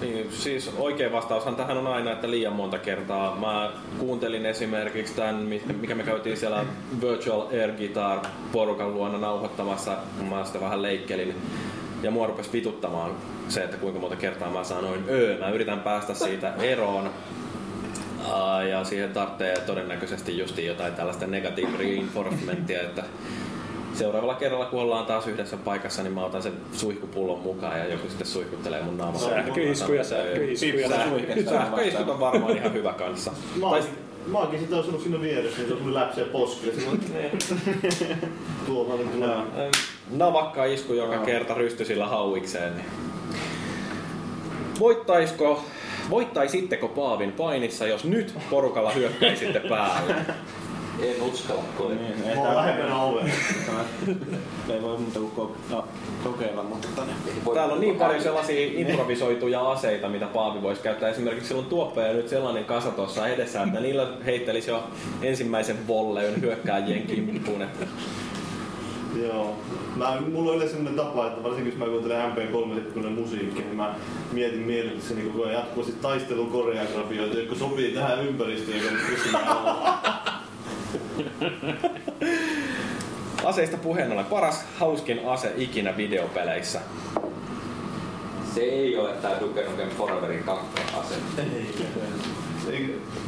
Niin, siis oikea vastaushan tähän on aina, että liian monta kertaa. Mä kuuntelin esimerkiksi tämän, mi- mikä me käytiin siellä Virtual Air Guitar porukan luona nauhoittamassa, kun mä sitä vähän leikkelin. Ja mua rupesi vituttamaan se, että kuinka monta kertaa mä sanoin öö. Mä yritän päästä siitä eroon. Aa, Ja siihen tarvitsee todennäköisesti justiin jotain tällaista negative reinforcementia, että seuraavalla kerralla kun ollaan taas yhdessä paikassa, niin mä otan sen suihkupullon mukaan ja joku sitten suihkuttelee mun naamaa.
Sähköiskuja, sähköiskuja.
Sähköiskut on varmaan ihan hyvä kanssa.
Mä oon, mä oonkin sitä osunut siinä vieressä, niin se tuli läpsiä poskille.
Niin.
Tuohan nyt tulee.
Navakka isku joka kerta rystysillä hauikseen. niin. Voittaisiko, voittaisitteko Paavin painissa, jos nyt porukalla hyökkäisitte päälle?
En uskalla koe.
Niin, ei tää- Ei voi muuta kuin ko- no, kokeilla, mutta tänne.
Täällä on niin paljon sellaisia improvisoituja aseita, mitä Paavi voisi käyttää. Esimerkiksi sillä on tuoppeja nyt sellainen kasa tuossa edessä, että niillä heittelisi jo ensimmäisen volleyn hyökkääjien kimppuun. että
Joo. Mä, mulla on yleensä sellainen tapa, että varsinkin jos mä kuuntelen MP3-sekkunnan musiikkia, niin mä mietin mielessäni koko ajan jatkuvasti taistelun koreografioita, jotka sopii tähän ympäristöön, joka nyt pysyy
Aseista puheen ollen paras, hauskin ase ikinä videopeleissä.
Se ei ole tää Duke Nukem Foreverin kakkoase.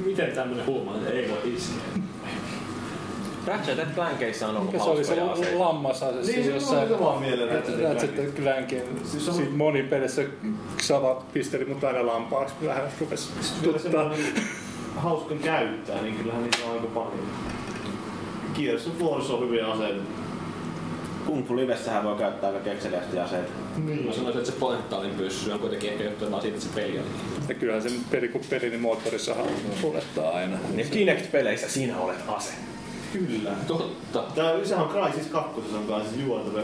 Miten tämmönen huomaa, että ei voi iskeä?
Ratchet and Clankissa on ollut
Mikä se oli se
hauskoja aseita.
la- lammasasia?
Niin, se tuli samaan mieleen, että se
Ratchet and Clankin. Siis on... Siinä moni pelissä Xava pisteli mut aina lampaaksi. kun Vähän rupes tuttaa.
hauska niin käyttää, niin kyllähän niitä on aika paljon. Gears of Wars on hyviä aseita.
Kung Fu Livessähän voi käyttää aika kekseliästi aseita.
Niin.
Mä sanoisin, että se pointtaalin pyssy on kuitenkin ehkä johtuen vaan siitä, että se peli on.
Ja kyllähän se nyt peli kuin peli, niin moottorissahan pulettaa aina.
Niin Kinect-peleissä sinä olet ase.
Kyllä.
Totta.
Tää sehän on Crysis 2, se on kanssa siis juonta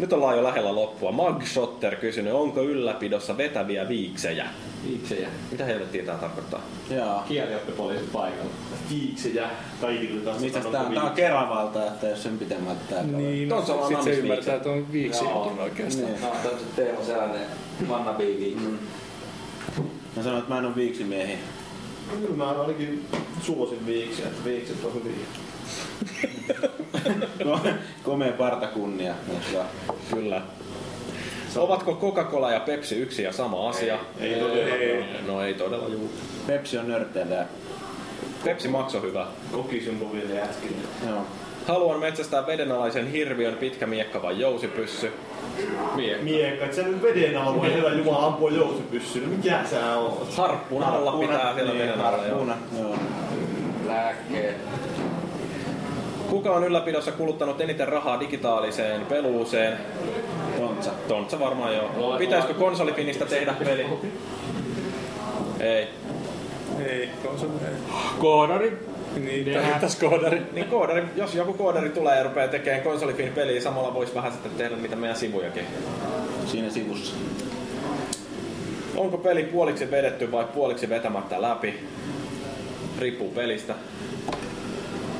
Nyt ollaan jo lähellä loppua. Magshotter kysynyt, onko ylläpidossa vetäviä viiksejä?
Viiksejä.
Mitä helvettiä tämä tarkoittaa?
Jaa.
Kielioppipoliisit paikalla.
Viiksejä kaikille kanssa.
Mitäs tää on? Tää on Keravalta, että jos sen pitemmältä tää
Niin, no, sit se ymmärtää, että on viiksi
Joo.
jutun oikeastaan.
Nämä No, on tämmöset Teemu Selänne, wannabe viikki.
Mä sanon, että mä en oo viiksimiehi.
Kyllä mä ainakin suosin viikset, että viikset on hyviä.
Komea parta kunnia.
Kyllä. Ovatko Coca-Cola ja Pepsi yksi ja sama asia?
Ei, ei todellakaan.
No ei todella juu.
Pepsi on nörtteillä ja
Pepsi Max on hyvä.
Kokisumpu vielä äsken.
Joo. Haluan metsästää vedenalaisen hirviön pitkä miekka vai jousipyssy. Miekka.
Miekka, et sä nyt veden alla voi herra Jumala ampua jousipyssyllä. Mikä sä oot?
Harppuna alla pitää siellä veden alla. joo.
Joo.
Lääkkeet.
Kuka on ylläpidossa kuluttanut eniten rahaa digitaaliseen peluuseen? Tontsa. Tontsa varmaan joo. Pitäisikö konsolifinistä tehdä peli? Ei.
Ei, konsoli ei.
Koodari.
Niin, tarvittaisi koodari.
Niin koodari, jos joku koodari tulee ja rupeaa tekemään konsolifin peliä, samalla voisi vähän sitten tehdä niitä meidän sivujakin.
Siinä sivussa.
Onko peli puoliksi vedetty vai puoliksi vetämättä läpi? Riippuu pelistä.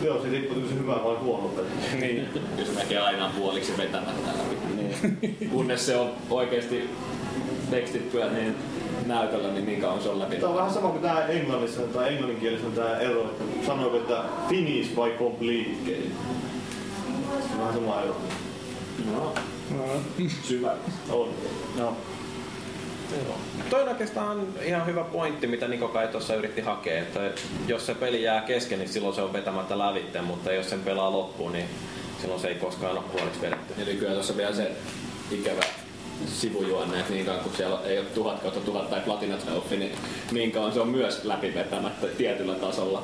Joo, se riippuu onko se hyvä vai huono peli.
Niin.
Kyllä se näkee aina puoliksi vetämättä läpi. Niin. Kunnes se on oikeesti tekstittyä niin näytöllä, niin niin kauan se on läpi.
Tämä on vähän sama kuin tää englannissa tai englanninkielessä on tää ero, että sanoiko, että finish vai complete game. Se on vähän sama ero.
No. Syvä.
On.
No. Toi on oikeastaan ihan hyvä pointti, mitä Niko kai tuossa yritti hakea, että jos se peli jää kesken, niin silloin se on vetämättä lävitteen, mutta jos sen pelaa loppuun, niin silloin se ei koskaan ole puoliksi vedetty.
Eli kyllä tuossa vielä se ikävä sivujuonne, että niin kauan kun siellä ei ole tuhat kautta tuhat tai platina trophy, niin niin kauan se on myös läpivetämättä tietyllä tasolla.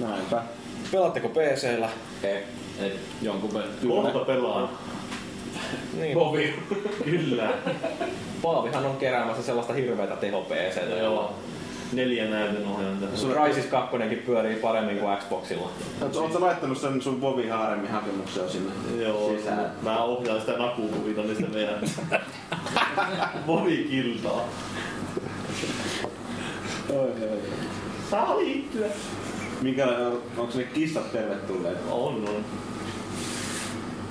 Näinpä.
Pelaatteko PC-llä?
Ei, ei E, jonkun verran.
Kohta pelaan.
Niin.
Povi.
Kyllä.
Paavihan on keräämässä sellaista hirveätä teho PCtä, jolla
Neljä näytön ohjelmaa.
Crysis 2 pyörii paremmin kuin Xboxilla.
Oletko No, laittanut sen sun Bobi Haaremmin hakemuksen sinne?
Joo,
Sisään.
mä ohjaan sitä nakukuvita niistä meidän monikiltaa. Saa liittyä.
Minkälainen, on- onko ne kissat tervetulleet?
On, on.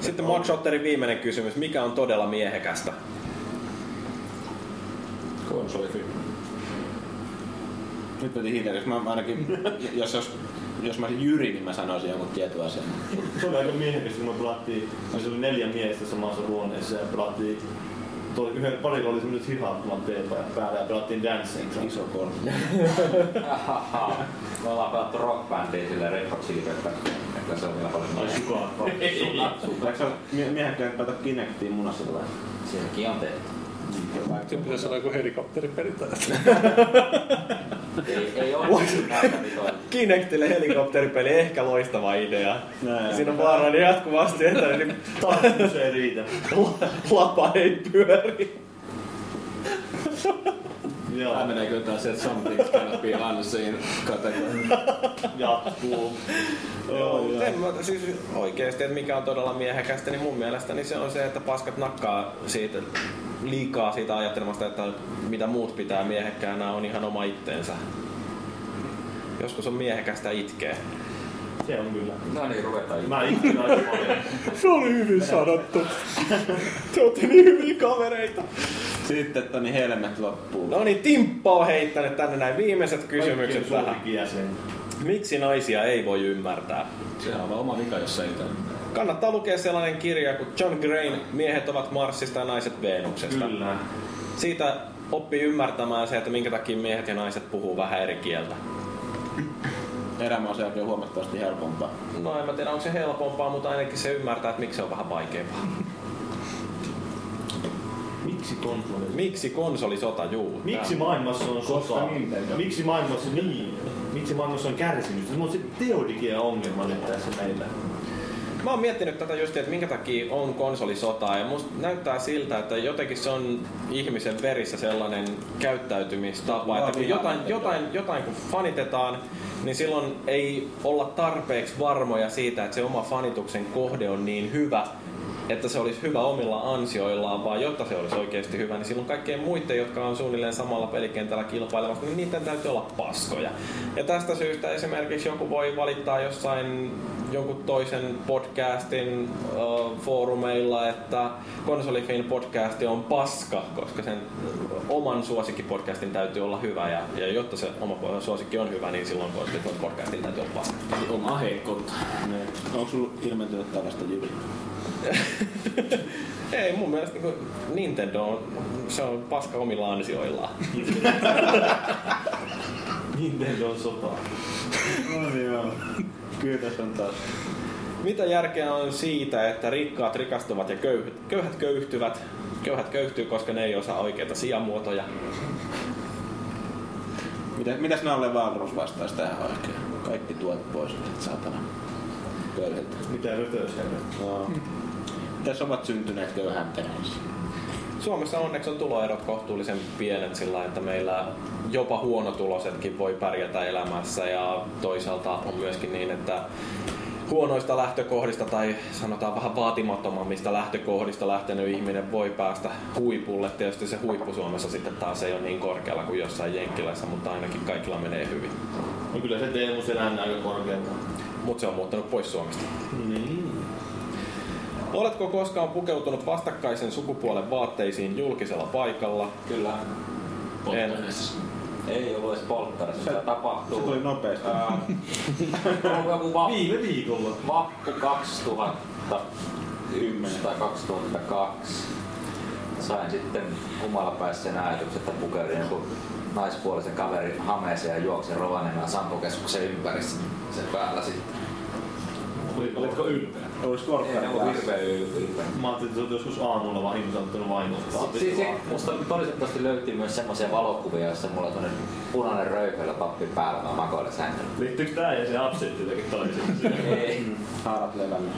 Sitten Modshotterin viimeinen kysymys. Mikä on todella miehekästä?
Konsolifilm.
Nyt meni hiljaksi. Mä ainakin, jos, jos, jos mä olisin Jyri, niin mä sanoisin jonkun tietyn asian.
Se oli aika miehekästä, kun me pelattiin, me oli neljä miestä samassa huoneessa ja pelattiin Toi yhden parilla oli semmoiset hihat vaan teepaja päällä ja pelattiin Dancing Iso
kortti.
Ahaha. Me ollaan pelattu rockbändiä sillä Red että, että se on vielä paljon
Ai
noin.
sukaan.
Eikö sä mie- miehekkäästi päätä Kinectiin munassa tällä?
Sielläkin on tehty.
Se pitäisi olla joku helikopteripeli tai
Ei, ei ole näitä vitoja.
Kinectille helikopteripeli ehkä loistava idea.
Näin.
Siinä on vaara niin jatkuvasti, että niin
Tarkkuus ei riitä.
lapa ei pyöri.
Joo,
Tää menee kyllä taas se, että something's gonna be unseen kategoriaan.
jatkuu.
Joo, mutta en mä, siis oikeesti, että mikä on todella miehekästä, niin mun mielestä niin se on se, että paskat nakkaa siitä liikaa siitä ajattelemasta, että mitä muut pitää miehekkäänä on ihan oma itteensä. Joskus on miehekästä itkeä.
Se on kyllä.
No niin, ruvetaan.
Mä itkin aika paljon.
Se oli hyvin sanottu. Te olette niin hyviä kavereita.
Sitten
niin
Toni Helmet loppuu.
No niin, Timppa on heittänyt tänne näin viimeiset kysymykset
Kaikkien
tähän.
suurin jäsen.
Miksi naisia ei voi ymmärtää?
Sehän on vaan oma vika, jos ei tämän.
Kannattaa lukea sellainen kirja kuin John Grain, Miehet ovat Marsista ja naiset Venuksesta.
Kyllä.
Siitä oppii ymmärtämään se, että minkä takia miehet ja naiset puhuu vähän eri kieltä.
Elämä on sen jälkeen huomattavasti helpompaa.
No en mä tiedä, onko se helpompaa, mutta ainakin se ymmärtää, että miksi se on vähän vaikeampaa.
Miksi kontrolli?
Miksi konsolisota juu?
Miksi maailmassa on sota?
Nintendo.
Miksi maailmassa niin? Miksi maailmassa on kärsimystä? Se on se teodikia ongelma nyt tässä meillä.
Mä oon miettinyt tätä just, että minkä takia on konsolisota ja musta näyttää siltä, että jotenkin se on ihmisen verissä sellainen käyttäytymistapa, että kun jotain, jotain, jotain kun fanitetaan, niin silloin ei olla tarpeeksi varmoja siitä, että se oma fanituksen kohde on niin hyvä, että se olisi hyvä omilla ansioillaan, vaan jotta se olisi oikeasti hyvä, niin silloin kaikkien muiden, jotka on suunnilleen samalla pelikentällä kilpailemassa, niin niiden täytyy olla paskoja. Ja tästä syystä esimerkiksi joku voi valittaa jossain jonkun toisen podcastin äh, foorumeilla, että Konsolifin podcasti on paska, koska sen oman suosikkipodcastin täytyy olla hyvä, ja, ja jotta se oma suosikki on hyvä, niin silloin Konsolifin podcastin täytyy olla paska.
Niin,
Omaa heikkoutta.
Onko Niin. sulla ilmentynyt tällaista Jyri?
Ei, mun mielestä niin Nintendo on, se on paska omilla ansioillaan.
Nintendo on sota.
No niin joo. Kyllä tässä on taas.
Mitä järkeä on siitä, että rikkaat rikastuvat ja köyhät, köyhät köyhtyvät? Köyhät köyhtyy, koska ne ei osaa oikeita sijamuotoja.
Mitä, mitäs Nalle Valrus vastaisi tähän oikein? Kaikki tuot pois, nyt, saatana. Köyhiltä.
Mitä rötösherra?
No. Tässä ovat syntyneet köyhän perässä.
Suomessa onneksi on tuloerot kohtuullisen pienet sillä, että meillä jopa huonotuloisetkin voi pärjätä elämässä ja toisaalta on myöskin niin, että huonoista lähtökohdista tai sanotaan vähän vaatimattomammista lähtökohdista lähtenyt ihminen voi päästä huipulle. Tietysti se huippu Suomessa sitten taas ei ole niin korkealla kuin jossain Jenkkilässä, mutta ainakin kaikilla menee hyvin.
No kyllä se Teemu Selänne aika korkealta.
Mutta se on muuttanut pois Suomesta.
Niin.
Oletko koskaan pukeutunut vastakkaisen sukupuolen vaatteisiin julkisella paikalla?
Kyllä.
Polttareissa.
Ei ollut edes polttarissa, se tapahtuu.
Se tuli nopeasti.
Ää, onko joku vappu?
Viime viikolla.
Vappu 2001 tai 2002. Sain sitten humalapäissä sen ajatuksen, että pukeudin joku naispuolisen kaverin hameeseen ja juoksin Rovaniemen Sampokeskuksen ympärissä sen päällä sitten.
Oletko ylpeä?
Olisi
Ei ne
korkealla
ollut
päässä.
hirveä ylpeä.
Mä ajattelin, että sä oot joskus aamulla vahingossa ottanut vahingossa.
Sitten siis, musta todistettavasti löytyy myös semmoisia valokuvia, joissa mulla on tämmönen punainen röykölä pappi päällä, mä makoilen sängyllä.
Liittyykö tää ja se absentti jotenkin toisiinsa?
Ei.
Mm. Haarat levällä.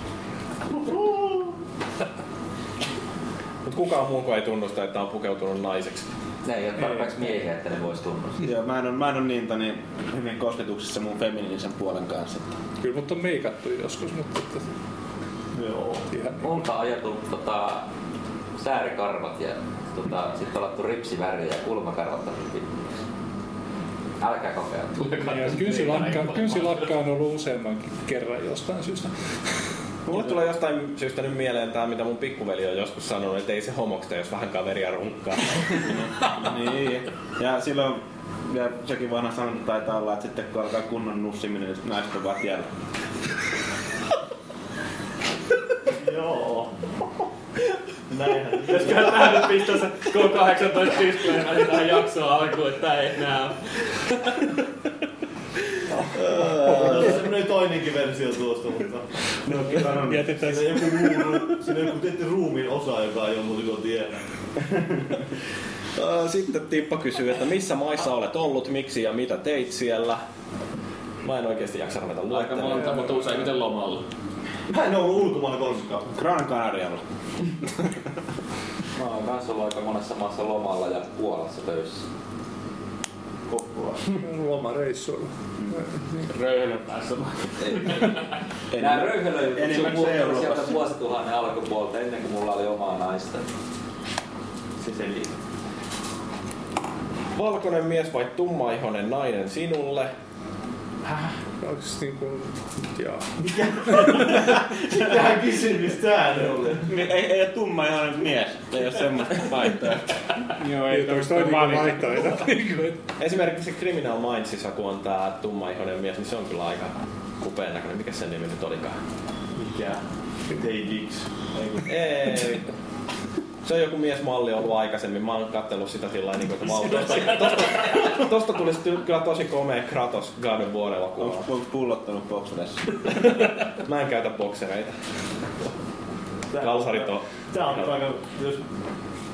Mutta kukaan muu kuin ei tunnusta, että on pukeutunut naiseksi.
Ne ei ole tarpeeksi miehiä, että ne vois tunnustaa.
Joo, mä en, ole- mä en ole niin, tani, hyvin kosketuksissa mun feminiinisen puolen kanssa. Että.
Kyllä mut on meikattu joskus, mutta että
Joo.
ihan
Multa on ajettu tota, säärikarvat ja tota, sitten on laittu ripsiväriä ja kulmakarvat on pitkäksi. Älkää kokeiltu.
Ja kynsilakka, kynsilakka on ollut useammankin kerran jostain syystä.
Mulle tulee jostain syystä nyt mieleen tämä, mitä mun pikkuveli on joskus sanonut, että ei se homoksta, jos vähän kaveria runkkaa.
niin. Ja silloin ja sekin vanha sanonta taitaa olla, että sitten kun alkaa kunnon nussiminen, niin naiset ovat jäällä.
Joo. Näinhän.
Pitäisiköhän tähän nyt pistää se K18 disclaimer tähän jaksoon alkuun, että tää ei enää
Tuossa on semmonen toinenkin versio tuosta, mutta...
No,
Jätetään
Siinä on joku muu, siinä on joku tietty ruumiin osa, joka ei ole muuten kuin tiedä.
Ää, Sitten Tippa kysyy, että missä maissa olet ollut, miksi ja mitä teit siellä? Mä en oikeasti jaksa ruveta
aika
luettelemaan.
monta, mutta useimmiten lomalla.
Mä en ollut ulkomailla koskaan.
Gran Canarialla.
Mä oon kans ollut aika monessa maassa lomalla ja Puolassa töissä.
Lomareissuilla.
Röyhelön päässä.
En-
Nää röyhelöjutut sun
Enimmäkseen
muuttunut
Euroopassa.
sieltä vuosituhannen alkupuolta ennen kuin mulla oli omaa naista.
Se selittää.
Valkoinen mies vai tummaihoinen nainen sinulle?
Onko siis niinku... Jaa.
Tähän kysymys täällä oli.
Ei, ei ole tumma ihan mies, ei ole semmoista vaihtoehtoa.
Joo,
Ei toi niinku vaihtoehto. Niinku, et-
Esimerkiksi Criminal Mindsissa, kun on tää tummaihoinen mies, niin se on kyllä aika kupeen näköinen. Mikä sen nimi nyt olikaan?
Mikä? Ei Dix.
Ei vittu. Se on joku miesmalli ollut aikaisemmin. Mä oon kattellut sitä sillä lailla, niin että vau, tosta, tosta, tosta tulisi ty- kyllä tosi komea Kratos God of War elokuva.
Onko pullottanut boksereissa?
Mä en käytä boksereita. Kalsarit on.
Tää on aika, jos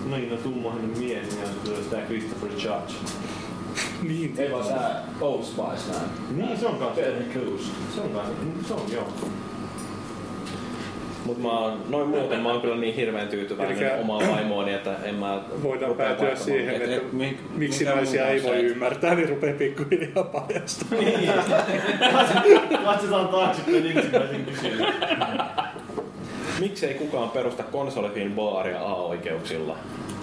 noin no tummainen mies, niin on se tää Christopher Judge.
Niin.
Ei vaan tää Old Spice näin.
Niin, se on kans.
Terry Crews.
Se on kans. Se on, joo.
Mut mä oon, noin muuten mä oon kyllä niin hirveän tyytyväinen
Elikkä-
omaan vaimooni, että en mä
Voidaan
rupea
päätyä
vaihtamaan
siihen,
ketään.
että
mi-
miksi
mikä
naisia
muu
ei
on
voi
se, että-
ymmärtää, niin rupee pikkuhiljaa paljastamaan.
Katsotaan taaksepäin ensimmäisen kysymyksen.
Miksei kukaan perusta konsolifin baaria A-oikeuksilla?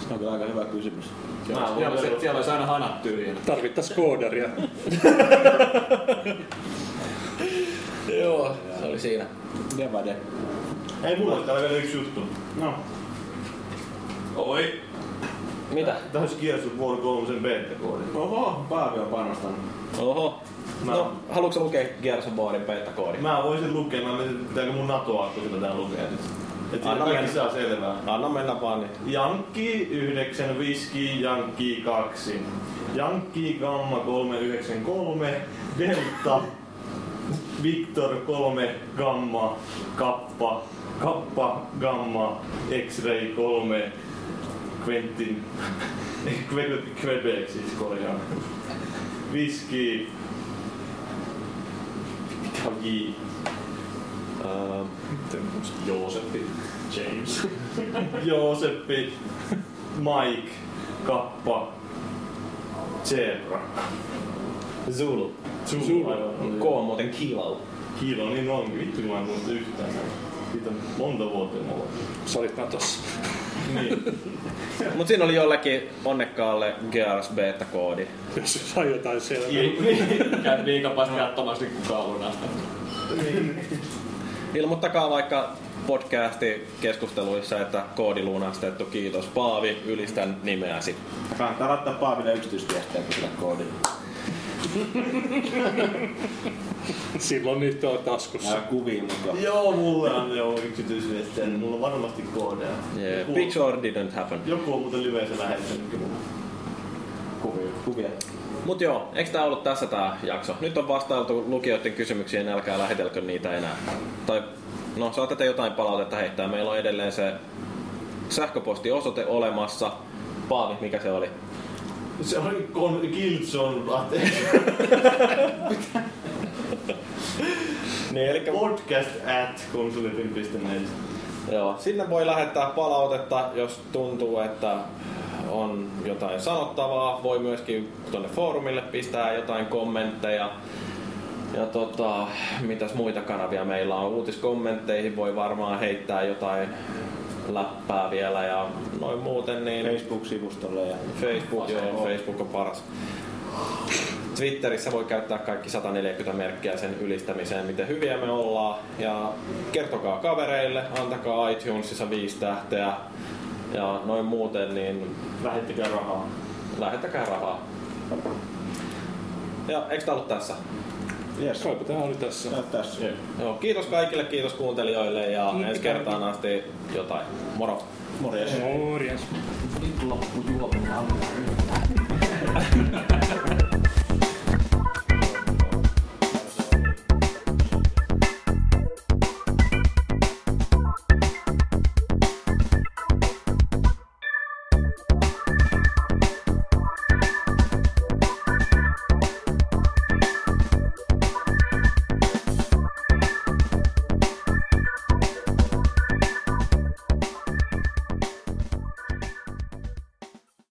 Se on kyllä aika hyvä kysymys.
Mä
Siellä
voin,
oli-
siellä olisi aina hanat tyhjänä.
Tarvittaisiin koodaria.
Joo, se oli siinä.
Devade.
Ei mulla ole täällä vielä yksi juttu.
No,
Oi!
Mitä?
Tää olisi Gears of War 3 beta-koodi.
oho, Paavi on panostanut.
Oho.
Mä-
No, haluatko sä lukea Gears of Warin beta-koodin?
Mä voisin lukea, mä mietin, pitääkö mun NATO-akku sitä tää lukee nyt. Et siinä kaikki saa selvää.
Anna mennä vaan niin.
Jankki 9, Viski, Jankki 2. Jankki Gamma 393, Delta, Victor 3, Gamma, Kappa, Kappa, Gamma, X-Ray 3, Quentin, Quebec, Quebec siis korjaan. Viski, mikä on J? Ää, Jooseppi. James. Jooseppi. Mike. Kappa. Zebra.
Zulu.
Zulu, aivan.
K on muuten kilau.
Kiilo, niin onkin. Vittu kun mä en muista yhtään näitä. Siitä on monta vuotta mulla.
Sä olit natossa.
Niin.
Mut siinä oli jollekin onnekkaalle Gears Beta-koodi. Jos sai jotain
niin
Käy viikapas katsomassa, niin kuka on lunasta.
Ilmoittakaa vaikka podcasti keskusteluissa, että koodi lunastettu. Kiitos Paavi, ylistän nimeäsi.
Kannattaa laittaa Paaville yksityisviestejä kun sillä koodilla.
Silloin niitä on taskussa.
Älä kuviin niinku mukaan.
Joo, mulle on joo yksityisviestejä. niin Mulla on varmasti koodea.
Yeah.
Joku-
Picture didn't happen.
Joku on muuten liveissä lähettänytkin mulle.
Kuvia. Kuvia. Mut joo, eikö tää ollut tässä tää jakso? Nyt on vastailtu lukijoiden kysymyksiin, älkää lähetelkö niitä enää. Tai no, saatatte jotain palautetta heittää. Meillä on edelleen se sähköpostiosoite olemassa. Paavi, mikä se oli?
Se oli kon Killzone, anteeksi.
niin, eli
podcast at konsulitin.net.
Joo, sinne voi lähettää palautetta, jos tuntuu, että on jotain sanottavaa. Voi myöskin tuonne foorumille pistää jotain kommentteja. Ja tota, mitäs muita kanavia meillä on? Uutiskommentteihin voi varmaan heittää jotain läppää vielä ja noin muuten. Niin
Facebook-sivustolle ja...
Facebook, joo, Facebook on paras. Twitterissä voi käyttää kaikki 140 merkkiä sen ylistämiseen, miten hyviä me ollaan. Ja kertokaa kavereille, antakaa iTunesissa viisi tähteä ja noin muuten, niin... Lähettäkää rahaa. Lähettäkää rahaa. Ja eikö tää ollut tässä?
Jes.
Kaipa tää oli tässä.
Tää tässä.
Joo, kiitos kaikille, kiitos kuuntelijoille ja
Kiitos
ensi kertaan asti jotain. Moro!
Morjes.
Morjes.
Nyt loppu juopu